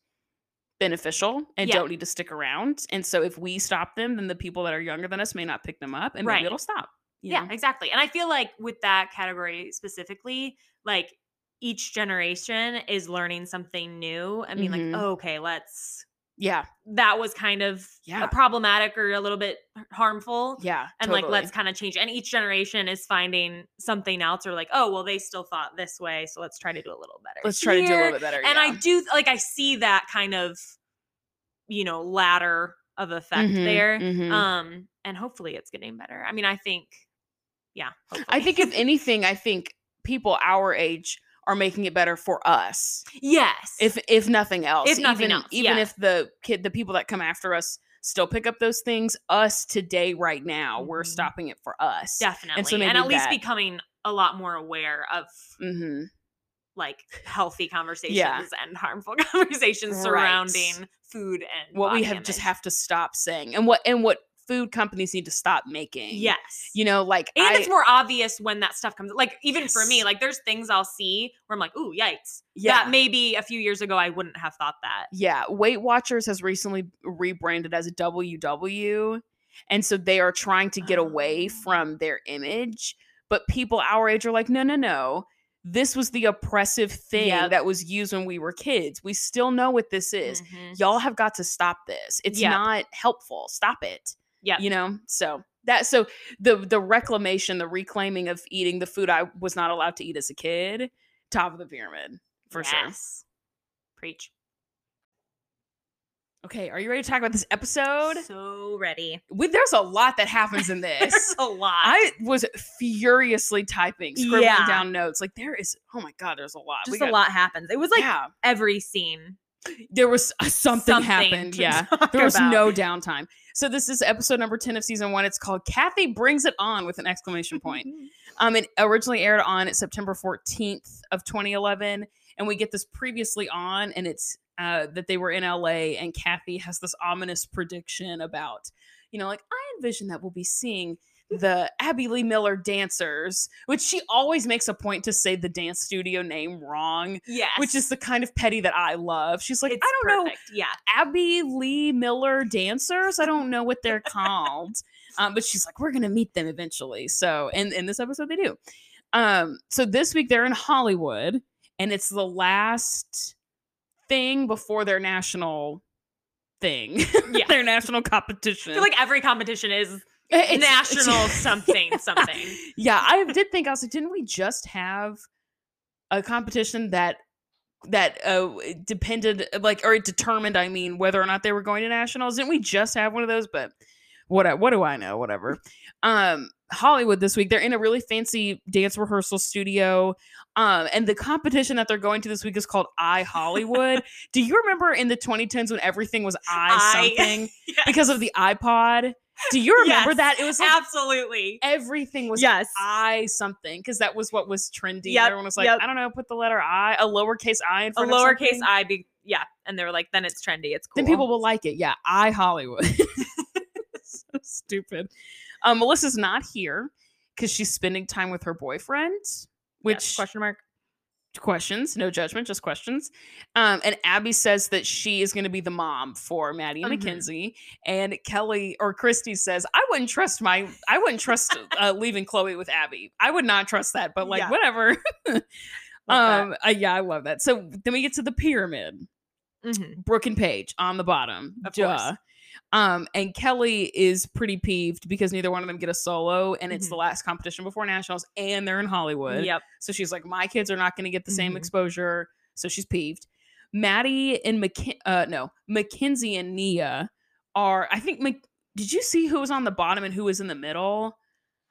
S1: beneficial and
S2: Yeah.
S1: don't need to stick around and so if we stop them then the people that are younger than us may not pick them up and
S2: Right.
S1: maybe it'll stop you
S2: yeah
S1: know?
S2: exactly and i feel like with that category specifically like each generation is learning something new and being
S1: Mhm.
S2: like oh, okay let's
S1: yeah
S2: that was kind of
S1: Yeah.
S2: a problematic or a little bit harmful
S1: yeah
S2: and like
S1: totally.
S2: let's kind of change and each generation is finding something else or like oh well they still thought this way so let's try to do a little better
S1: let's try to do a
S2: here."
S1: little bit better
S2: and i
S1: yeah.
S2: do like i see that kind of you know ladder of effect
S1: Mhm,
S2: there
S1: mhm.
S2: um and hopefully it's getting better i mean i think yeah
S1: I think if
S2: hopefully.
S1: anything, I think people our age are making it better for us.
S2: [LAUGHS] yes
S1: If if nothing else,
S2: If nothing
S1: even,
S2: else,
S1: even
S2: yeah.
S1: if the kid, the people that come after us still pick up those things, us today, right now, we're
S2: Mhm.
S1: stopping it for us.
S2: definitely and,
S1: maybe
S2: at least
S1: that-
S2: becoming a lot more aware of
S1: hmm
S2: like healthy conversations and harmful [LAUGHS] conversations
S1: Right.
S2: surrounding food and
S1: What we
S2: body
S1: have just
S2: image.
S1: have to stop saying, and what and what food companies need to stop making.
S2: yes
S1: you know, like
S2: and
S1: I,
S2: it's more obvious when that stuff comes like even for me
S1: Yes.
S2: like there's things i'll see where i'm like ooh yikes
S1: yeah.
S2: that maybe a few years ago i wouldn't have thought that
S1: Yeah, Weight Watchers has recently rebranded as WW, and so they are trying to get away
S2: Oh.
S1: from their image. But people our age are like, no, no, no. This was the oppressive thing
S2: Yep.
S1: that was used when we were kids. We still know what this is.
S2: Mhm.
S1: Y'all have got to stop this. It's
S2: Yep.
S1: not helpful. Stop it.
S2: Yep.
S1: You know. So that so the the reclamation, the reclaiming of eating the food I was not allowed to eat as a kid, top of the pyramid for sure.
S2: Yes. preach
S1: Okay, are you ready to talk about this episode?
S2: so ready [LAUGHS]
S1: we, there's a lot that happens in this.
S2: there's a lot
S1: I was furiously typing, scribbling
S2: Yeah.
S1: down notes. Like there is, oh my god, there's a lot. We
S2: just a
S1: got-
S2: lot happens it was like
S1: yeah,
S2: every scene
S1: there was uh, something, happened.
S2: to
S1: Yeah,
S2: talk
S1: there was
S2: about.
S1: no downtime. So this is episode number ten of season one. It's called Kathy brings it on with an exclamation [LAUGHS] point.
S2: Mm-hmm.
S1: Um, it originally aired on September 14th of 2011, and we get this previously on, and it's uh, that they were in LA, and Kathy has this ominous prediction about, you know, like I envision that we'll be seeing the Abby Lee Miller dancers, which she always makes a point to say the dance studio name wrong,
S2: yes
S1: which is the kind of petty that I love. She's like,
S2: It's
S1: I don't know,
S2: perfect. yeah
S1: [LAUGHS] Abby Lee Miller dancers. I don't know what they're called. Um, but she's like, we're gonna meet them eventually. So and in this episode they do. Um, so this week they're in Hollywood, and it's the last thing before their national thing, [LAUGHS]
S2: yeah
S1: their national
S2: I
S1: competition.
S2: feel like every competition is
S1: [LAUGHS] It's- it's-
S2: national something something
S1: [LAUGHS] yeah, I did think I was like, didn't we just have a competition that that uh depended like or it determined I mean whether or not they were going to nationals? Didn't we just have one of those? But what I- what do I know? Whatever. Um Hollywood this week. They're in a really fancy dance rehearsal studio. Um and the competition that they're going to this week is called I Hollywood. do you remember in the 2010s when everything was I
S2: I-
S1: something
S2: Yeah.
S1: because of the iPod? Do you remember that? It was like
S2: absolutely.
S1: everything was
S2: yes.
S1: I something because that was what was trendy.
S2: Yep,
S1: Everyone was like,
S2: yep.
S1: I don't know, put the letter I, a lowercase I in
S2: A
S1: front of
S2: lowercase
S1: something.
S2: I be yeah. And they were like, then it's trendy. It's cool.
S1: Then people will like it. Yeah, I Hollywood. [LAUGHS] so stupid. Um, Melissa's not here because she's spending time with her boyfriend,
S2: Yeah,
S1: which
S2: question mark.
S1: questions, no judgment, just questions. Um, and Abby says that she is going to be the mom for Maddie and
S2: Mhm.
S1: Mackenzie. And Kelly or Christy says, I wouldn't trust my, I wouldn't trust uh, leaving Chloe with Abby. I would not trust that, but like,
S2: Yeah.
S1: whatever.
S2: Love
S1: um, uh, yeah, I love that. So then we get to the pyramid.
S2: that. Mhm.
S1: Brooke and Paige on the bottom.
S2: Of
S1: duh.
S2: course.
S1: Um, and Kelly is pretty peeved because neither one of them get a solo, and it's the
S2: Mm-hmm.
S1: last competition before nationals, and they're in Hollywood.
S2: Yep.
S1: So she's like, my kids are not going to get the same
S2: Mhm.
S1: exposure. So she's peeved. Maddie and McKin- uh, no, Mackenzie and Nia are, I think, Mc- did you see who was on the bottom and who was in the middle?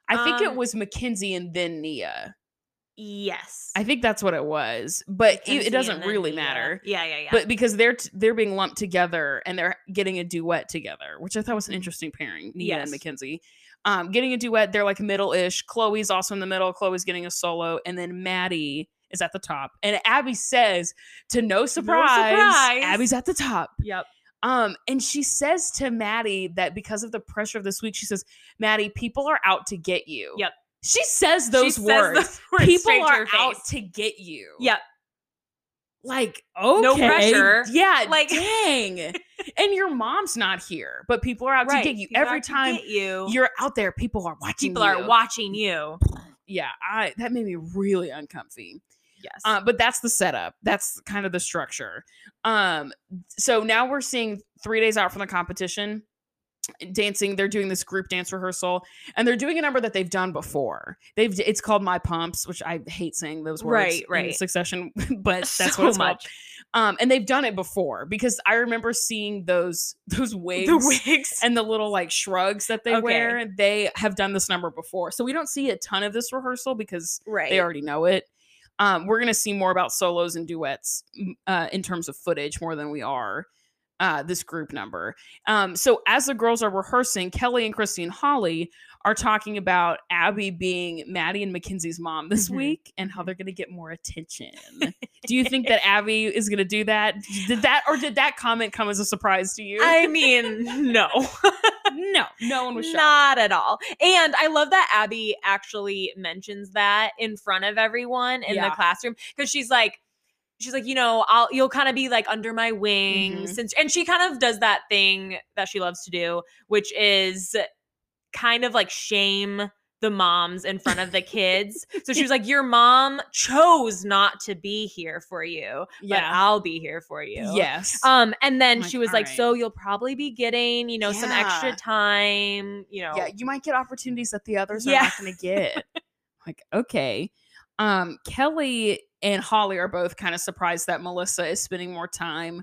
S1: I think it
S2: Um,
S1: was Mackenzie and then Nia.
S2: Yes.
S1: I think that's what it was, but e, it,
S2: Mackenzie
S1: it
S2: and
S1: doesn't
S2: then
S1: really
S2: Nia.
S1: matter.
S2: Yeah, yeah, yeah.
S1: But because they're t- they're being lumped together and they're getting a duet together, which I thought was an interesting pairing, Nia and
S2: Yes.
S1: Mackenzie. Um, getting a duet, they're like middle-ish. Chloe's also in the middle. Chloe's getting a solo, and then Maddie is at the top. And Abby says, to no surprise,
S2: surprise.
S1: Abby's at the top.
S2: yep.
S1: Um, and she says to Maddie that because of the pressure of this week, she says, Maddie, people are out to get you.
S2: Yep.
S1: She says
S2: She
S1: those
S2: says
S1: words.
S2: those words straight
S1: people
S2: to
S1: are
S2: her face.
S1: out to get you
S2: Yep.
S1: like okay,
S2: pressure.
S1: Yeah, like
S2: Like-
S1: dang. [LAUGHS] and your mom's not here, but people are out to get you
S2: people
S1: every
S2: out to
S1: time
S2: get you,
S1: you're out there. People are watching.
S2: people are
S1: you.
S2: watching you.
S1: Yeah, I that made me really uncomfy.
S2: Yes. [LAUGHS]
S1: Uh, but that's the setup. That's kind of the structure. Um, so now we're seeing three days out from the competition dancing they're doing this group dance rehearsal and they're doing a number that they've done before they've it's called my pumps which i hate saying those words
S2: Right,
S1: in
S2: right.
S1: succession [LAUGHS]
S2: [LAUGHS]
S1: but that's
S2: so
S1: what it's called
S2: much.
S1: um and they've done it before because i remember seeing those [LAUGHS] those wigs
S2: The wigs.
S1: and the little like shrugs that they
S2: Okay.
S1: wear they have done this number before so we don't see a ton of this rehearsal because
S2: right.
S1: they already know it um we're gonna see more about solos and duets m- uh in terms of footage more than we are uh, this group number. Um, so as the girls are rehearsing, Kelly and Christy and Holly are talking about Abby being Maddie and Mackenzie's mom this
S2: Mhm.
S1: week and how they're going to get more attention. do you think
S2: [LAUGHS]
S1: that Abby is going to do that? Did that or did that comment come as a surprise to you?
S2: I mean, no, [LAUGHS]
S1: no, no one [LAUGHS] was shocked.
S2: not at all. And I love that Abby actually mentions that in front of everyone in
S1: Yeah.
S2: the classroom because she's like, she's like, you know, I'll you'll kind of be like under my wing
S1: Mm-hmm.
S2: since, and she kind of does that thing that she loves to do, which is kind of like shame the moms in front of
S1: [LAUGHS]
S2: the kids. so she was like, your mom chose not to be here for you, but
S1: yeah.
S2: I'll be here for you.
S1: Yes.
S2: Um, and then
S1: I'm like,
S2: she was
S1: "All
S2: like,
S1: right."
S2: "So you'll probably be getting, you know, some
S1: Yeah.
S2: extra time, you know."
S1: yeah, you might get opportunities that the others are
S2: Yeah.
S1: not going to
S2: [LAUGHS]
S1: get. like, okay. Um, Kelly and Holly are both kind of surprised that Melissa is spending more time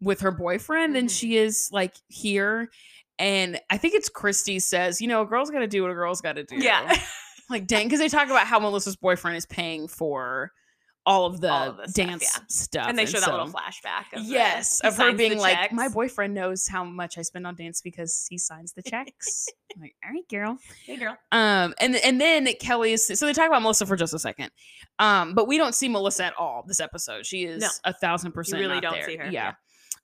S1: with her boyfriend than
S2: Mhm.
S1: she is like here. And I think it's Christy says, you know, a girl's got to do what a girl's got to do.
S2: yeah, [LAUGHS]
S1: Like, dang, because they talk about how Melissa's boyfriend is paying for all of the
S2: All of the stuff,
S1: dance
S2: yeah.
S1: stuff.
S2: and they show that little
S1: so-
S2: flashback. Of the-
S1: Yes,
S2: he
S1: of her
S2: signs the
S1: being like,
S2: checks.
S1: my boyfriend knows how much I spend on dance because he signs the
S2: [LAUGHS]
S1: checks. I'm like, all right, girl.
S2: Hey, girl.
S1: Um, and and then Kelly is so they talk about Melissa for just a second. Um, but we don't see Melissa at all this episode. She is
S2: No.
S1: a thousand percent.
S2: really
S1: not
S2: don't
S1: there.
S2: see her,
S1: Yeah.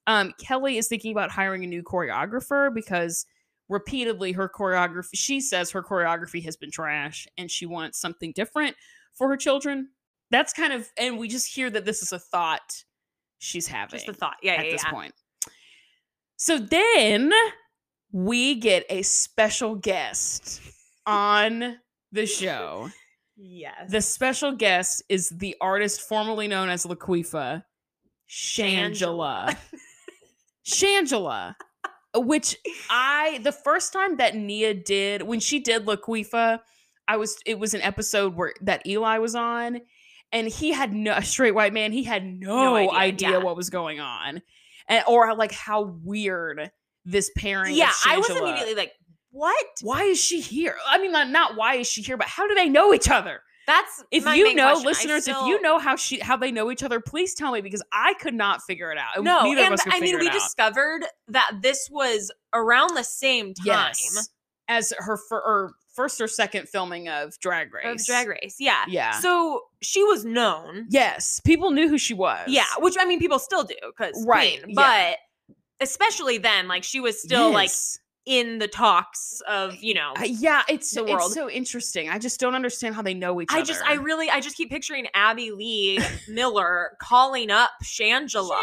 S1: Um, Kelly is thinking about hiring a new choreographer because repeatedly her choreography she says her choreography has been trash and she wants something different for her children. That's kind of and we just hear that this is a thought she's having
S2: Just the thought. Yeah,
S1: at
S2: yeah,
S1: this
S2: yeah.
S1: point. So then we get a special guest on the show.
S2: Yes.
S1: The special guest is the artist formerly known as Laquifa, Shangela.
S2: [LAUGHS]
S1: Shangela, which I the first time that Nia did when she did Laquifa, I was it was an episode where that Eli was on, and he had no a straight white man. He had no, idea,
S2: idea, yeah.
S1: what was going on, and or like how weird this pairing. of
S2: yeah, I was
S1: Shangela-
S2: immediately like, "What?
S1: Why is she here? I mean, not, not why is she here, but how do they know each other?
S2: That's
S1: If
S2: my
S1: you
S2: main
S1: know,
S2: question. I
S1: listeners, if
S2: still-
S1: you know how she how they know each other, please tell me because I could not figure it out. and
S2: no,
S1: Uh, neither
S2: and
S1: of us could
S2: I mean,
S1: figure
S2: we
S1: it out.
S2: discovered that this was around the same time.
S1: Yes. as her fir- or first or second filming of Drag Race.
S2: Of Drag Race. Yeah.
S1: Yeah.
S2: So she was known.
S1: Yes, people knew who she was.
S2: Yeah. Which I mean, people still do because
S1: Right,
S2: Queen,
S1: yeah.
S2: but especially then, like she was still like
S1: Yes.
S2: in the talks of you know.
S1: Uh, yeah, it's
S2: the
S1: so
S2: world.
S1: it's so interesting. I just don't understand how they know each
S2: I
S1: other.
S2: just, I really, I just keep picturing Abby Lee Miller calling up Shangela,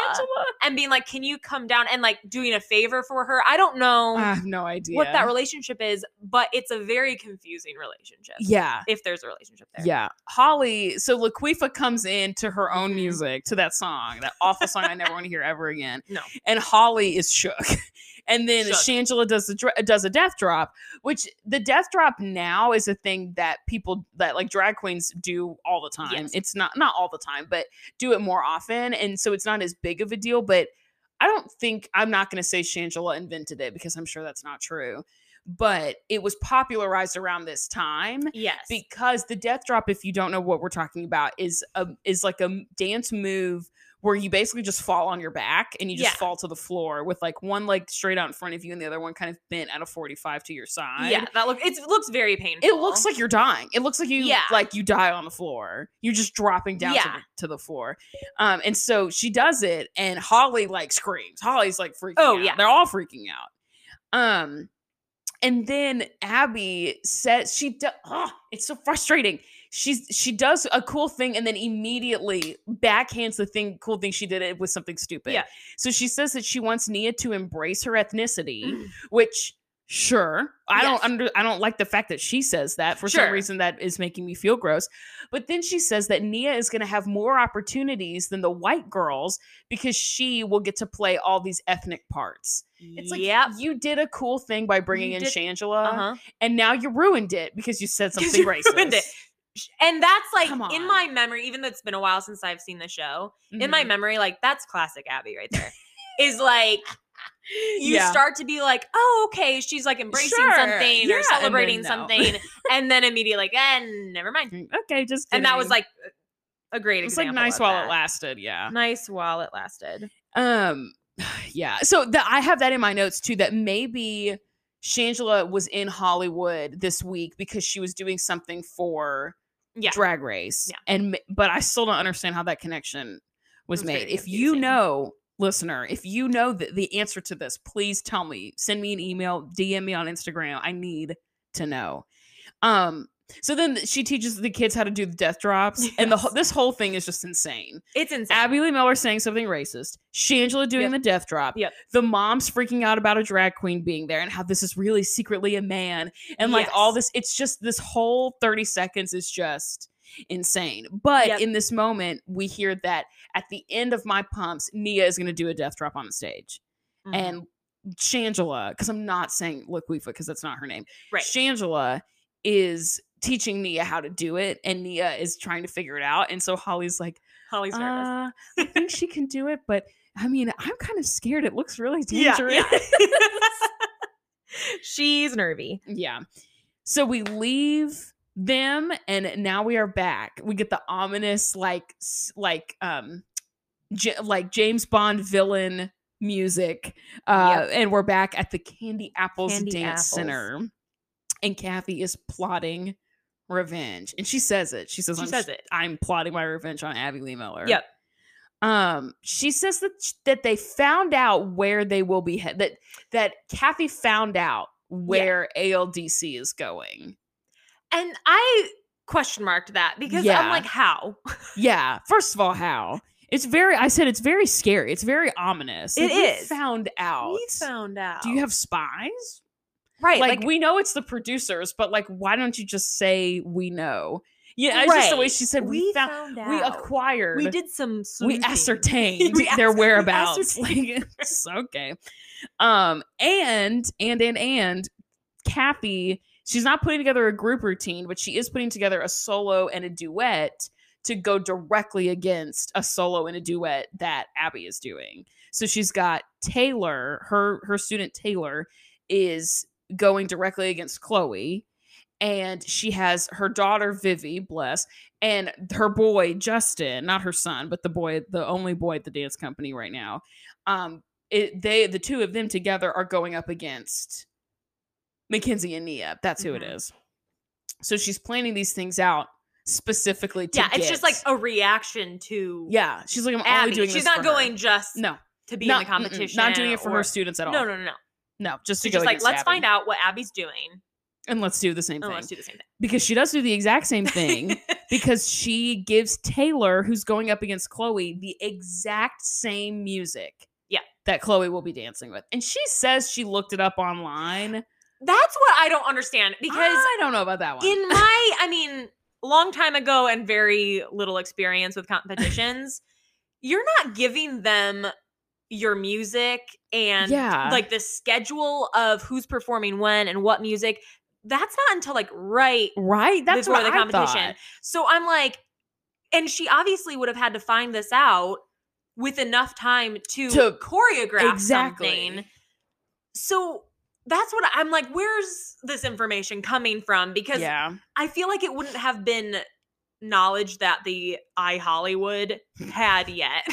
S2: and being like, "Can you come down and like doing a favor for her?" I don't know
S1: I have no idea
S2: what that relationship is, but it's a very confusing relationship.
S1: Yeah.
S2: If there's a relationship there,
S1: Yeah. Holly, so Laquifa comes in to her own
S2: Mhm.
S1: music, to that song, that awful song I never want to hear ever again.
S2: No.
S1: And Holly is shook. [LAUGHS] And then
S2: Shook.
S1: Shangela does the dr- does a death drop, which the death drop now is a thing that people that like drag queens do all the time.
S2: Yes.
S1: It's not not all the time, but do it more often, and so it's not as big of a deal. But I don't think I'm not going to say Shangela invented it because I'm sure that's not true. But it was popularized around this time,
S2: yes,
S1: because the death drop if you don't know what we're talking about is a is like a m- dance move where you basically just fall on your back and you just
S2: Yeah.
S1: fall to the floor with like one leg straight out in front of you and the other one kind of bent at a 45 to your side
S2: yeah, that look it looks very painful.
S1: it looks like you're dying it looks like you
S2: Yeah.
S1: like you die on the floor you're just dropping down to,
S2: Yeah.
S1: the, to the floor um and so she does it and holly like screams holly's like freaking
S2: Oh,
S1: out.
S2: yeah.
S1: they're all freaking out um and then abby says she do- oh, it's so frustrating she's she does a cool thing and then immediately backhands the thing cool thing she did it with something stupid
S2: Yeah.
S1: so she says that she wants nia to embrace her ethnicity
S2: Mm.
S1: which sure i
S2: Yes.
S1: don't under i don't like the fact that she says that for some
S2: Sure.
S1: reason that is making me feel gross but then she says that nia is going to have more opportunities than the white girls because she will get to play all these ethnic parts it's like
S2: yep.
S1: you did a cool thing by bringing in
S2: did-
S1: shangela
S2: Uh-huh.
S1: and now you ruined it because you said
S2: [LAUGHS] 'Cause
S1: something
S2: you
S1: racist
S2: ruined it. And that's like
S1: Come
S2: in
S1: on.
S2: my memory, even though it's been a while since I've seen the show, in my
S1: Mhm.
S2: memory, like that's classic Abby right
S1: [LAUGHS]
S2: there. is like you
S1: Yeah.
S2: start to be like, oh, okay, she's like embracing
S1: Sure,
S2: something
S1: yeah,
S2: or
S1: and then
S2: celebrating
S1: no.
S2: something, and then immediately like, and never mind.
S1: Mm-hmm. okay just
S2: And that was
S1: kidding.
S2: like a great
S1: it's like
S2: example.
S1: nice
S2: of
S1: while
S2: that.
S1: it lasted yeah
S2: Nice while it lasted.
S1: Um, [SIGHS] yeah. So that I have that in my notes too. That maybe Shangela was in Hollywood this week because she was doing something for
S2: Yeah.
S1: Drag Race.
S2: Yeah.
S1: And ma- but I still don't understand how that connection was
S2: It's
S1: made.
S2: very
S1: If you
S2: confusing.
S1: know, listener, if you know the, the answer to this, please tell me. Send me an email. DM me on Instagram. I need to know. Um. So then she teaches the kids how to do the death drops, and the whole-
S2: Yes.
S1: this whole thing is just insane.
S2: It's insane.
S1: Abby Lee Miller saying something racist, Shangela doing
S2: Yep.
S1: the death drop,
S2: Yep.
S1: the mom's freaking out about a drag queen being there and how this is really secretly a man, and like all
S2: Yes.
S1: this, it's just this whole 30 seconds is just insane. But
S2: Yep.
S1: in this moment, we hear that at the end of my pumps, Nia is going to do a death drop on the stage.
S2: Mhm.
S1: And Shangela, because I'm not saying Laquifa because that's not her name,
S2: right.
S1: Shangela is teaching Nia how to do it, and Nia is trying to figure it out. And so Holly's like,
S2: Holly's nervous.
S1: uh,
S2: [LAUGHS]
S1: I think she can do it, but I mean, I'm kind of scared. It looks really
S2: Yeah,
S1: dangerous.
S2: yeah.
S1: [LAUGHS]
S2: She's nervy.
S1: Yeah. So we leave them and now we are back. We get the ominous like s- like um J- like James Bond villain music. Uh and we're back at the Candy Apples
S2: Candy
S1: Dance
S2: Apples.
S1: Center. And Kathy is plotting revenge. And she says it. She says
S2: She
S1: I'm
S2: says
S1: s-
S2: it.
S1: I'm plotting my revenge on Abby Lee Miller.
S2: Yep.
S1: Um, she says that sh- that they found out where they will be he- that that Kathy found out where ALDC is going.
S2: And I question marked that because I'm
S1: Yeah.
S2: like, how?
S1: Yeah. First of all, how it's very I said it's very scary. It's very ominous.
S2: It
S1: It is we
S2: is.
S1: found out.
S2: We found out.
S1: Do you have spies?
S2: right?
S1: Like,
S2: Like,
S1: we know it's the producers, but like why don't you just say we know? Yeah, it's just the way
S2: Right.
S1: she said we, found, we
S2: out.
S1: acquired
S2: We did some.
S1: we
S2: sleuthing.
S1: ascertained
S2: [LAUGHS] We
S1: their
S2: ascer- we
S1: whereabouts. [LAUGHS] Like,
S2: ascertained.
S1: it's okay. Um, and and and and Kathy, she's not putting together a group routine, but she is putting together a solo and a duet to go directly against a solo and a duet that Abby is doing. So she's got Taylor, her her student Taylor is going directly against Chloe and she has her daughter Vivi, bless, and her boy Justin, not her son, but the boy, the only boy at the dance company right now. Um, it, they, the two of them together are going up against Mackenzie and Nia. That's who it
S2: Mhm.
S1: is. So she's planning these things out specifically to
S2: yeah, it's just like
S1: get-
S2: a reaction to
S1: yeah. She's like I'm
S2: Abby.
S1: only doing.
S2: She's
S1: this
S2: not
S1: for her."
S2: going just
S1: no
S2: to be
S1: not-
S2: in
S1: mm-mm,
S2: the competition.
S1: Not doing it for
S2: or-
S1: her students at all.
S2: No, no, no, no.
S1: no. Just to
S2: So
S1: go
S2: just like
S1: against
S2: let's
S1: Abby.
S2: find out Oh, what Abby's doing
S1: and let's do the same
S2: and
S1: thing
S2: let's do the same
S1: because she does do the exact same
S2: thing. [LAUGHS]
S1: thing because she gives Taylor, who's going up against Chloe, the exact same music.
S2: Yeah.
S1: That Chloe will be dancing with. And she says she looked it up
S2: Ah,
S1: online.
S2: That's what I don't understand because
S1: I don't know about that one.
S2: in my i mean long time ago and very little experience with competitions you're not giving them your music and
S1: Yeah.
S2: like the schedule of who's performing when and what music that's not until like right
S1: right? That's
S2: before
S1: what
S2: the
S1: I
S2: competition
S1: thought.
S2: so i'm like and she obviously would have had to find this out with enough time to,
S1: To-
S2: choreograph
S1: Exactly.
S2: something so that's what i'm like where's this information coming from because
S1: Yeah.
S2: I feel like it wouldn't have been knowledge that the
S1: [LAUGHS]
S2: I Hollywood had yet.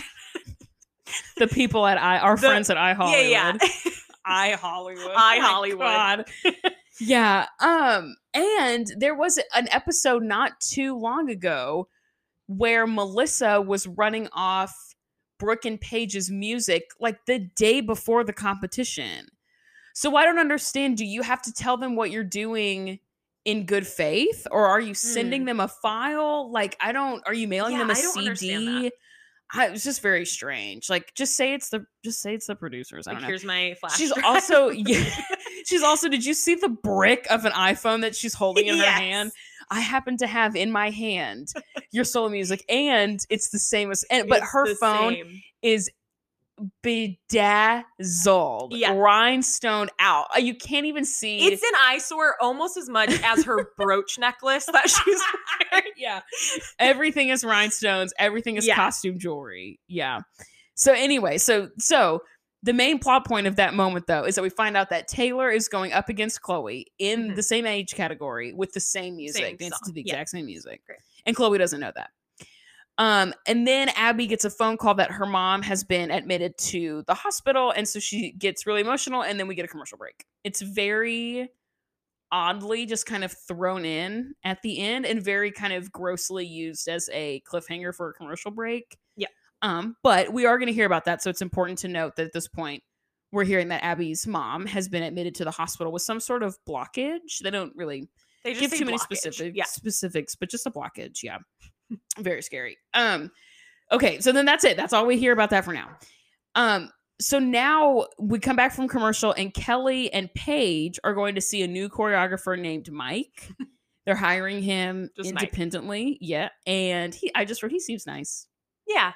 S1: The people at I our
S2: The-
S1: friends at I Hollywood.
S2: Yeah, yeah.
S1: I Hollywood.
S2: [LAUGHS] I
S1: Oh My
S2: Hollywood.
S1: God.
S2: [LAUGHS]
S1: yeah. Um, and there was an episode not too long ago where Melissa was running off Brooke and Paige's music like the day before the competition. So I don't understand. Do you have to tell them what you're doing in good faith? Or are you sending them a file? Like, I don't are you mailing
S2: Hmm. Yeah,
S1: them a
S2: I don't understand
S1: CD?
S2: that.
S1: I, it was just very strange. Like, just say it's the just say it's the producers. I
S2: Like,
S1: don't know.
S2: here's my flash.
S1: She's
S2: drive. [LAUGHS]
S1: also yeah, [LAUGHS] she's also did you see the brick of an iPhone that she's
S2: [LAUGHS]
S1: holding in her
S2: Yes.
S1: hand? I happen to have in my hand
S2: [LAUGHS]
S1: your solo music and it's the same as and, but
S2: It's
S1: her
S2: the
S1: phone
S2: same.
S1: is bedazzled.
S2: Yeah.
S1: Rhinestone out. Uh, You can't even see
S2: It's [LAUGHS] an eyesore almost as much as
S1: [LAUGHS]
S2: her brooch necklace that [LAUGHS] she's wearing.
S1: yeah. Everything is rhinestones. Everything is
S2: Yeah.
S1: costume jewelry. Yeah. So anyway, so so the main plot point of that moment though is that we find out that Taylor is going up against Chloe in
S2: Mhm.
S1: the same age category with the same music,
S2: Same
S1: dancing to
S2: song,
S1: the
S2: yeah.
S1: exact same music.
S2: Great.
S1: And Chloe doesn't know that. Um, and then Abby gets a phone call that her mom has been admitted to the hospital, and so she gets really emotional, and then we get a commercial break. It's very oddly just kind of thrown in at the end and very kind of grossly used as a cliffhanger for a commercial break.
S2: Yeah.
S1: Um, but we are going to hear about that, so it's important to note that at this point we're hearing that Abby's mom has been admitted to the hospital with some sort of blockage. They don't really
S2: They just
S1: give
S2: say
S1: too many
S2: blockage.
S1: specific
S2: Yeah.
S1: specifics, but just a blockage.
S2: [LAUGHS]
S1: Yeah, very scary. Um, okay, so then that's it. That's all we hear about that for now. Um, so now we come back from commercial, and Kelly and Paige are going to see a new choreographer named
S2: [LAUGHS]
S1: Mike. They're hiring him
S2: Just Mike.
S1: independently. Yeah, and he I just wrote he seems nice.
S2: Yeah.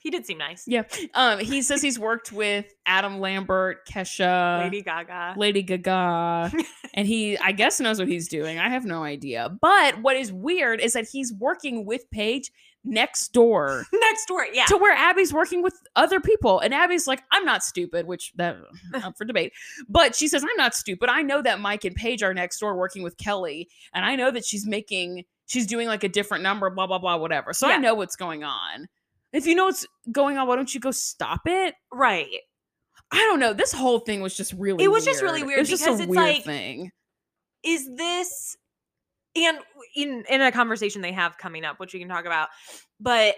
S2: He did seem nice.
S1: Yeah, um, he says he's worked with Adam Lambert, Kesha,
S2: Lady Gaga.
S1: Lady
S2: [LAUGHS]
S1: Gaga. and he, I guess, knows what he's doing. I have no idea. But what is weird is that he's working with Paige next door
S2: Next door. Yeah.
S1: to where Abby's working with other people. And Abby's like, I'm not stupid, which
S2: [LAUGHS]
S1: that up for debate. But she says, I'm not stupid. I know that Mike and Paige are next door working with Kelly. And I know that she's making, she's doing like a different number, blah, blah, blah, whatever. So I
S2: Yeah.
S1: know what's going on. If you know what's going on, why don't you go stop it?
S2: right.
S1: I don't know. This whole thing was just really.
S2: It was just really
S1: It
S2: weird
S1: was just
S2: because
S1: a
S2: it's
S1: weird
S2: like-
S1: thing.
S2: is this and in in a conversation they have coming up which we can talk about but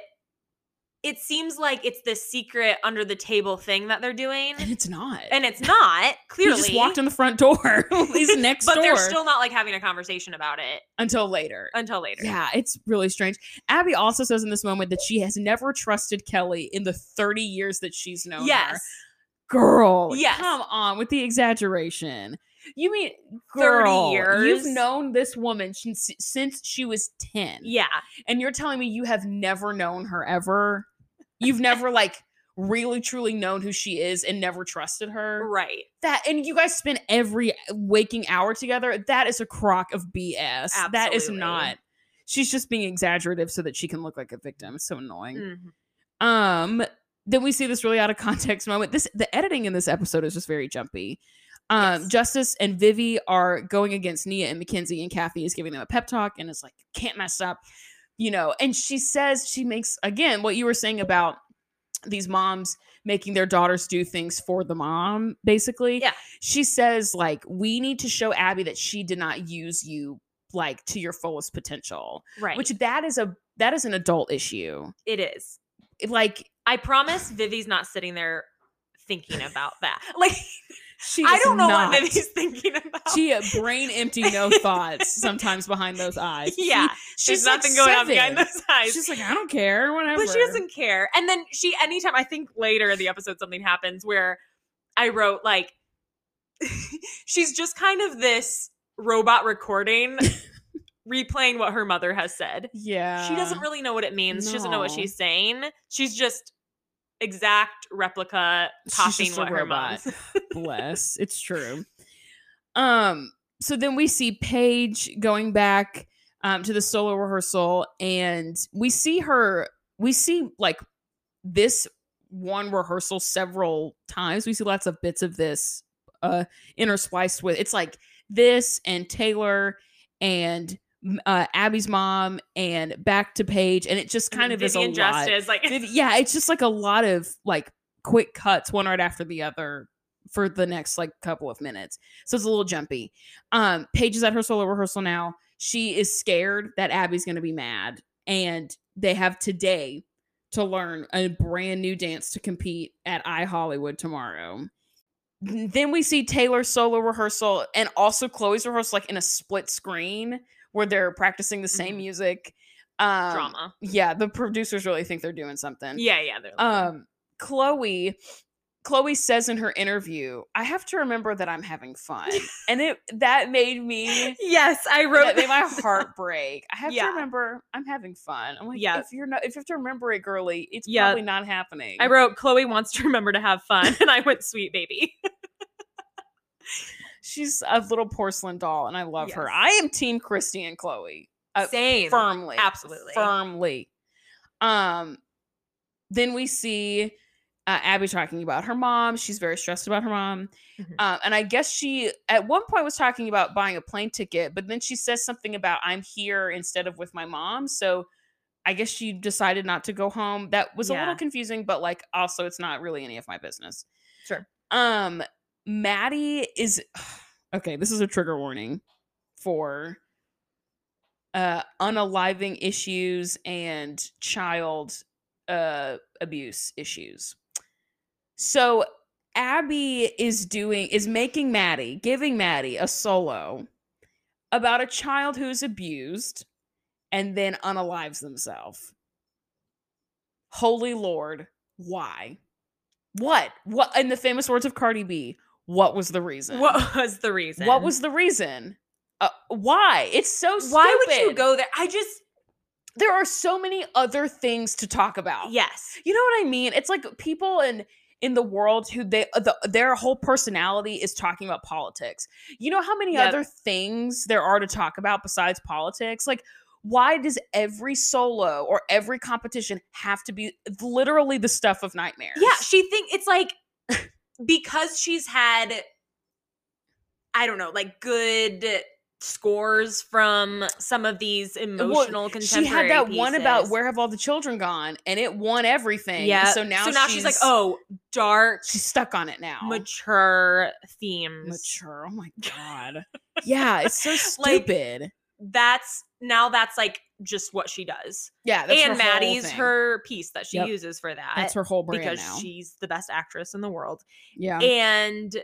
S2: it seems like it's this secret under the table thing that they're doing
S1: and it's not.
S2: and it's not
S1: he
S2: clearly
S1: just walked in the front door. [LAUGHS] He's next
S2: but
S1: door
S2: they're still not like having a conversation about it
S1: until later.
S2: until later
S1: Yeah, it's really strange. Abby also says in this moment that she has never trusted Kelly in the 30 years that she's known her.
S2: yes
S1: Girl,
S2: Yes.
S1: come on with the exaggeration. You mean girl,
S2: 30 years
S1: You've known this woman since since she was 10.
S2: yeah
S1: and you're telling me you have never known her ever you've never like really truly known who she is and never trusted her
S2: right
S1: that and you guys spend every waking hour together that is a crock of bs that is
S2: Absolutely.
S1: not she's just being exaggerative so that she can look like a victim it's so annoying
S2: Mhm.
S1: um then we see this really out of [LAUGHS] context moment this the editing in this episode is just very jumpy um
S2: Yes.
S1: justice and vivi are going against nia and mckenzie and kathy is giving them a pep talk and it's like can't mess up you know and she says she makes again what you were saying about these moms making their daughters do things for the mom, basically.
S2: Yeah.
S1: She says, like, we need to show Abby that she did not use you like to your fullest potential.
S2: Right.
S1: Which that is a that is an adult issue.
S2: it is.
S1: It, Like
S2: I promise Vivi's not sitting there thinking about
S1: [LAUGHS]
S2: that. Like
S1: she
S2: I
S1: is
S2: don't know
S1: not,
S2: what Vivi's thinking about.
S1: She uh, brain empty
S2: [LAUGHS]
S1: no thoughts sometimes behind those eyes. She-
S2: yeah.
S1: she's
S2: There's
S1: like
S2: nothing going on behind
S1: seven.
S2: those eyes.
S1: She's like, I don't care, whatever.
S2: but she doesn't care. And then she, anytime I think later in the episode, something happens where I wrote like, [LAUGHS] she's just kind of this robot [LAUGHS] recording, replaying what her mother has said.
S1: Yeah.
S2: she doesn't really know what it means. She doesn't know what
S1: no.
S2: she's saying. She's just exact replica
S1: She's
S2: copying
S1: just a
S2: what her mom.
S1: robot.
S2: [LAUGHS]
S1: bless it's true um so then we see paige going back um, to the solo rehearsal and we see her we see like this one rehearsal several times we see lots of bits of this uh interspliced with it's like this and taylor and m- uh, abby's mom and back to paige and it just kind of
S2: Vivian
S1: is a lot
S2: Justice, like
S1: it- yeah, it's just like a lot of like quick cuts, one right after the other for the next like couple of minutes. So it's a little jumpy. Um, Paige is at her solo rehearsal now. She is scared that Abby's gonna be mad, and they have today to learn a brand new dance to compete at iHollywood tomorrow. Then we see Taylor's solo rehearsal and also Chloe's rehearsal, like in a split screen where they're practicing the same
S2: Mhm.
S1: music. Um,
S2: [LAUGHS] drama.
S1: yeah the producers really think they're doing something
S2: Yeah, Uh, yeah. they're like-
S1: um chloe chloe says in her interview i have to remember that i'm having
S2: [LAUGHS]
S1: fun and it that made me
S2: yes, I [LAUGHS] wrote. [LAUGHS]
S1: that made my
S2: that.
S1: heart break i have
S2: Yeah.
S1: to remember i'm having fun i'm like
S2: Yeah.
S1: if you're not if you have to remember it girly it's
S2: Yeah.
S1: probably not happening
S2: I wrote Chloe wants to remember to have fun, [LAUGHS] and I went sweet baby.
S1: she's a little porcelain doll and i love her
S2: Yes.
S1: i am team christy and chloe Uh,
S2: Same.
S1: firmly
S2: Absolutely.
S1: firmly um then we see uh, abby talking about her mom she's very stressed about her mom
S2: Mhm.
S1: um, and i guess she at one point was talking about buying a plane ticket but then she says something about i'm here instead of with my mom so i guess she decided not to go home that was a
S2: Yeah.
S1: little confusing but like also it's not really any of my business
S2: Sure.
S1: um maddie is okay this is a trigger warning for uh unaliving issues and child uh abuse issues so abby is doing is making maddie giving maddie a solo about a child who's abused and then unalives themselves holy lord why what what in the famous words of cardi b what was the reason
S2: What was the reason?
S1: what was the reason? Uh, why? It's so stupid.
S2: Why would you go there? I just
S1: There are so many other things to talk about.
S2: yes.
S1: You know what I mean? It's like people in in the world who they uh, the, their whole personality is talking about politics. You know how many
S2: Yep.
S1: other things there are to talk about besides politics? Like why does every solo or every competition have to be literally the stuff of nightmares?
S2: Yeah, she think
S1: [LAUGHS]
S2: it's like because she's had I don't know, like good scores from some of these
S1: Well,
S2: emotional
S1: she
S2: contemporary
S1: had that one about
S2: pieces.
S1: where have all the children gone, and it won everything.
S2: Yeah.
S1: So now,
S2: so now she's, like, oh, dark,
S1: she's stuck on it now.
S2: mature themes.
S1: Mature. Oh
S2: [LAUGHS]
S1: my god. yeah, it's so
S2: Like,
S1: stupid.
S2: That's now that's like just what she does.
S1: yeah, that's her
S2: and
S1: whole
S2: Maddie's
S1: thing.
S2: her piece that she
S1: Yep.
S2: uses for that.
S1: That's her whole brand
S2: because
S1: now.
S2: she's the best actress in the world.
S1: yeah,
S2: and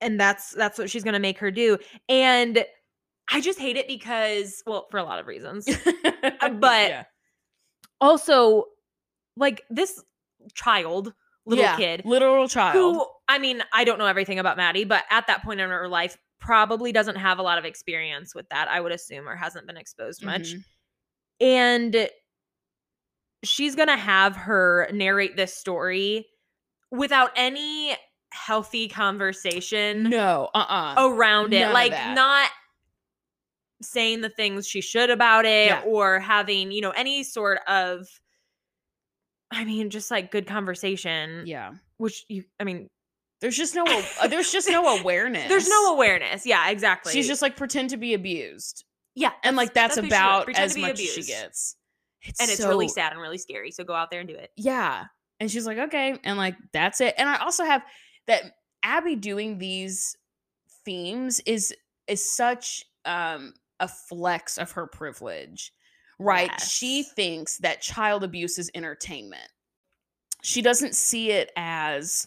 S2: and that's that's what she's gonna make her do and i just hate it because well for a lot of reasons
S1: [LAUGHS]
S2: uh, but-
S1: Yeah.
S2: also like this child little
S1: Yeah,
S2: kid
S1: literal child.
S2: who i mean i don't know everything about maddie but at that point in her life probably doesn't have a lot of experience with that i would assume or hasn't been exposed much
S1: Mhm.
S2: and she's gonna have her narrate this story without any healthy conversation
S1: No, uh, uh
S2: around
S1: None
S2: it
S1: of
S2: like
S1: that.
S2: not saying the things she should about it
S1: Yeah.
S2: or having you know any sort of i mean just like good conversation
S1: yeah.
S2: which you i mean
S1: There's just no. uh, There's just no awareness.
S2: [LAUGHS] there's no awareness yeah exactly
S1: She's just like pretend to be abused,
S2: yeah
S1: and
S2: that's-
S1: like that's,
S2: what she wrote,
S1: about
S2: pretend
S1: as
S2: to be
S1: much as she
S2: abused.
S1: gets.
S2: and it's really
S1: so-
S2: sad and really scary. So go out there and do it.
S1: yeah and she's like okay and like that's it and i also have that abby doing these themes is is such um a flex of her privilege right she
S2: Yes.
S1: thinks that child abuse is entertainment she doesn't see it as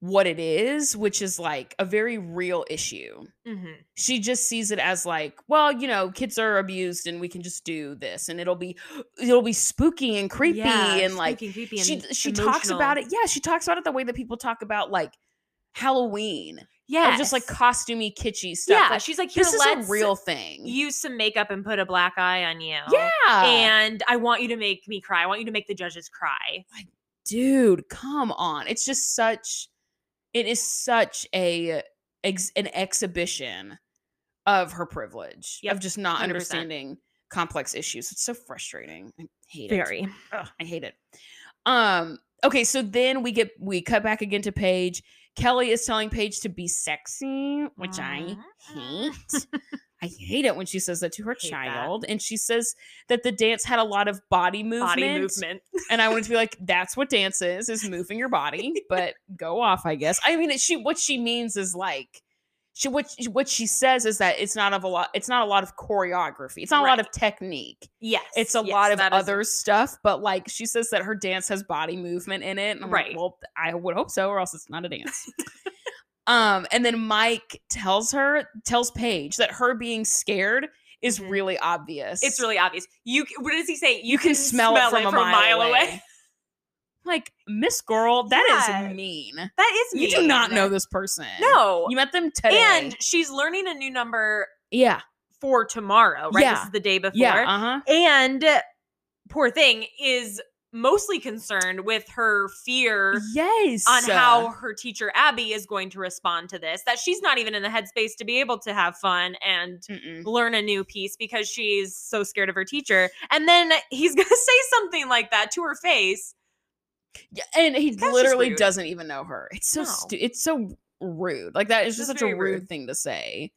S1: what it is which is like a very real issue
S2: Mm-hmm.
S1: she just sees it as like well you know kids are abused and we can just do this and it'll be it'll be spooky and creepy and like
S2: creepy
S1: she she talks about it yeah she talks about it the way that people talk about like halloween
S2: Yeah,
S1: or just like costumey kitschy stuff
S2: Yeah,
S1: like,
S2: she's like, here,
S1: this is a
S2: let's
S1: real thing
S2: use some makeup and put a black eye on you.
S1: yeah
S2: and I want you to make me cry. I want you to make the judges cry.
S1: dude come on it's just such it is such a ex, an exhibition of her privilege of
S2: Yep,
S1: just not
S2: 100%.
S1: understanding complex issues it's so frustrating i hate it
S2: Very.
S1: Ugh, I hate it. Um, okay, so then we get we cut back again to Paige. Kelly is telling Paige to be sexy, which I
S2: Mhm.
S1: hate.
S2: [LAUGHS]
S1: I hate it when she says that to her
S2: Hate that.
S1: child. And she says that the dance had a lot of body movement.
S2: Body movement.
S1: And I wanted to be
S2: [LAUGHS]
S1: like, that's what dance is, is moving your body. But go off, I guess. I mean she what she means is like she what she, what she says is that it's not of a lot it's not a lot of choreography. It's not a lot of
S2: Right.
S1: technique
S2: Yes.
S1: it's a
S2: yes,
S1: lot of
S2: that is-
S1: other stuff, but like she says that her dance has body movement in it. And I'm
S2: Right.
S1: like, well, I would hope so, or else it's not a dance. um, and then Mike tells her, tells Paige that her being scared is
S2: Mhm.
S1: really obvious.
S2: It's really obvious. You. c- What does he say?
S1: [LAUGHS] you
S2: [LAUGHS]
S1: can smell, it from, a, mile away. Like, Miss Girl, that is
S2: Yeah.
S1: mean.
S2: That is.
S1: You do not
S2: mean.
S1: know this person.
S2: No.
S1: You met them today.
S2: and she's learning a new number
S1: yeah.
S2: for tomorrow. Right. This
S1: Yeah.
S2: is the day before.
S1: Yeah. Uh-huh.
S2: And poor thing is mostly concerned with her fear
S1: Yes.
S2: on how her teacher Abby is going to respond to this. That she's not even in the headspace to be able to have fun and
S1: Mm-mm.
S2: learn a new piece because she's so scared of her teacher. And then he's [LAUGHS] going to say something like that to her face.
S1: Yeah, and he
S2: That's just
S1: literally
S2: rude.
S1: doesn't even know her. It's so
S2: No.
S1: stu- it's so rude. Like that is
S2: It's
S1: just
S2: just
S1: such a
S2: very rude.
S1: rude thing to say.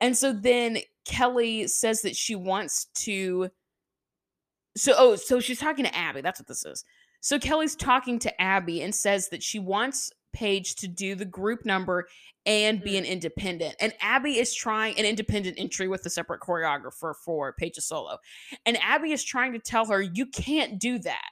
S1: And so then Kelly says that she wants to so oh so she's talking to Abby. That's what this is. So Kelly's talking to Abby and says that she wants Paige to do the group number and be
S2: Mm.
S1: an independent. And Abby is trying an independent entry with a separate choreographer for Paige's solo. And Abby is trying to tell her, you can't do that.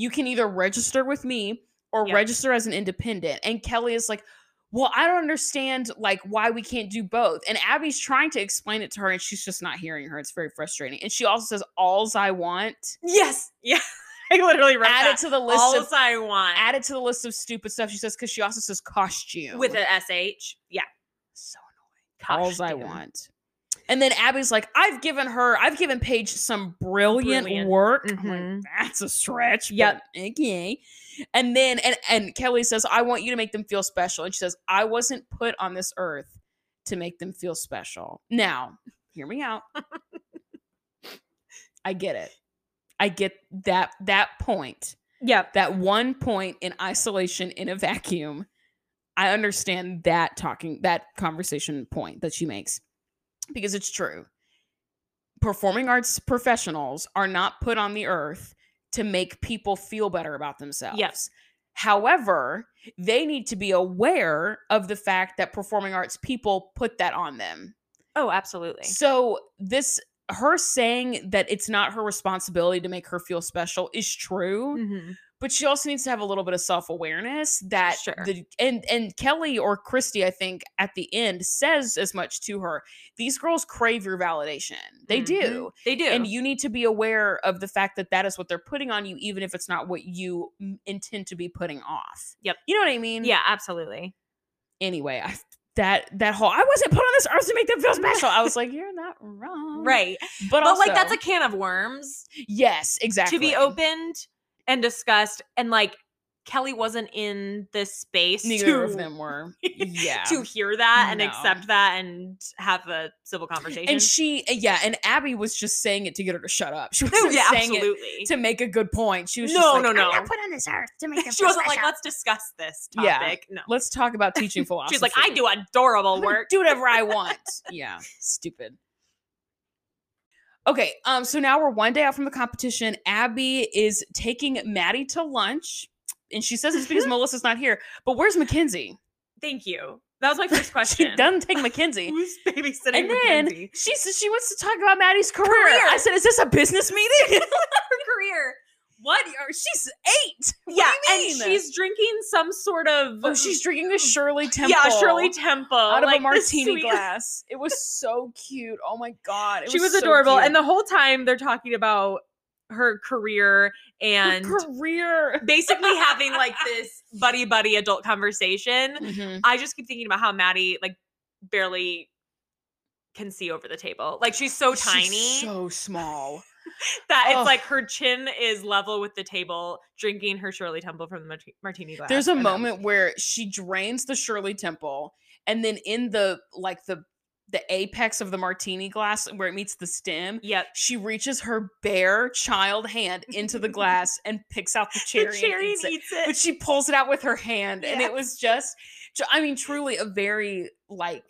S1: You can either register with me or
S2: Yep.
S1: register as an independent. And Kelly is like, well, I don't understand like why we can't do both. And Abby's trying to explain it to her and she's just not hearing her. It's very frustrating. And she also says, All's I want.
S2: Yes. Yeah. [LAUGHS] I literally wrote
S1: Add it
S2: that.
S1: to the list
S2: All
S1: of
S2: I want.
S1: add it to the list of stupid stuff she says because she also says costume.
S2: with a SH. Yeah.
S1: so alls I
S2: Costume.
S1: want. And then Abby's like, I've given her, I've given Paige some brilliant,
S2: Brilliant.
S1: work. I'm
S2: Mhm.
S1: like, that's a stretch.
S2: Yep.
S1: but Mm-hmm. Okay. And then and and Kelly says, I want you to make them feel special. And she says, I wasn't put on this earth to make them feel special. Now, hear me [LAUGHS] out. I get it. I get that that point
S2: Yep.
S1: that one point in isolation in a vacuum i understand that talking that conversation point that she makes because it's true performing arts professionals are not put on the earth to make people feel better about themselves however they need to be aware of the fact that performing arts people put that on them
S2: Oh, absolutely.
S1: so this her saying that it's not her responsibility to make her feel special is true
S2: Mhm.
S1: but she also needs to have a little bit of self-awareness that
S2: Sure.
S1: the and and Kelly or Christy I think at the end says as much to her these girls crave your validation they
S2: Mhm.
S1: do
S2: They do.
S1: and you need to be aware of the fact that that is what they're putting on you even if it's not what you m- intend to be putting off
S2: Yep.
S1: you know what I mean
S2: yeah, absolutely.
S1: anyway I that that whole I wasn't put on this earth to make
S2: [LAUGHS]
S1: them feel special I was like you're not wrong
S2: Right.
S1: Um, but,
S2: But, like that's
S1: also-
S2: a can of worms
S1: yes exactly
S2: to be opened and discussed and like Kelly wasn't in this space
S1: neither
S2: to,
S1: of them
S2: [LAUGHS]
S1: were yeah
S2: to hear that and
S1: No.
S2: accept that and have a civil conversation.
S1: And she, eh, yeah, and Abby was just saying it to get her to shut up. She
S2: [LAUGHS] No,
S1: wasn't
S2: yeah,
S1: saying
S2: absolutely.
S1: it to make a good point. She was
S2: No,
S1: just like,
S2: no,
S1: "I'm
S2: no.
S1: not put on this earth to
S2: [LAUGHS]
S1: make them
S2: she
S1: feel
S2: wasn't like,
S1: special."
S2: let's discuss this
S1: Yeah.
S2: topic. No.
S1: Let's talk about
S2: [LAUGHS]
S1: teaching philosophy.
S2: She's like, I do
S1: I'm [LAUGHS]
S2: adorable [LAUGHS]
S1: gonna
S2: work.
S1: do whatever I want. yeah, stupid. Okay, um, so now we're one day out from the competition. Abby is taking Maddie to lunch, and she says it's because
S2: Mm-hmm.
S1: Melissa's not here. But where's Mackenzie? [LAUGHS]
S2: Thank you. That was my first question.
S1: She
S2: [LAUGHS]
S1: doesn't take Mackenzie.
S2: Who's babysitting
S1: and then [LAUGHS]
S2: Mackenzie?
S1: she says she wants to talk about Maddie's career.
S2: Career.
S1: I said, is this a business meeting?
S2: [LAUGHS] her career? Oh,
S1: what? Are, she's eight.
S2: yeah,
S1: do you mean?
S2: and she's drinking some sort of
S1: Oh, she's drinking a Shirley Temple.
S2: [LAUGHS] yeah Shirley Temple
S1: out of
S2: like,
S1: a
S2: the
S1: martini
S2: sweet-
S1: glass. It was so cute. Oh my god, it
S2: She was
S1: so
S2: adorable,
S1: cute.
S2: and the whole time they're talking about her career
S1: Her
S2: and
S1: career. [LAUGHS]
S2: basically having like this buddy buddy adult
S1: Mm-hmm.
S2: conversation. I just keep thinking about how Maddie like barely can see over the table. Like she's so
S1: She's
S2: tiny
S1: so small.
S2: that it's
S1: Ugh.
S2: like her chin is level with the table, drinking her Shirley Temple from the marti- martini glass.
S1: There's a
S2: and then-
S1: moment where she drains the Shirley Temple, and then in the like the the apex of the martini glass where it meets the stem,
S2: Yep.
S1: she reaches her bare child hand into
S2: [LAUGHS]
S1: the glass and picks out the
S2: The
S1: cherry, and
S2: cherry
S1: eats it.
S2: eats it.
S1: but she pulls it out with her hand and
S2: Yeah.
S1: it was just ju- i mean truly a very like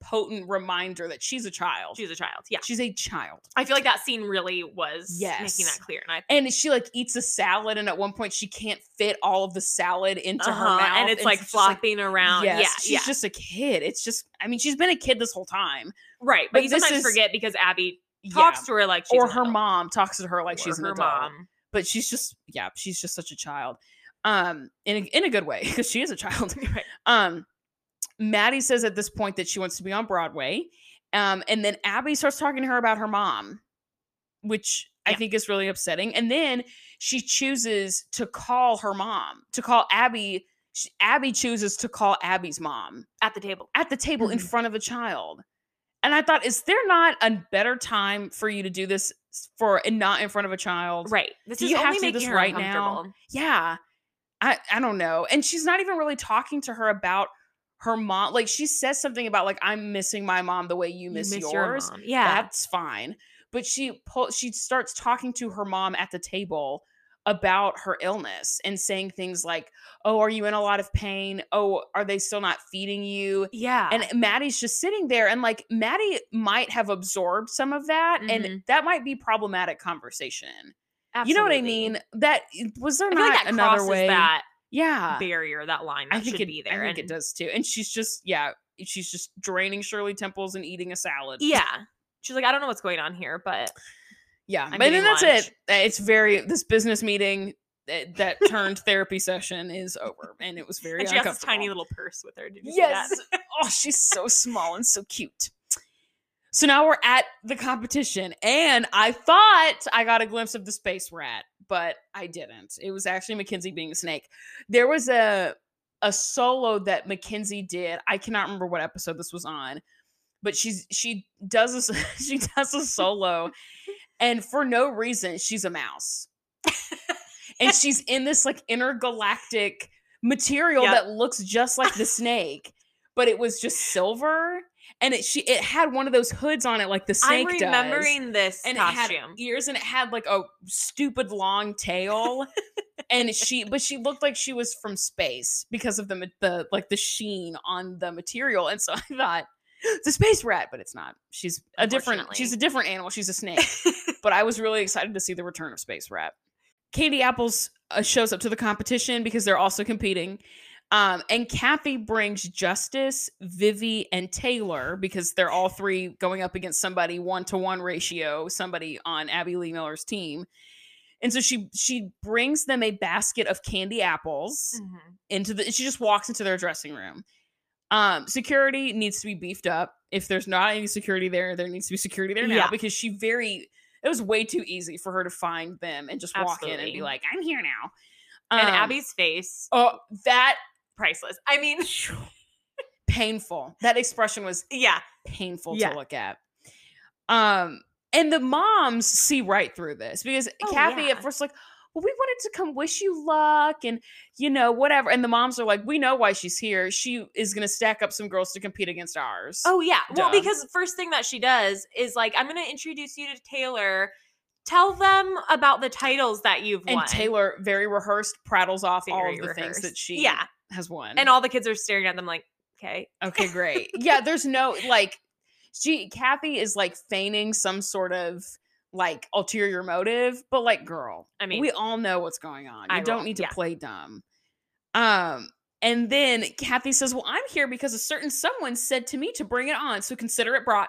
S1: potent reminder that she's a child
S2: She's a child. Yeah.
S1: she's a child
S2: I feel like that scene really was making
S1: Yes.
S2: that clear. And I
S1: and she like eats a salad and at one point she can't fit all of the salad into her
S2: Uh-huh,
S1: mouth
S2: and it's like
S1: just,
S2: flopping around.
S1: yes,
S2: yeah,
S1: she's
S2: yeah.
S1: just a kid it's just i mean she's been a kid this whole time
S2: right. But,
S1: but
S2: you
S1: this
S2: sometimes
S1: is-
S2: forget because Abby
S1: Yeah.
S2: talks to her like she's
S1: or
S2: an
S1: her
S2: adult,
S1: mom talks to her like
S2: or
S1: she's an
S2: her
S1: adult
S2: mom.
S1: [LAUGHS] but she's just yeah she's just such a child um in a, in a good way [LAUGHS] because she is a child
S2: Right.
S1: um maddie says at this point that she wants to be on broadway um and then abby starts talking to her about her mom which i
S2: Yeah.
S1: think is really upsetting and then she chooses to call her mom to call abby she, abby chooses to call abby's mom
S2: At the table.
S1: at the table in
S2: Mhm.
S1: front of a child. And I thought, is there not a better time for you to do this s- for and not in front of a child?
S2: Right. This
S1: Do
S2: is
S1: you have
S2: only
S1: to do
S2: making
S1: this
S2: her
S1: right now?
S2: uncomfortable.
S1: Yeah. I, I don't know. And she's not even really talking to her about her mom. Like she says something about like I'm missing my mom the way you
S2: You
S1: miss,
S2: miss your
S1: yours.
S2: mom. Yeah.
S1: That's fine. But she pull, she starts talking to her mom at the table about her illness and saying things like, "Oh, are you in a lot of pain? Oh, are they still not feeding you?
S2: yeah.
S1: and Maddie's just sitting there and like Maddie might have absorbed some of that and
S2: Mhm.
S1: that might be problematic conversation. You know what I
S2: Absolutely.
S1: mean? That eh, was there
S2: I
S1: not
S2: feel like that
S1: another
S2: crosses
S1: way.
S2: that
S1: yeah.
S2: barrier, that line that
S1: I think
S2: should
S1: it,
S2: be there.
S1: I think
S2: and-
S1: it does too. And she's just yeah, she's just draining Shirley Temples and eating a salad.
S2: Yeah. She's like, I don't know what's going on here, but
S1: Yeah.
S2: I'm
S1: but then
S2: getting
S1: that's
S2: lunch.
S1: it. Uh, It's very this business meeting that, that turned therapy session is over and it
S2: [LAUGHS]
S1: was very
S2: and she has this
S1: uncomfortable.
S2: tiny little purse with her. Did you see that? [LAUGHS]
S1: Yes. oh, she's so small and so cute. So now we're at the competition, and I thought I got a glimpse of the space we're at, but I didn't. It was actually Mackenzie being a snake. There was a a solo that Mackenzie did. I cannot remember what episode this was on, but she's she does a, s- [LAUGHS] she does a solo, and for no reason she's a mouse, and she's in this like intergalactic material
S2: Yep.
S1: that looks just like the snake, but it was just silver, and it she it had one of those hoods on it like the
S2: I'm
S1: snake does
S2: remembering this
S1: and it had
S2: costume.
S1: ears and it had like a stupid long
S2: [LAUGHS]
S1: tail and she but she looked like she was from space because of the ma- the like the sheen on the material and so [LAUGHS] i thought the space rat but it's not she's a different she's
S2: Unfortunately.
S1: a different animal she's a
S2: [LAUGHS]
S1: snake but i was really excited to see the return of space rat katie apples uh, shows up to the competition because they're also competing um, and Kathy brings Justice, Vivi, and Taylor because they're all three going up against somebody one to one ratio, somebody on Abby Lee Miller's team. And so she she brings them a basket of candy apples
S2: Mhm.
S1: into the. She just walks into their dressing room. Um, security needs to be beefed up. If there's not any security there, there needs to be security there now
S2: Yeah.
S1: because she very. It was way too easy for her to find them and just walk in and be
S2: Absolutely.
S1: like, "I'm here now."
S2: And
S1: Um,
S2: Abby's face,
S1: oh, that
S2: priceless. I mean,
S1: painful. That expression was
S2: [LAUGHS] yeah.
S1: painful
S2: Yeah.
S1: to look at. Um, and the moms see right through this because
S2: Oh,
S1: Kathy
S2: yeah.
S1: at first like, well, we wanted to come wish you luck and you know whatever, and the moms are like, we know why she's here. She is going to stack up some girls to compete against ours.
S2: Oh yeah. Well,
S1: Duh.
S2: because first thing that she does is like, I'm going to introduce you to Taylor. Tell them about the titles that you've
S1: and
S2: won.
S1: Taylor very rehearsed prattles off all
S2: Very
S1: of the things that
S2: rehearsed.
S1: she
S2: yeah,
S1: has won.
S2: [LAUGHS] and all the kids are staring at them like, okay,
S1: okay, great. yeah, there's no like. she Kathy is like feigning some sort of like ulterior motive, but like girl,
S2: I mean,
S1: we all know what's going on. You
S2: eye
S1: don't
S2: roll,
S1: need to
S2: yeah.
S1: play dumb. Um, and then Kathy says, "Well, I'm here because a certain someone said to me to bring it on, so consider it brought."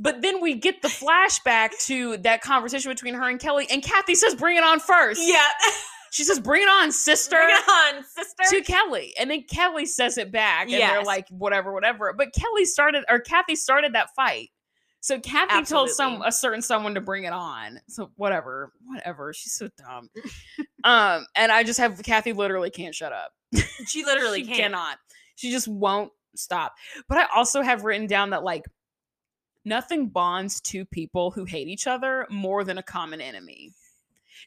S1: but then we get the flashback to that conversation between her and Kelly, and Kathy says, "Bring it on first.
S2: yeah. [LAUGHS]
S1: She says, "Bring it on, sister."
S2: Bring it on, sister.
S1: to Kelly. And then Kelly says it back. And they're
S2: Yes.
S1: like, whatever, whatever. But Kelly started or Kathy started that fight. So Kathy told some
S2: Absolutely.
S1: a certain someone to bring it on. So whatever. Whatever. She's so dumb. um, and I just have Kathy literally can't shut up.
S2: she literally
S1: She
S2: can't.
S1: cannot. She just won't stop. But I also have written down that like nothing bonds two people who hate each other more than a common enemy.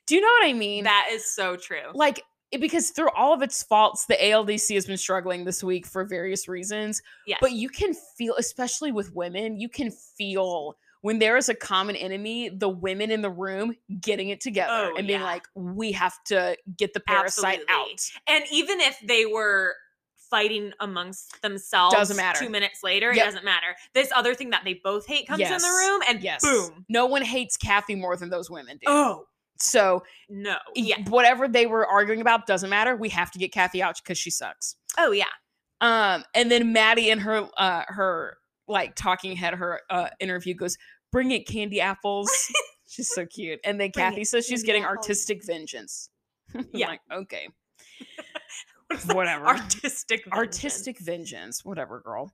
S1: Do you know what I mean?
S2: That is so true.
S1: like it- because through all of its faults the ALDC has been struggling this week for various reasons
S2: yes.
S1: but you can feel especially with women you can feel when there is a common enemy the women in the room getting it together
S2: Oh,
S1: and being
S2: yeah.
S1: like we have to get the parasite
S2: Absolutely. and even if they were fighting amongst themselves
S1: Doesn't matter.
S2: two minutes later,
S1: Yep.
S2: it doesn't matter. This other thing that they both hate comes in the
S1: Yes.
S2: room
S1: out
S2: and
S1: yes
S2: boom.
S1: no one hates Kathy more than those women do
S2: Oh
S1: so
S2: no.
S1: yeah.
S2: Yeah.
S1: whatever they were arguing about doesn't matter we have to get Kathy out cuz she sucks
S2: Oh yeah.
S1: Um, and then Maddie and her uh her like talking head, her uh interview goes, bring it candy
S2: [LAUGHS]
S1: apples. she's so cute. And then
S2: Bring it,
S1: Kathy says she's
S2: candy
S1: getting
S2: apples.
S1: artistic vengeance. [LAUGHS] I'm
S2: Yeah.
S1: like, okay.
S2: It's like
S1: Whatever.
S2: Artistic. vengeance.
S1: Artistic vengeance, whatever, girl.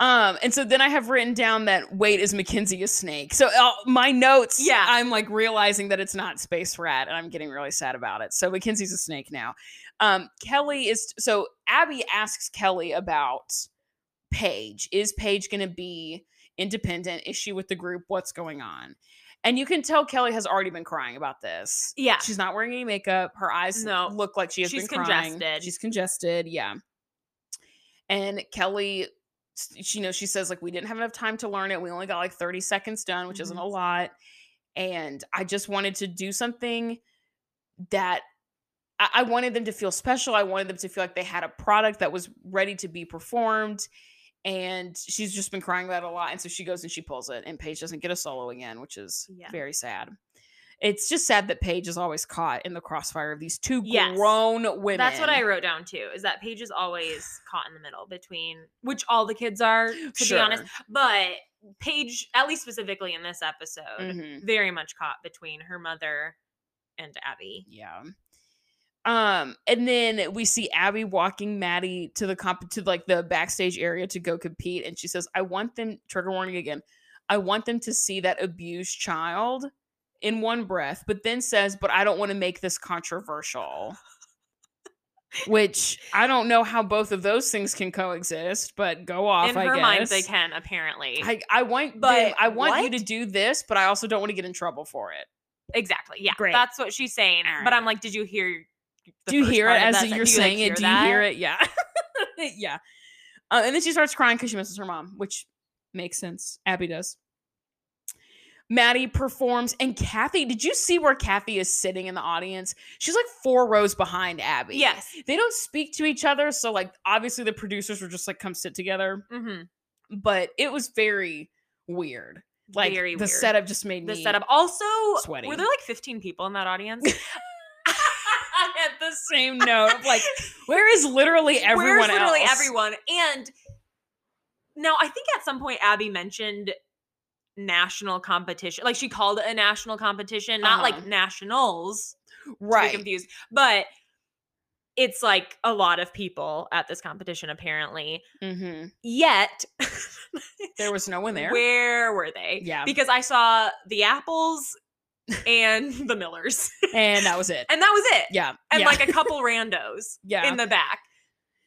S1: Um, and so then I have written down that Wade is Mackenzie a snake. So uh, my notes,
S2: Yeah.
S1: I'm like realizing that it's not Space Rat, and I'm getting really sad about it. So Mackenzie's a snake now. Um, Kelly is so Abby asks Kelly about Paige. Is Paige going to be independent? Is she with the group? What's going on? And you can tell Kelly has already been crying about this.
S2: Yeah.
S1: She's not wearing any makeup. Her eyes
S2: No.
S1: look like she has
S2: She's
S1: been crying.
S2: congested.
S1: She's congested. Yeah. And Kelly, s- she you know she says like we didn't have enough time to learn it. We only got like 30 seconds done, which isn't
S2: Mhm.
S1: a lot. And I just wanted to do something that I-, I wanted them to feel special. I wanted them to feel like they had a product that was ready to be performed. And she's just been crying about it a lot. And so she goes and she pulls it, and Paige doesn't get a solo again, which is
S2: Yeah.
S1: very sad. It's just sad that Paige is always caught in the crossfire of these two
S2: Yes.
S1: grown women.
S2: That's what I wrote down too. Is that Paige is always caught in the middle between which all the kids are, to be honest. But Paige, at least specifically in this episode,
S1: Mhm.
S2: very much caught between her mother and Abby.
S1: Yeah. Um, and then we see Abby walking Maddie to the comp to like the backstage area to go compete, and she says, "I want them." Trigger warning again. I want them to see that abused child in one breath, but then says, "But I don't want to make this controversial."
S2: [LAUGHS]
S1: Which I don't know how both of those things can coexist, but go off.
S2: in
S1: I
S2: her
S1: guess.
S2: mind they can apparently
S1: I, I want
S2: But
S1: them- I want you
S2: what?
S1: to do this, but I also don't want to get in trouble for it.
S2: exactly yeah
S1: Great.
S2: that's what she's saying
S1: All
S2: but i'm
S1: right.
S2: like did you hear the
S1: do you
S2: first
S1: hear
S2: part
S1: it
S2: of
S1: as
S2: that?
S1: you're
S2: Do you, like,
S1: saying it? Do you hear it? Yeah, [LAUGHS] yeah. Uh, and then she starts crying because she misses her mom, which makes sense. Abby does. Maddie performs, and Kathy. Did you see where Kathy is sitting in the audience? She's like four rows behind Abby.
S2: yes
S1: they don't speak to each other, so like obviously the producers were just like, "Come sit together."
S2: hmm
S1: But it was very weird. Like
S2: Very
S1: the
S2: weird.
S1: setup just made
S2: the
S1: me
S2: setup also
S1: sweaty.
S2: were there like 15 people in
S1: [LAUGHS]
S2: that audience [LAUGHS]
S1: at the same note. of,
S2: [LAUGHS]
S1: Like, where is literally everyone?
S2: Where's literally
S1: else?
S2: everyone and now i think at some point abby mentioned national competition like she called it a national competition not
S1: Uh-huh.
S2: like nationals right.
S1: Right.
S2: confused. But it's like a lot of people at this competition, apparently.
S1: Mm-hmm.
S2: Yet,
S1: There was no one there.
S2: where were they?
S1: Yeah.
S2: Because I saw the apples and the Millers,
S1: and that was it.
S2: and that was it.
S1: Yeah.
S2: And
S1: yeah.
S2: like
S1: [LAUGHS]
S2: a couple randos
S1: yeah.
S2: in the back.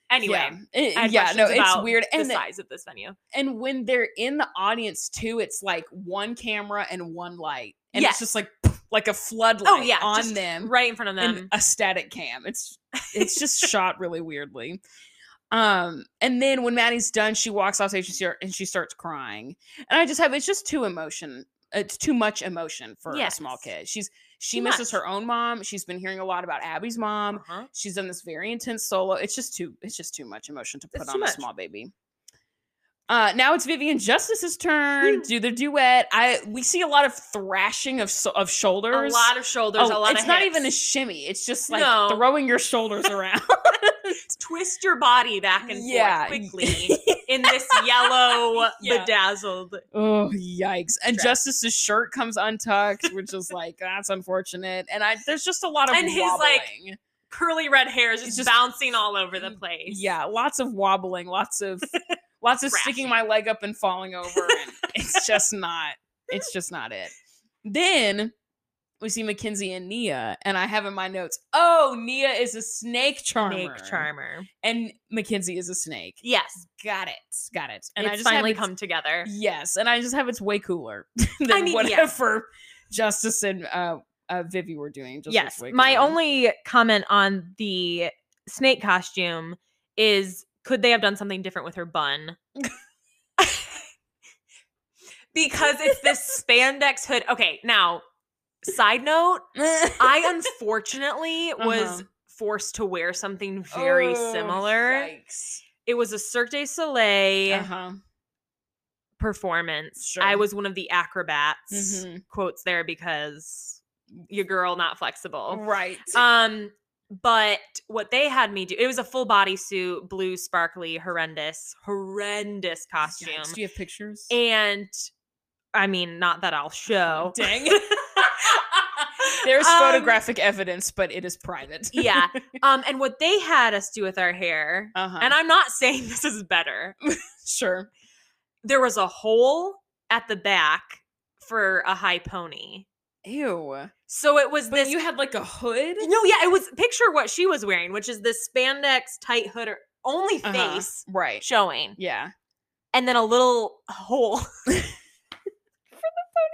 S2: Anyway.
S1: yeah, It-
S2: I had
S1: yeah, no,
S2: questions
S1: it's
S2: about
S1: weird.
S2: The
S1: And the-
S2: size of this venue.
S1: and when they're in the audience too, it's like one camera and one light, and it's just like like a floodlight
S2: Oh yeah,
S1: on
S2: just
S1: them,
S2: right in front of them.
S1: and a static cam. It's it's just shot really weirdly. Um, and then when Maddie's done, she walks off stage and she, and she starts crying. And I just have it's just too emotion. It's too much emotion for a small
S2: Yes.
S1: kid. She's she
S2: Too
S1: misses
S2: much.
S1: her own mom. She's been hearing a lot about Abby's mom.
S2: Uh-huh.
S1: She's done this very intense solo. It's just too it's just too much emotion to put
S2: It's
S1: on
S2: too
S1: a
S2: much.
S1: small baby. Uh, now it's Vivian Justice's turn. Do the duet. I we see a lot of thrashing of so- of
S3: A
S1: shoulders.
S3: lot of shoulders,
S1: Oh,
S3: a lot
S1: it's
S3: of
S1: not
S3: hips.
S1: even a shimmy. It's just like
S3: No.
S1: throwing your shoulders around.
S3: twist your body back and
S1: Yeah.
S3: forth quickly in this yellow
S2: Yeah.
S3: bedazzled.
S1: [LAUGHS] oh yikes! And
S2: Stress.
S1: Justice's shirt comes untucked, which is like that's unfortunate. And I there's just a lot of
S3: And his, like,
S1: wobbling.
S3: Curly red hair is
S1: It's
S3: just,
S1: just-
S3: bouncing all over the place.
S1: yeah, lots of wobbling, lots [LAUGHS] of lots of sticking my
S3: Thrashing.
S1: leg up and falling over. [LAUGHS] And it's just not. It's just not it. Then we see Mackenzie and Nia, and I have in my notes. Oh, Nia is a snake charmer.
S2: Snake charmer.
S1: And Mackenzie is a snake.
S3: Yes.
S1: Got it. Got it. And
S3: it's
S1: I just have
S3: finally
S1: it's-
S3: come together.
S1: Yes, and I just have it's way cooler [LAUGHS] than
S3: mean, yeah.
S1: whatever [LAUGHS] Justice and uh, uh, Vivi were doing. Just
S2: yes.
S1: was way
S2: My
S1: cooler. [LAUGHS]
S2: only comment on the snake costume is could they have done something different with her [LAUGHS] bun?
S3: Because it's this spandex hood. Okay, now, side note,
S1: Oh,
S3: I
S2: [LAUGHS]
S3: unfortunately was
S1: Uh-huh.
S3: forced to wear something very
S1: Oh,
S3: similar.
S1: yikes.
S2: It was a Cirque du Soleil
S1: Uh-huh.
S2: performance.
S1: Sure.
S2: I was one of the acrobats.
S1: Mhm.
S2: Quotes there because your girl not flexible.
S1: Right.
S2: Um, but what they had me do, it was a full bodysuit, blue, sparkly, horrendous, horrendous costume.
S1: Yikes. Do you have pictures?
S2: And I mean, not that
S1: [LAUGHS]
S2: I'll show.
S1: Oh,
S2: [LAUGHS]
S1: Dang. There's
S2: Um,
S1: photographic evidence, but it is private.
S2: yeah. Um, and what they had us do with our hair,
S1: [LAUGHS] Uh-huh.
S2: and I'm not saying this is better.
S1: sure.
S2: There was a hole at the back for a high pony.
S1: Ew.
S2: So it was
S1: But
S2: this
S1: you had like a hood?
S2: No, yeah, it was picture what she was wearing, which is this spandex tight hood, or only
S1: Uh-huh.
S2: face
S1: Right.
S2: showing,
S1: Yeah.
S2: and then a little
S1: [LAUGHS]
S2: hole [LAUGHS] for the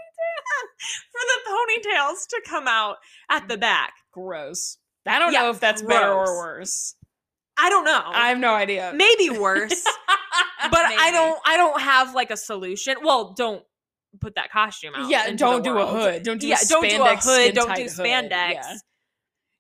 S2: ponytail, for the ponytails to come out at the back.
S1: Gross. I don't
S2: Yeah,
S1: know if that's better or
S2: gross. Oh.
S1: worse.
S2: I don't know.
S1: I have no idea.
S2: [LAUGHS] Maybe worse, but I
S1: Maybe.
S2: don't. I don't have like a solution. Well, don't put that costume out.
S1: Yeah,
S2: into the
S1: don't do a
S2: world.
S1: hood. Don't do
S2: yeah,
S1: a
S2: don't do a
S1: spandex
S2: hood. Don't
S1: skin-tight
S2: do
S1: hood.
S2: spandex.
S1: Yeah.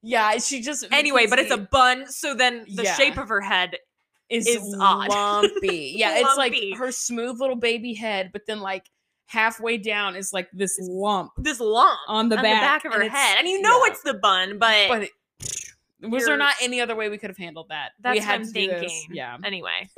S1: Yeah, she just
S2: Anyway, but it's a
S1: Mackenzie
S2: bun. So then the
S1: Yeah.
S2: shape of her head
S1: [LAUGHS] is,
S2: is odd. [LAUGHS]
S1: lumpy. Yeah, it's like
S2: Lumpy.
S1: her smooth little baby head, but then like halfway down is like this lump.
S2: this lump
S1: On the back,
S2: of
S1: and
S2: her
S1: it's-
S2: head, and you know
S1: yeah.
S2: it's the bun, but,
S1: But it, was there
S2: You're-
S1: not any other way we could have handled that?
S2: That's
S1: we
S2: what
S1: had
S2: I'm
S1: to do this.
S2: thinking.
S1: Yeah.
S2: anyway,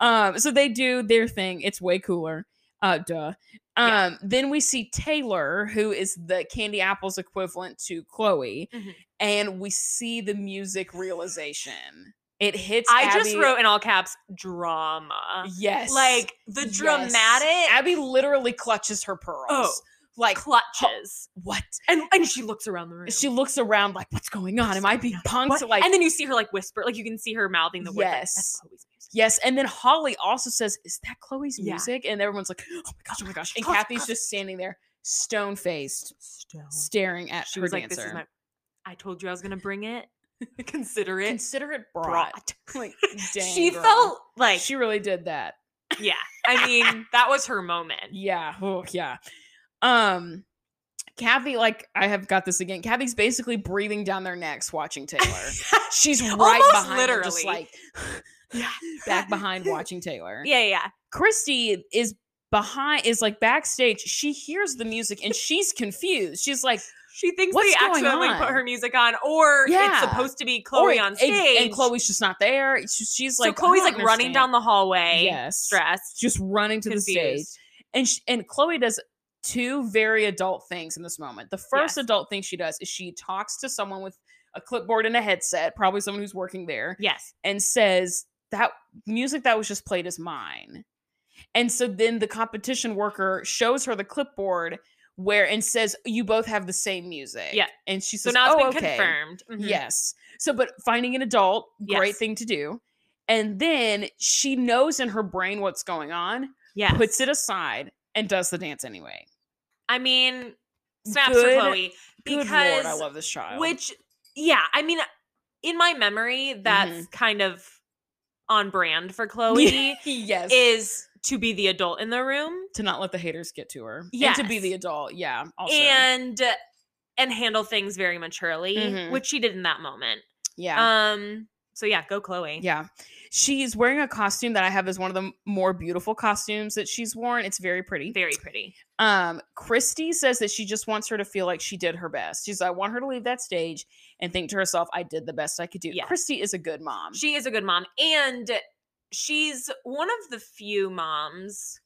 S1: Um. So they do their thing. It's way cooler. Uh. Duh. Um.
S2: Yeah.
S1: Then we see Taylor, who is the Candy Apples equivalent to Chloe,
S2: Mhm.
S1: and we see the music realization. It hits.
S2: I just
S1: Abby-
S2: wrote in all caps drama,
S1: Yes.
S2: like the
S1: Yes.
S2: dramatic
S1: Abby literally clutches her pearls.
S2: Oh.
S1: Like
S2: clutches,
S1: what?
S2: and and she looks around the room.
S1: She looks around like, what's going on? Am I being punked?
S2: What?
S1: Like
S2: and then you see her like whisper, like you can see her mouthing the word. Like, That's
S1: Yes.
S2: Chloe's music.
S1: Yes. And then Holly also says, Is that Chloe's
S2: Yeah.
S1: music? And everyone's like, Oh my gosh, oh my gosh. And
S2: Close,
S1: Kathy's
S2: close.
S1: just standing there, stone faced,
S2: Stone.
S1: staring at
S2: Oh. She
S1: her
S2: was like, "This
S1: dancer.
S2: is my." I told you I was gonna bring it. [LAUGHS] Consider it
S1: Consider it
S2: [LAUGHS]
S1: brought.
S2: brought.
S1: [LAUGHS] Like, dang,
S2: she
S1: girl.
S2: felt like
S1: she really did that.
S2: yeah.
S1: [LAUGHS]
S2: I mean, that was her moment.
S1: Yeah. Oh, yeah. Um, Kathy, like I have got this again. Kathy's basically breathing down their necks watching Taylor.
S2: [LAUGHS]
S1: She's right
S2: Almost
S1: behind her, just
S2: literally.
S1: like back
S2: [LAUGHS]
S1: behind watching Taylor.
S2: Yeah, yeah.
S1: Christy is behind is like backstage. She hears the music and she's confused. She's like,
S2: She thinks
S1: What's
S2: they
S1: going
S2: accidentally put
S1: on?
S2: her music on, or
S1: Yeah.
S2: it's supposed to be Chloe
S1: "Oh,
S2: on
S1: and-
S2: stage.
S1: and Chloe's just not there. It's just- She's
S2: so
S1: like, I
S2: Chloe's
S1: don't
S2: like running down
S1: understand.
S2: the hallway,
S1: yes,
S2: stressed,
S1: just running to the stage.
S2: confused.
S1: And sh and Chloe does two very adult things in this moment. The first
S2: Yes.
S1: adult thing she does is she talks to someone with a clipboard and a headset, probably someone who's working there,
S2: Yes,
S1: and says that music that was just played is mine. And so then the competition worker shows her the clipboard where and says you both have the same music.
S2: Yeah.
S1: And she
S2: so
S1: says,
S2: now it's
S1: "Oh,
S2: been
S1: okay."
S2: confirmed. Mhm.
S1: Yes. So but finding an adult, great
S2: Yes.
S1: thing to do. And then she knows in her brain what's going on,
S2: yes.
S1: puts it aside and does the dance anyway.
S2: I mean, snaps
S1: Good-
S2: for Chloe
S1: Good
S2: because
S1: lord, I love this child.
S2: which, yeah, I mean, in my memory, that's kind of on
S1: [LAUGHS]
S2: brand for Chloe
S1: Mm-hmm. yes,
S2: is to be the adult in the room
S1: to not let the haters get to her. and to be
S2: Yes.
S1: the adult. Yeah, also.
S2: and and handle things very maturely,
S1: Mhm.
S2: which she did in that moment.
S1: yeah,
S2: Um. So yeah, go Chloe.
S1: yeah. She's wearing a costume that I have as one of the more beautiful costumes that she's worn. It's very pretty.
S2: Very pretty.
S1: Um, Christy says that she just wants her to feel like she did her best. She's, I want her to leave that stage and think to herself, I did the best I could do.
S2: Yes.
S1: Christy is a good mom.
S2: She is a good mom. And she's one of the few moms.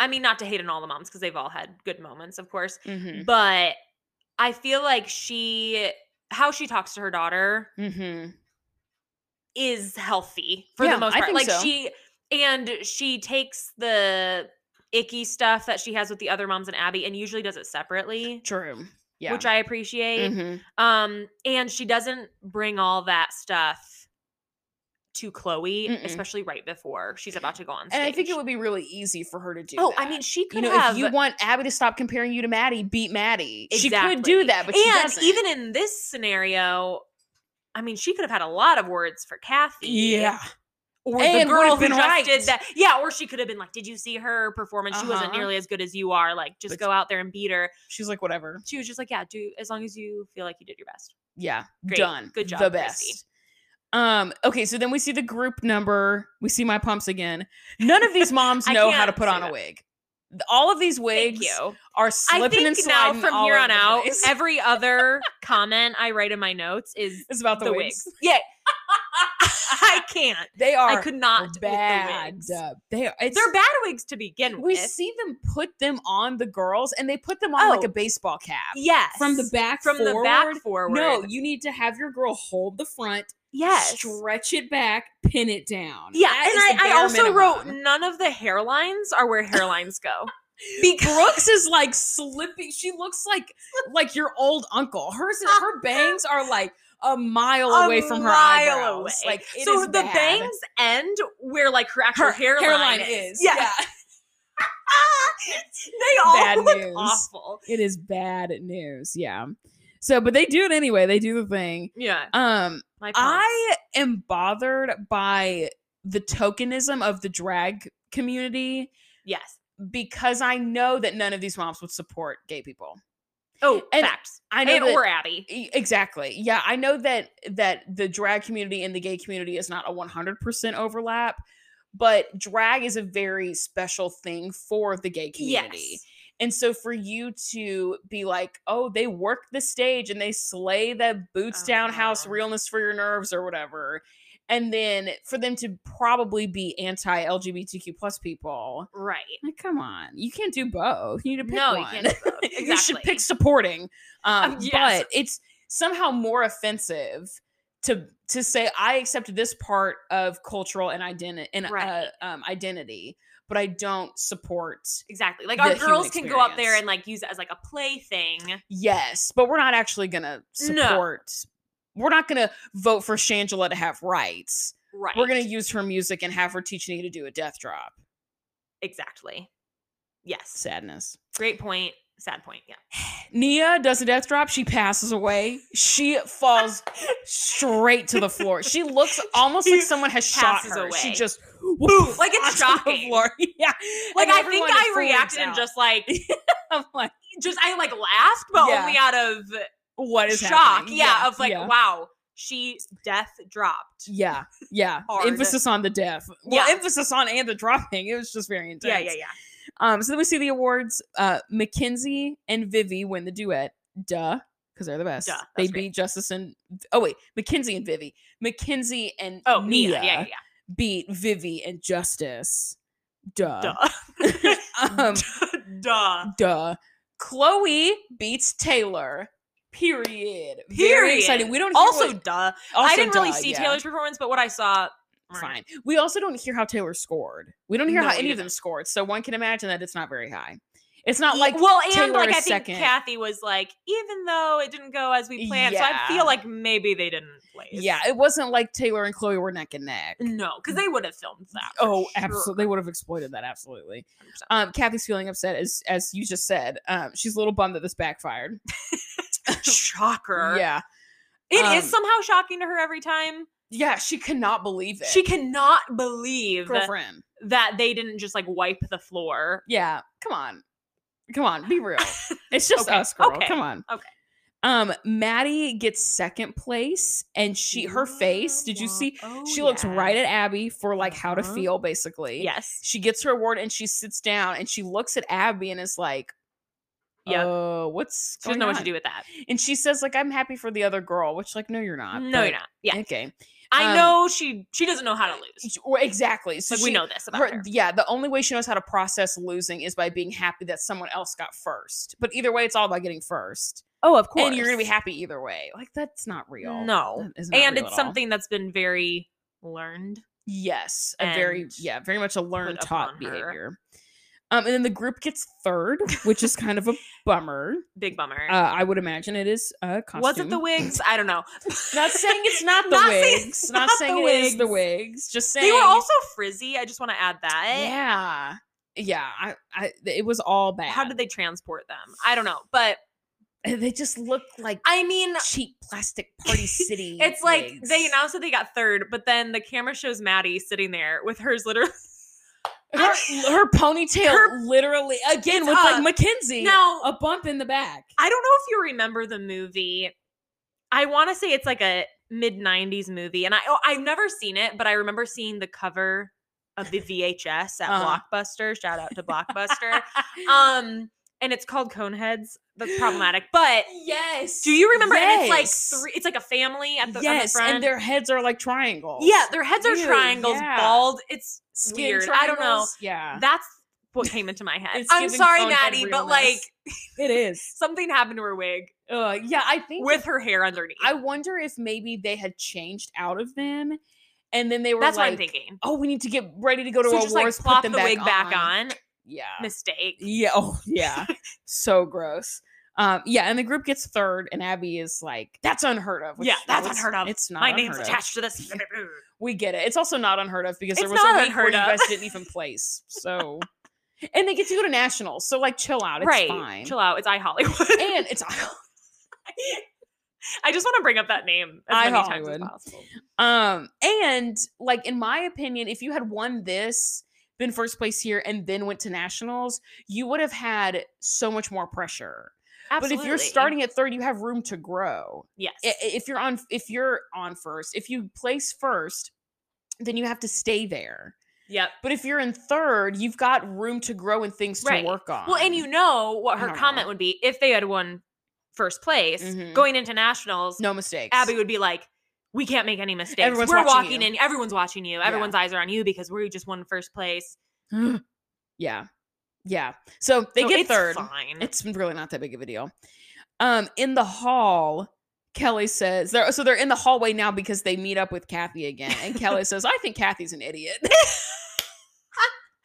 S2: I mean, not to hate on all the moms because they've all had good moments, of course.
S1: Mhm.
S2: But I feel like she, how she talks to her daughter
S1: Mhm.
S2: is healthy for
S1: Yeah,
S2: the most
S1: I
S2: part.
S1: think
S2: like
S1: so.
S2: she, and she takes the icky stuff that she has with the other moms and Abby and usually does it separately,
S1: True. Yeah.
S2: which I appreciate.
S1: Mhm.
S2: Um, and she doesn't bring all that stuff to Chloe,
S1: Mm-mm.
S2: especially right before she's about to go on stage.
S1: And I think it would be really easy for her to do.
S2: Oh, I
S1: that.
S2: mean, she could
S1: you know,
S2: have.
S1: if you want Abby to stop comparing you to Maddie, beat Maddie. She could do
S2: Exactly.
S1: that, but she
S2: and
S1: doesn't.
S2: even in this scenario, I mean, she could have had a lot of words for Kathy.
S1: yeah,
S2: or
S1: And
S2: the
S1: would
S2: girl
S1: have
S2: who
S1: been
S2: just
S1: right.
S2: did that. Yeah, or she could have been like, "Did you see her performance? She wasn't
S1: Uh-huh.
S2: nearly as good as you are. Like, just
S1: But-
S2: go out there and beat her."
S1: she's like whatever.
S2: She was just like, "Yeah, do as long as you feel like you did your best."
S1: Yeah,
S2: Great.
S1: done.
S2: Good job,
S1: The
S2: Christy.
S1: best. Um. Okay, so then we see the group number. We see my pumps again. None of
S2: [LAUGHS]
S1: these moms
S2: I
S1: know how to
S2: can't
S1: put
S2: say
S1: on a
S2: that.
S1: wig. Th- All of these wigs
S2: Thank you.
S1: are
S2: I
S1: slipping
S2: think
S1: and
S2: now
S1: sliding
S2: from
S1: all
S2: here
S1: over
S2: on
S1: the
S2: out, [LAUGHS]
S1: place.
S2: every other comment I write in my notes is
S1: [LAUGHS] it's about the,
S2: the
S1: wigs.
S2: wigs. Yeah, [LAUGHS] I can't.
S1: They are
S2: I could not with the
S1: bad.
S2: wigs.
S1: They are. It's,
S2: They're bad wigs to begin
S1: We
S2: with.
S1: see them put them on the girls, and they put them on like
S2: Oh.
S1: a baseball cap.
S2: yes
S1: From the back
S2: from
S1: forward.
S2: the back forward.
S1: No, you need to have your girl hold the front,
S2: yes,
S1: stretch it back, pin it down.
S2: yeah.
S1: That is
S2: And
S1: the
S2: I, I
S1: bare
S2: also wrote
S1: minimum.
S2: none of the hairlines are where hairlines [LAUGHS] go.
S1: [LAUGHS] Brooks is like slipping. She looks like like your old uncle. Hers
S2: [LAUGHS]
S1: her bangs are like a mile
S2: A
S1: away from her
S2: mile
S1: eyebrows.
S2: away.
S1: Like it
S2: so
S1: is
S2: the
S1: bad.
S2: bangs end where like her actual
S1: her
S2: hairline,
S1: is.
S2: Yeah, [LAUGHS] they all
S1: Bad
S2: look
S1: news.
S2: awful.
S1: it is bad news. Yeah. So, but they do it anyway. They do the thing.
S2: Yeah,
S1: Um,
S2: my pumps.
S1: I am bothered by the tokenism of the drag community
S2: yes.
S1: because I know that none of these moms would support gay people.
S2: Oh,
S1: And
S2: facts.
S1: I know
S2: And,
S1: that-
S2: or Abby.
S1: E- exactly. Yeah, I know that that the drag community and the gay community is not a 100% overlap, but drag is a very special thing for the gay community.
S2: Yes.
S1: And so for you to be like, "Oh, they work the stage and they slay the boots
S2: Oh,
S1: down house
S2: no.
S1: realness for your nerves or whatever." And then for them to probably be anti LGBTQ plus people,
S2: Right.
S1: like, come on, you can't do both. You need to pick
S2: No,
S1: one.
S2: you can't. do [LAUGHS] both.
S1: [LAUGHS]
S2: Exactly.
S1: you should pick
S2: [LAUGHS]
S1: supporting. Um,
S2: Um, yes.
S1: But it's somehow more offensive to to say I accept this part of cultural and identity and
S2: Right.
S1: uh, um, identity, but I don't support.
S2: Exactly. Like
S1: the
S2: our
S1: human
S2: girls can go up there
S1: experience.
S2: and like use it as like a plaything.
S1: Yes, but we're not actually gonna
S2: No.
S1: support. We're not gonna vote for Shangela to have rights.
S2: Right.
S1: We're gonna use her music and have her teach Nia to do a death drop.
S2: exactly. Yes.
S1: Sadness.
S2: Great point. Sad point. Yeah.
S1: Nia does a death drop. She passes away. She
S2: [LAUGHS]
S1: falls straight to the floor. She looks almost like
S2: She
S1: someone has shot
S2: passes
S1: her. She
S2: away.
S1: just
S2: Boom. Like, it's
S1: onto the
S2: shocking.
S1: floor. [LAUGHS] Yeah,
S2: Like
S1: And
S2: I think
S1: everyone
S2: I
S1: freaks
S2: reacted and
S1: out.
S2: just like
S1: [LAUGHS] I'm like,
S2: just I like laughed, but
S1: Yeah.
S2: only out of
S1: what is
S2: shock.
S1: happening?
S2: Yeah, Of like,
S1: yeah,
S2: wow, she death dropped.
S1: yeah, yeah.
S2: Hard.
S1: Emphasis on the death. Well,
S2: Yeah.
S1: emphasis on and the dropping. It was just very intense.
S2: Yeah, yeah, yeah.
S1: Um, so then we see the awards. Uh, Mackenzie and Vivi win the duet. Duh, because they're the best.
S2: Duh,
S1: They
S2: that's great.
S1: beat Justice and oh wait, Mackenzie and Vivi. Mackenzie and
S2: Oh,
S1: Nia,
S2: Nia. Yeah, yeah,
S1: beat Vivi and Justice. Duh.
S2: yeah.
S1: [LAUGHS] um,
S2: Duh. [LAUGHS] Duh.
S1: duh. Chloe beats Taylor. Period. Very exciting.
S2: Period.
S1: We don't hear
S2: Also,
S1: what-
S2: duh.
S1: also
S2: I didn't really
S1: duh,
S2: see
S1: yeah.
S2: Taylor's performance, but what I saw,
S1: Fine. We also don't hear how Taylor scored. We don't hear
S2: No,
S1: how
S2: we
S1: any of them
S2: didn't.
S1: scored. So one can imagine that it's not very high. It's not
S2: Ye-
S1: like
S2: well, and
S1: Taylor
S2: like
S1: is
S2: I think
S1: second.
S2: Kathy was like, even though it didn't go as we planned, so I
S1: Yeah.
S2: feel like maybe they didn't play.
S1: Yeah, it wasn't like Taylor and Chloe were neck and neck.
S2: no, because they would have filmed that. for
S1: Oh,
S2: sure.
S1: absolutely. They would have exploited that absolutely.
S2: 100%.
S1: Um, Kathy's feeling upset as as you just said. Um, she's a little bummed that this backfired. [COUGHS]
S2: Shocker.
S1: Yeah,
S2: it is
S1: um,
S2: somehow shocking to her every time.
S1: yeah. She cannot believe it.
S2: She cannot believe
S1: girlfriend.
S2: that they didn't just like wipe the floor.
S1: Yeah, come on, come on. Be real. [LAUGHS] It's just
S2: Okay,
S1: us, girl.
S2: okay,
S1: Come on.
S2: okay.
S1: Um, Maddie gets second place, and she her face. Did you see?
S2: Oh,
S1: She looks right at Abby for like how to
S4: Uh-huh.
S1: feel, basically.
S4: Yes.
S1: She gets her award and she sits down and she looks at Abby and is like,
S4: Yep.
S1: "Oh, what's
S2: She
S1: going
S2: doesn't know
S1: on?"
S2: what to do with that.
S1: And she says, "Like I'm happy for the other girl," which like, no, you're not.
S2: No, you're
S1: but
S2: not. Yeah,
S1: Okay.
S2: I
S1: um,
S2: know she she doesn't know how to lose.
S1: Sh- well, Exactly. So
S2: Like we
S1: she-
S2: know this about
S1: her,
S2: her.
S1: yeah, the only way she knows how to process losing is by being happy that someone else got first. But either way, it's all about getting first,
S4: Oh, of course.
S1: and you're gonna be happy either way. Like that's not real.
S2: No.
S1: That is not
S2: And
S1: real
S2: it's
S1: at all.
S2: something that's been very learned.
S1: Yes, a very
S2: and
S1: yeah, very much a learned taught
S2: upon her.
S1: behavior. Um, and then the group gets third, which is kind
S2: [LAUGHS]
S1: of a bummer.
S2: Big bummer.
S1: Uh, I would imagine it is a costume.
S2: Was it the wigs? I don't know.
S1: [LAUGHS] Not saying it's
S2: [LAUGHS]
S1: not the
S2: saying
S1: wigs.
S2: it's
S1: not, saying
S2: the
S1: it is the
S2: wigs.
S1: wigs. Just saying
S2: They were also frizzy. I just want to add that.
S1: yeah, yeah. I, I, it was all bad.
S2: How did they transport them? I don't know. But
S1: they? They just looked like
S2: I mean,
S1: cheap plastic
S2: [LAUGHS]
S1: party city.
S2: it's like they
S1: wigs.
S2: announced that they got third, but then the camera shows Maddie sitting there with hers literally. [LAUGHS]
S1: her, her ponytail,
S2: Her-
S1: literally again with
S2: Uh,
S1: like Mackenzie,
S2: [LAUGHS] Now,
S1: a bump in the
S2: [LAUGHS]
S1: back.
S2: I don't know if you remember the movie. I want to say it's like a mid 90s movie. And I, oh, I've never seen it, but I remember seeing the cover of the VHS at
S1: Uh-huh.
S2: Blockbuster. Shout out to
S1: [LAUGHS]
S2: Blockbuster. um, and it's called Coneheads. That's problematic. But
S1: Yes.
S2: do you remember? And it's
S1: Yes.
S2: like three, it's like a family at the, on the
S1: yes,
S2: front.
S1: and their heads are like triangles.
S2: yeah, their heads are
S1: Ew,
S2: triangles,
S1: yeah.
S2: bald. It's
S1: Skin
S2: weird. I don't know.
S1: triangles, Yeah,
S2: That's what came into my head.
S1: It's
S2: I'm
S1: giving
S2: sorry,
S1: Conehead
S2: Maddie, but
S1: realness.
S2: like
S1: [LAUGHS] it is.
S2: something happened to her wig
S1: Uh, yeah, I think
S2: with her hair underneath.
S1: I wonder if maybe they had changed out of them, and then they were
S2: That's
S1: like,
S2: what I'm thinking.
S1: "Oh, we need to get ready to go to
S2: so
S1: a
S2: just
S1: war.
S2: like plop
S1: put them
S2: the
S1: back
S2: wig
S1: on.
S2: back on.
S1: Yeah,
S2: Mistake.
S1: yeah, oh
S2: [LAUGHS]
S1: yeah, so gross. Um, yeah, and the group gets third, and Abby is like, "That's unheard of."
S2: Yeah, that's
S1: it's-
S2: unheard of.
S1: It's not.
S2: My name's
S1: unheard of.
S2: attached to
S1: [LAUGHS]
S2: this.
S1: We get it. It's also not unheard of because there
S2: It's
S1: was a
S2: not
S1: week where you
S2: unheard
S1: guys
S2: of.
S1: didn't
S2: [LAUGHS]
S1: even place. So, and they get to go to nationals. So, like, chill out. It's
S2: right.
S1: fine.
S2: Chill out. It's I Hollywood.
S1: [LAUGHS] And it's
S2: [LAUGHS] I just want to bring up that name as
S1: I
S2: many times
S1: Hollywood.
S2: as possible.
S1: um and like in my opinion, if you had won this, been first place here, and then went to nationals, you would have had so much more pressure.
S2: Absolutely.
S1: But if you're starting at third, you have room to grow.
S2: yes,
S1: I- i- If you're on, if you're on first, if you place first, then you have to stay there.
S2: yep.
S1: But if you're in third, you've got room to grow and things to
S2: Right.
S1: work on.
S2: Well, and you know what
S1: I
S2: her
S1: don't
S2: comment
S1: know.
S2: would be if they had won first place
S1: Mhm.
S2: going into nationals.
S1: no mistakes.
S2: Abby would be like, "We can't make any mistakes.
S1: Everyone's
S2: We're
S1: watching
S2: walking
S1: you."
S2: in. Everyone's watching you. Everyone's eyes are on you because we just won first
S1: [GASPS]
S2: place.
S1: yeah, yeah. So they
S2: So
S1: get
S2: it's
S1: third.
S2: Fine.
S1: It's really not that big of a deal. Um, in the hall, Kelly says they're so they're in the hallway now because they meet up with Kathy again, and
S2: [LAUGHS]
S1: Kelly says, "I think Kathy's an idiot."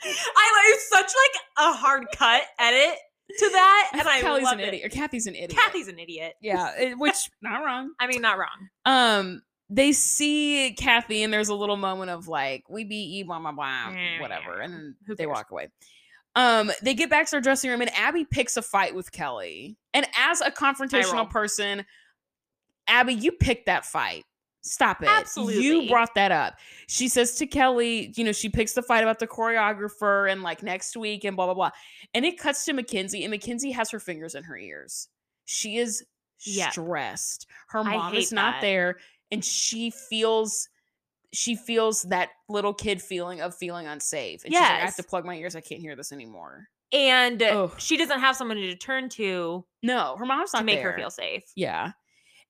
S2: I like it's such like a hard cut edit to that, and
S1: [LAUGHS]
S2: I
S1: Kelly's
S2: love
S1: an
S2: it.
S1: idiot. Or Kathy's an idiot.
S2: Kathy's an idiot.
S1: yeah, it-
S2: [LAUGHS]
S1: which not wrong.
S2: I mean, not wrong.
S1: Um, they see Kathy, and there's a little moment of like, "We beat you, blah blah blah,
S2: Yeah,
S1: whatever," and then
S2: Who
S1: they
S2: cares?
S1: walk away. Um, they get back to their dressing room, and Abby picks a fight with Kelly. And as a
S2: roll.
S1: confrontational person, Abby, you picked that fight. Stop it. You
S2: Absolutely.
S1: brought that up. She says to Kelly, you know, she picks the fight about the choreographer and like next week and blah, blah, blah. And it cuts to Mackenzie, and Mackenzie has her fingers in her ears. She is
S2: Yeah.
S1: stressed. Her
S2: I
S1: mom is
S2: hate
S1: not
S2: that.
S1: there, and she feels she feels that little kid feeling of feeling unsafe. And she's like, I have
S2: Yes.
S1: to plug my ears. I can't hear this anymore.
S2: And
S1: Ugh.
S2: she doesn't have someone to turn to
S1: No, her mom's not
S2: to make her
S1: there.
S2: feel safe.
S1: Yeah.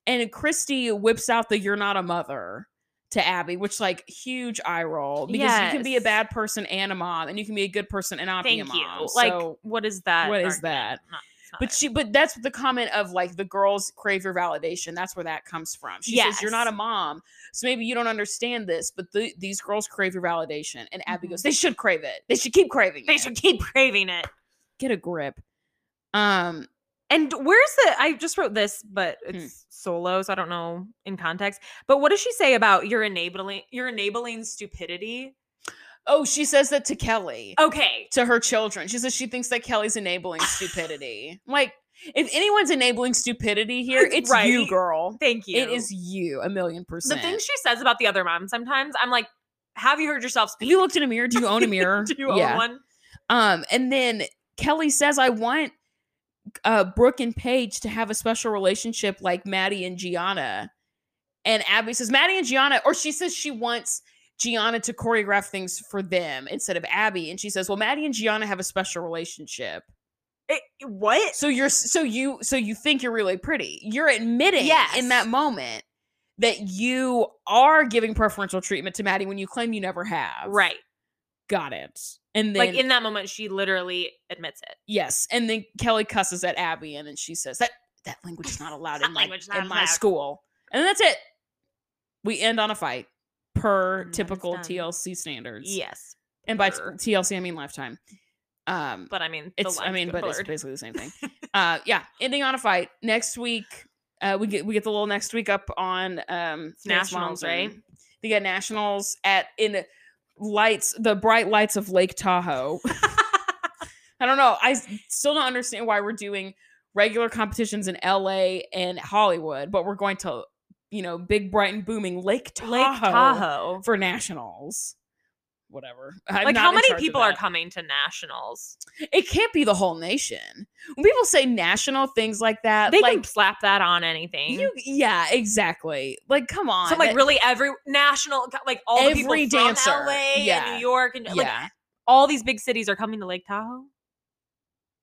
S1: And Christy whips out the you're not a mother to Abby, which like huge eye roll because you can be a
S2: Yes.
S1: bad person and a mom and you can be a good person and not
S2: Thank
S1: be a
S2: you.
S1: mom.
S2: like,
S1: So-
S2: what is that?
S1: what is
S2: argument?
S1: that?
S2: Not- it's not
S1: but
S2: it.
S1: she but that's the comment of like the girls crave your validation. That's where that comes from. She says you're not a
S2: Yes.
S1: mom. So maybe you don't understand this, but the, these girls crave your validation. And Abby
S2: Mhm.
S1: goes, they should crave it. They should keep craving
S2: they
S1: it.
S2: should keep craving it.
S1: get a grip. Um
S2: And where's the? I just wrote this, but
S1: Hmm.
S2: it's solo, so I don't know in context. But what does she say about you're enabling? You're enabling stupidity.
S1: oh, she says that to Kelly.
S2: Okay,
S1: to her children. She says she thinks that Kelly's
S2: [SIGHS]
S1: enabling stupidity. like, if anyone's enabling stupidity here, it's you,
S2: Right.
S1: girl.
S2: thank you.
S1: It is you, a million
S2: the
S1: percent.
S2: things she says about the other mom. Sometimes I'm like, have you heard yourself
S1: Have
S2: speak? [LAUGHS]
S1: you looked in a mirror? [LAUGHS] Do you own a mirror?
S2: Do you own one?
S1: Um, and then Kelly says, "I want uh, Brooke and Paige to have a special relationship like Maddie and Gianna. And Abby says, Maddie and Gianna, or she says she wants Gianna to choreograph things for them instead of Abby. And she says, Well, Maddie and Gianna have a special relationship.
S5: It, what?
S1: So you're so you so you think you're really pretty. You're admitting
S5: Yes.
S1: in that moment that you are giving preferential treatment to Maddie when you claim you never have.
S2: Right.
S1: Got it. And then
S2: Like in that moment, she literally admits it.
S1: Yes, and then Kelly cusses at Abby, and then she says that that language is
S2: [LAUGHS]
S1: not allowed in
S2: That
S1: my
S2: language is not
S1: in my
S2: allowed."
S1: school, and that's it. We end on a fight, per
S2: Mm,
S5: And that is
S1: typical
S5: done.
S1: TLC standards.
S2: Yes.
S1: and by
S2: per.
S1: TLC I mean Lifetime. Um,
S2: But I mean,
S1: it's
S2: the
S1: I
S2: lines
S1: mean,
S2: get
S1: but it's
S2: [LAUGHS] blurred.
S1: basically the same thing. uh, yeah, ending on a fight next week. Uh, we get we get the little next week up on um Dance
S2: Nationals,
S1: Moms
S2: right?
S1: and They get nationals at in lights the bright lights of Lake Tahoe. I don't know. I s- still don't understand why we're doing regular competitions in LA and Hollywood, but we're going to you know big bright and booming Lake Tahoe,
S5: Lake Tahoe.
S1: for nationals. Whatever. [LAUGHS] I'm
S2: like
S1: not
S2: how
S1: in
S2: many
S1: charge of
S2: people are
S1: that.
S2: coming to nationals?
S1: It can't be the whole nation. When people say national things like that,
S2: They
S1: Uh, like
S2: can slap that on anything.
S1: you, yeah, exactly. Like, come on,
S2: so like
S1: that-
S2: really every national like all the people
S1: Every
S2: from
S1: dancer,
S2: LA
S1: yeah.
S2: and New York and like
S1: yeah.
S2: all these big cities are coming to Lake Tahoe.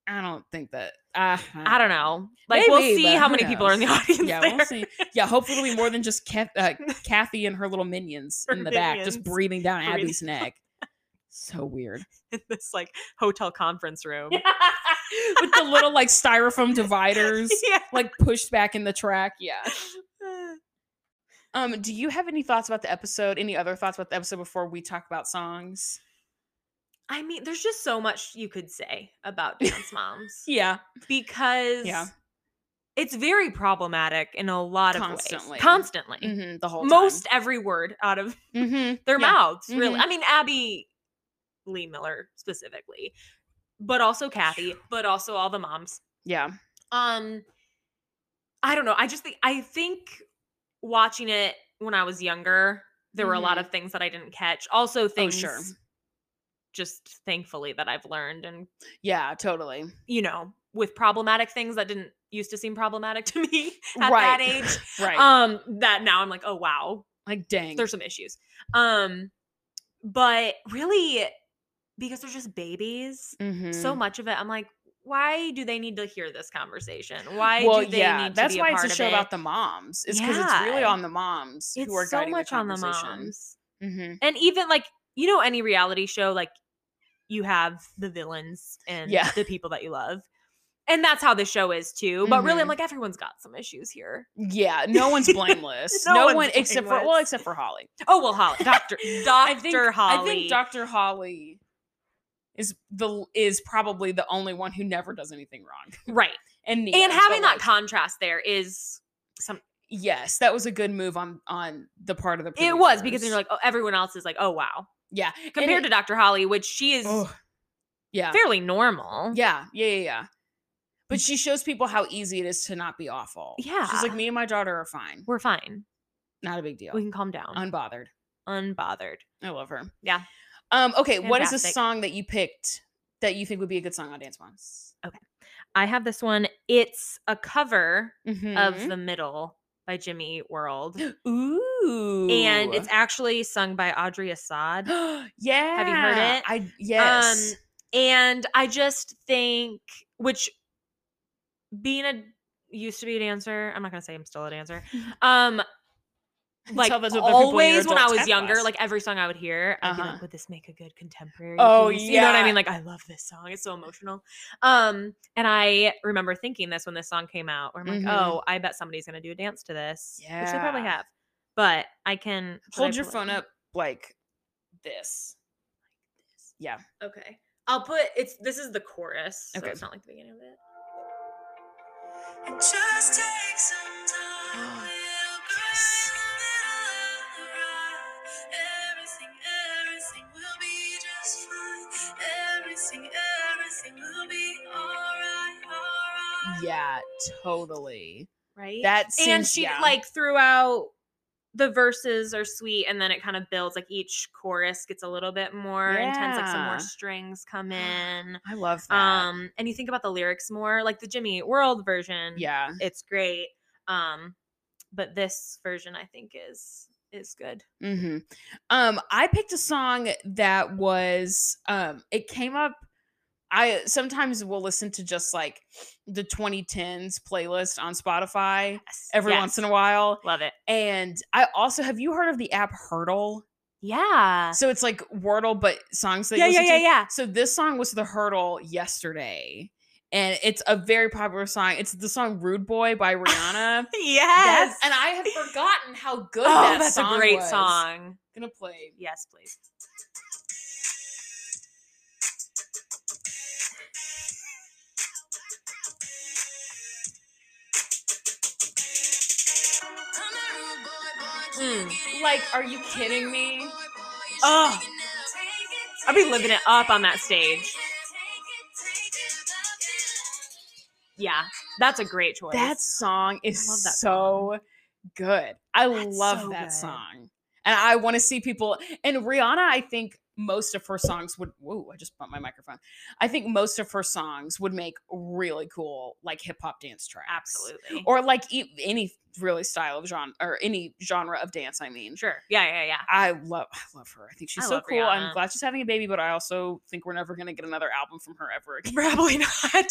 S1: I don't think that. Uh,
S2: I don't know. Like we'll
S1: Maybe,
S2: see
S1: but
S2: how
S1: who
S2: many people are in the
S1: knows?
S2: [LAUGHS] audience.
S1: Yeah,
S2: there.
S1: we'll see. Yeah, hopefully it'll be more than just Kath, uh,
S2: [LAUGHS]
S1: Kathy and her little minions
S2: Her
S1: in the back, just
S2: minions
S1: breathing down
S2: breathing [LAUGHS]
S1: Abby's neck. So weird.
S2: in this like hotel conference room.
S1: With the little like styrofoam dividers
S2: [LAUGHS] yeah. Uh,
S1: like pushed back in the track. Yeah. Um, do you have any thoughts about the episode? Any other thoughts about the episode before we talk about songs?
S2: I mean, there's just so much you could say [LAUGHS] about dance moms
S1: Yeah.
S2: because it's very problematic in a lot of
S1: Constantly.
S2: ways. Constantly. Mm.
S1: hmm the whole
S2: Most every word out of [LAUGHS]
S1: hmm Yeah.
S2: their mouths, really.
S1: Mhm.
S2: I mean, Abby Lee Miller specifically, but also Kathy, but also all the moms.
S1: Yeah.
S2: Um, I don't know. I just think I think watching it when I was younger, there were a lot
S1: Mhm.
S2: of things that I didn't catch. Also,
S1: Oh,
S2: things
S1: sure.
S2: just thankfully that I've learned, and
S1: Yeah. Totally.
S2: you know, with problematic things that didn't used to seem problematic to me [LAUGHS] at
S1: Right.
S2: that age.
S1: [LAUGHS] Right.
S2: Um, that now I'm like, oh wow,
S1: like dang.
S2: there's some issues. Um, but really, because they're just babies, so
S1: Mhm.
S2: much of it, I'm like, why do they need to hear this conversation? Why
S1: well,
S2: do they
S1: yeah,
S2: need to
S1: that's
S2: be
S1: why
S2: a part
S1: it's a show
S2: of it?
S1: about the moms. It's because it's really
S2: Yeah.
S1: on the moms
S2: it's
S1: who are
S2: so
S1: guiding
S2: much
S1: the
S2: on the
S1: conversation.
S2: moms,
S1: hmm
S2: and even like you know any reality show, like you have the villains and
S1: Yeah.
S2: the people that you love, and that's how the show is too. But really,
S1: Mhm.
S2: I'm like everyone's got some issues here.
S1: Yeah, no one's blameless.
S2: [LAUGHS] No
S1: no
S2: one's
S1: one except for well,
S2: blameless.
S1: except for
S2: [LAUGHS]
S1: Holly.
S2: Oh well, Holly, Doctor
S1: [LAUGHS] I
S2: Doctor
S1: think
S2: Holly,
S1: I think Dr. Holly is the is probably the only one who never does anything wrong.
S2: right?
S1: And Nina,
S2: and having
S1: but,
S2: that
S1: like,
S2: contrast there is some.
S1: yes, that was a good move on on the part of the.
S2: It was because
S1: producers.
S2: then you're like, oh, everyone else is like, oh wow,
S1: yeah,
S2: compared
S1: [SIGHS]
S2: to Dr. Holly, which she is
S1: Oh, yeah,
S2: fairly normal.
S1: Yeah, yeah, yeah, yeah. But she shows people how easy it is to not be awful. She's like,
S2: Mm. Yeah.
S1: me and my daughter are fine.
S2: we're fine.
S1: Not a big deal.
S2: We can calm down.
S1: Unbothered.
S2: Unbothered.
S1: I love her.
S2: Yeah.
S1: Um, okay, what is a
S2: Fantastic.
S1: song that you picked that you think would be a good song on Dance Moms?
S2: I have this one. It's a cover of
S1: Mhm.
S2: The Middle by Jimmy Eat World.
S1: Ooh.
S2: And it's actually sung by Audrey Assad.
S1: [GASPS] yeah.
S2: you heard it? Um,
S1: I yes.
S2: And I just think, which being a used to be a dancer, I'm not gonna say I'm still
S1: [LAUGHS]
S2: a dancer. Um like
S1: Tell those other people in your
S2: always when I
S1: adult
S2: was
S1: tap
S2: younger,
S1: class.
S2: like every song I would hear, I'd be
S1: Uh-huh.
S2: like, would this make a good contemporary?
S1: Oh,
S2: piece?" You know what I
S1: yeah.
S2: mean? Like I love this song. It's so emotional. Um, and I remember thinking this when this song came out, where I'm like,
S1: Mhm.
S2: oh, I bet somebody's gonna do a dance to this. Which they probably
S1: Yeah.
S2: have. But I can but
S1: Hold
S2: I
S1: your
S2: bel-
S1: phone up like this. Yeah.
S2: Okay. I'll put it's this is the chorus. So
S1: Okay.
S2: it's not like the beginning of it.
S6: Just take some
S1: Ah.
S6: time. We'll go in the middle of the ride. Everything, everything will be just fine. Everything, everything will be alright, alright.
S1: Yeah, totally.
S2: Right?
S1: That
S2: and
S1: seems-
S2: she
S1: yeah.
S2: like threw out the verses are sweet and then it kind of builds like each chorus gets a little bit more intense like some
S1: Yeah.
S2: more strings
S1: [GASPS]
S2: come in
S1: I love that.
S2: um and you think about the lyrics more like the jimmy Eat world version
S1: yeah.
S2: it's great um but this version i think is is good
S1: hmm Um, I picked a song that was um it came up. I sometimes will listen to just like the 2010s playlist on Spotify
S2: Yes,
S1: every
S2: yes.
S1: once in a while.
S2: love it
S1: And I also have you heard of the app Hurdle?
S2: yeah
S1: So it's like Wordle, but songs that you
S2: Uh. yeah yeah
S1: listen
S2: yeah
S1: to. [LAUGHS]
S2: yeah
S1: So this song was the Hurdle yesterday. And it's a very popular song. It's the song Rude Boy by
S2: [LAUGHS]
S1: Rihanna.
S2: yes
S1: That's- and I had forgotten how good
S2: oh
S1: that
S2: that's
S1: song
S2: a great
S1: was.
S2: song
S1: Gonna play
S2: yes please Hmm.
S3: Mm.
S1: Like, are you kidding me?
S3: Oh,
S2: i'll be living it up on that stage yeah that's a great choice
S1: That song is
S2: love that
S1: so good. I
S2: That's
S1: love
S2: so
S1: that
S2: good.
S1: song. And I want to see people. And Rihanna, I think most of her songs would. Whoa, I just bumped my microphone. I think most of her songs would make really cool, like hip hop dance tracks.
S2: absolutely
S1: Or like e- any really style of genre or any genre of dance, I mean.
S2: sure yeah yeah yeah
S1: [LAUGHS] I love I love her. I think she's
S2: I
S1: so
S2: love
S1: cool. I'm
S2: Rihanna.
S1: glad she's having a baby, but I also think we're never gonna get another album from her
S2: [LAUGHS]
S1: ever again.
S2: probably not
S1: [LAUGHS]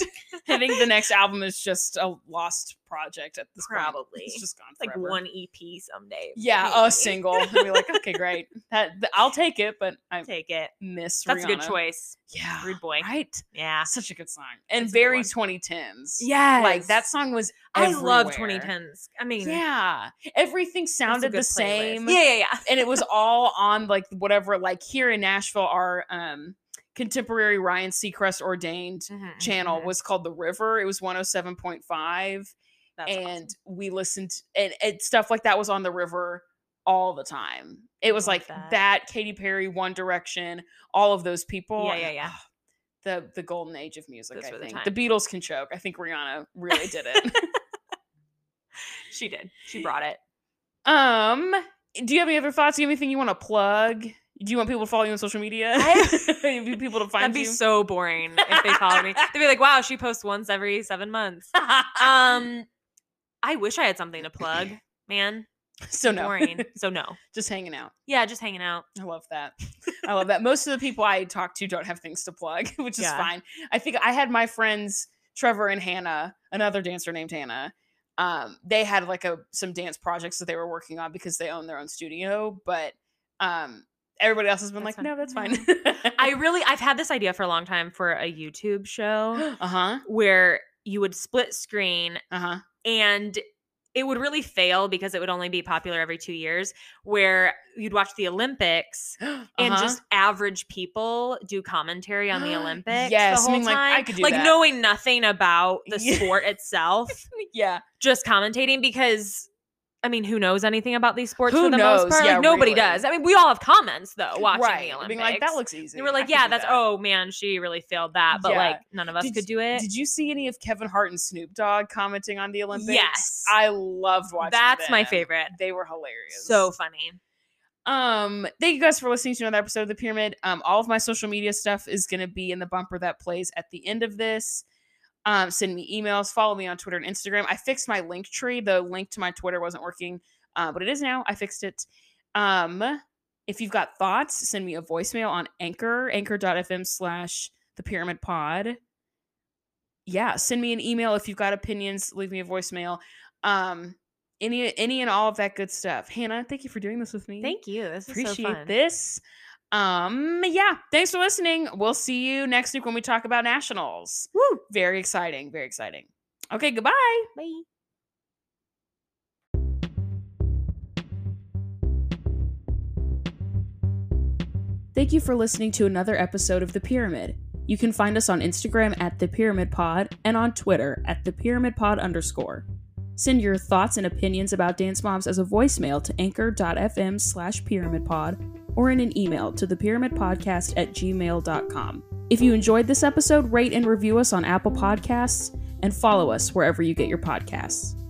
S1: I think the next album is just a lost project at this point.
S2: probably
S1: It's just gone
S2: like
S1: forever.
S7: one
S2: one EP someday.
S1: Yeah,
S7: maybe.
S1: a single. And be like, okay,
S2: [LAUGHS]
S1: great. That th- I'll take it, but I
S2: Take it.
S1: miss
S2: That's a good
S1: Rihanna.
S2: choice.
S1: Yeah,
S2: Rude boy.
S1: right.
S2: Yeah.
S1: Such a good song and
S2: It's a good
S1: very
S2: one.
S1: 2010s.
S2: Yeah.
S1: like that song was.
S2: I love
S1: everywhere.
S2: 2010s. I mean, that's
S1: Yeah, everything
S2: a
S1: sounded the
S2: good playlist.
S1: same.
S2: Yeah, yeah, yeah.
S1: and it
S2: [LAUGHS]
S1: was all on like whatever. Like here in Nashville, our um contemporary Ryan Seacrest ordained
S2: Mhm,
S1: channel
S2: mhm.
S1: was called The River. It was 107.5.
S2: mm-hmm. That's awesome.
S1: and we listened and, and stuff like that was on the river all the time. It was
S2: love
S1: like that.
S2: that.
S1: Katy Perry, One Direction, all of those people.
S2: Yeah,
S1: and,
S2: yeah, yeah.
S1: ah, the the golden age of music.
S2: Those
S1: I
S2: were the
S1: think the, Beatles can choke. I think Rihanna really did
S2: [LAUGHS]
S1: it.
S2: she did. She brought it.
S1: um, do you have any other thoughts? Do you have anything you want to plug? Do you want people to follow you on social media? [LAUGHS] Do you want people to
S2: That'd
S1: find
S2: be
S1: you?
S2: so boring if they followed me. They'd be like, "Wow, she posts once every seven
S1: [LAUGHS]
S2: months." Um, I wish I had something to plug, man.
S1: [CLEARS THROAT] so no,
S2: Boring.
S1: [LAUGHS]
S2: So no.
S1: just hanging out.
S2: Yeah, just hanging out.
S1: I love that. I love that. Most of the people I talk to don't have things to plug, [LAUGHS] which is
S2: Yeah.
S1: fine. I think I had my friends Trevor and Hannah, another dancer named Hannah. Um, they had like a some dance projects that they were working on because they own their own studio, but um everybody else has been
S2: That's
S1: like, no, that's
S2: fine.
S1: fine. [LAUGHS]
S2: I really, I've had this idea for a long time for a
S1: [GASPS]
S2: YouTube show
S1: [GASPS] uh-huh.
S2: where you would split screen
S1: Uh-huh.
S2: and it would really fail because it would only be popular every two years where you'd watch the olympics [GASPS] and
S1: Uh-huh.
S2: just average people do commentary on
S1: [GASPS]
S2: the olympics
S1: Yes,
S2: the whole
S1: I mean, like, I
S2: time
S1: could do
S2: like
S1: that.
S2: knowing nothing about the
S1: Yeah. [LAUGHS]
S2: sport itself
S1: Uh-huh. yeah.
S2: just commentating because I mean, who knows anything about these sports
S1: Who
S2: for the
S1: knows?
S2: most part?
S1: Yeah,
S2: like nobody
S1: really.
S2: does. I mean, we all have comments though watching
S1: right.
S2: the Olympics.
S1: Being like, that looks easy.
S2: and we're
S1: I
S2: like,
S1: could
S2: yeah,
S1: do
S2: that's
S1: that."
S2: oh man, she really failed that, but
S1: Yeah.
S2: like none of us
S1: Did-
S2: could do it.
S1: Did you see any of Kevin Hart and Snoop Dogg commenting on the Olympics?
S2: Yes.
S1: I loved watching
S2: That's my
S1: them.
S2: favorite.
S1: They were hilarious.
S2: So funny.
S1: um, thank you guys for listening to another episode of the Pyramid. Um, all of my social media stuff is gonna be in the bumper that plays at the end of this. Um, send me emails, follow me on Twitter and Instagram. I fixed my link tree. The link to my Twitter wasn't working, uh, but it is now. I fixed it. Um, if you've got thoughts, send me a voicemail on Anchor, anchor.fm slash the pyramid pod. Yeah, send me an email if you've got opinions, leave me a voicemail. Um, any any and all of that good stuff. Hannah, thank you for doing this with me.
S2: Thank you. This is so
S1: Appreciate
S2: fun.
S1: this. Um, yeah, thanks for listening. We'll see you next week when we talk about nationals. Woo! Very exciting, very exciting. Okay, goodbye.
S2: Bye.
S1: Thank you for listening to another episode of The Pyramid. You can find us on Instagram at The Pyramid Pod and on Twitter at The Pyramid Pod underscore. Send your thoughts and opinions about Dance Moms as a voicemail to anchor.fm slash pyramid pod or in an email to thepyramidpodcast at gmail.com. If you enjoyed this episode, rate and review us on Apple Podcasts and follow us wherever you get your podcasts.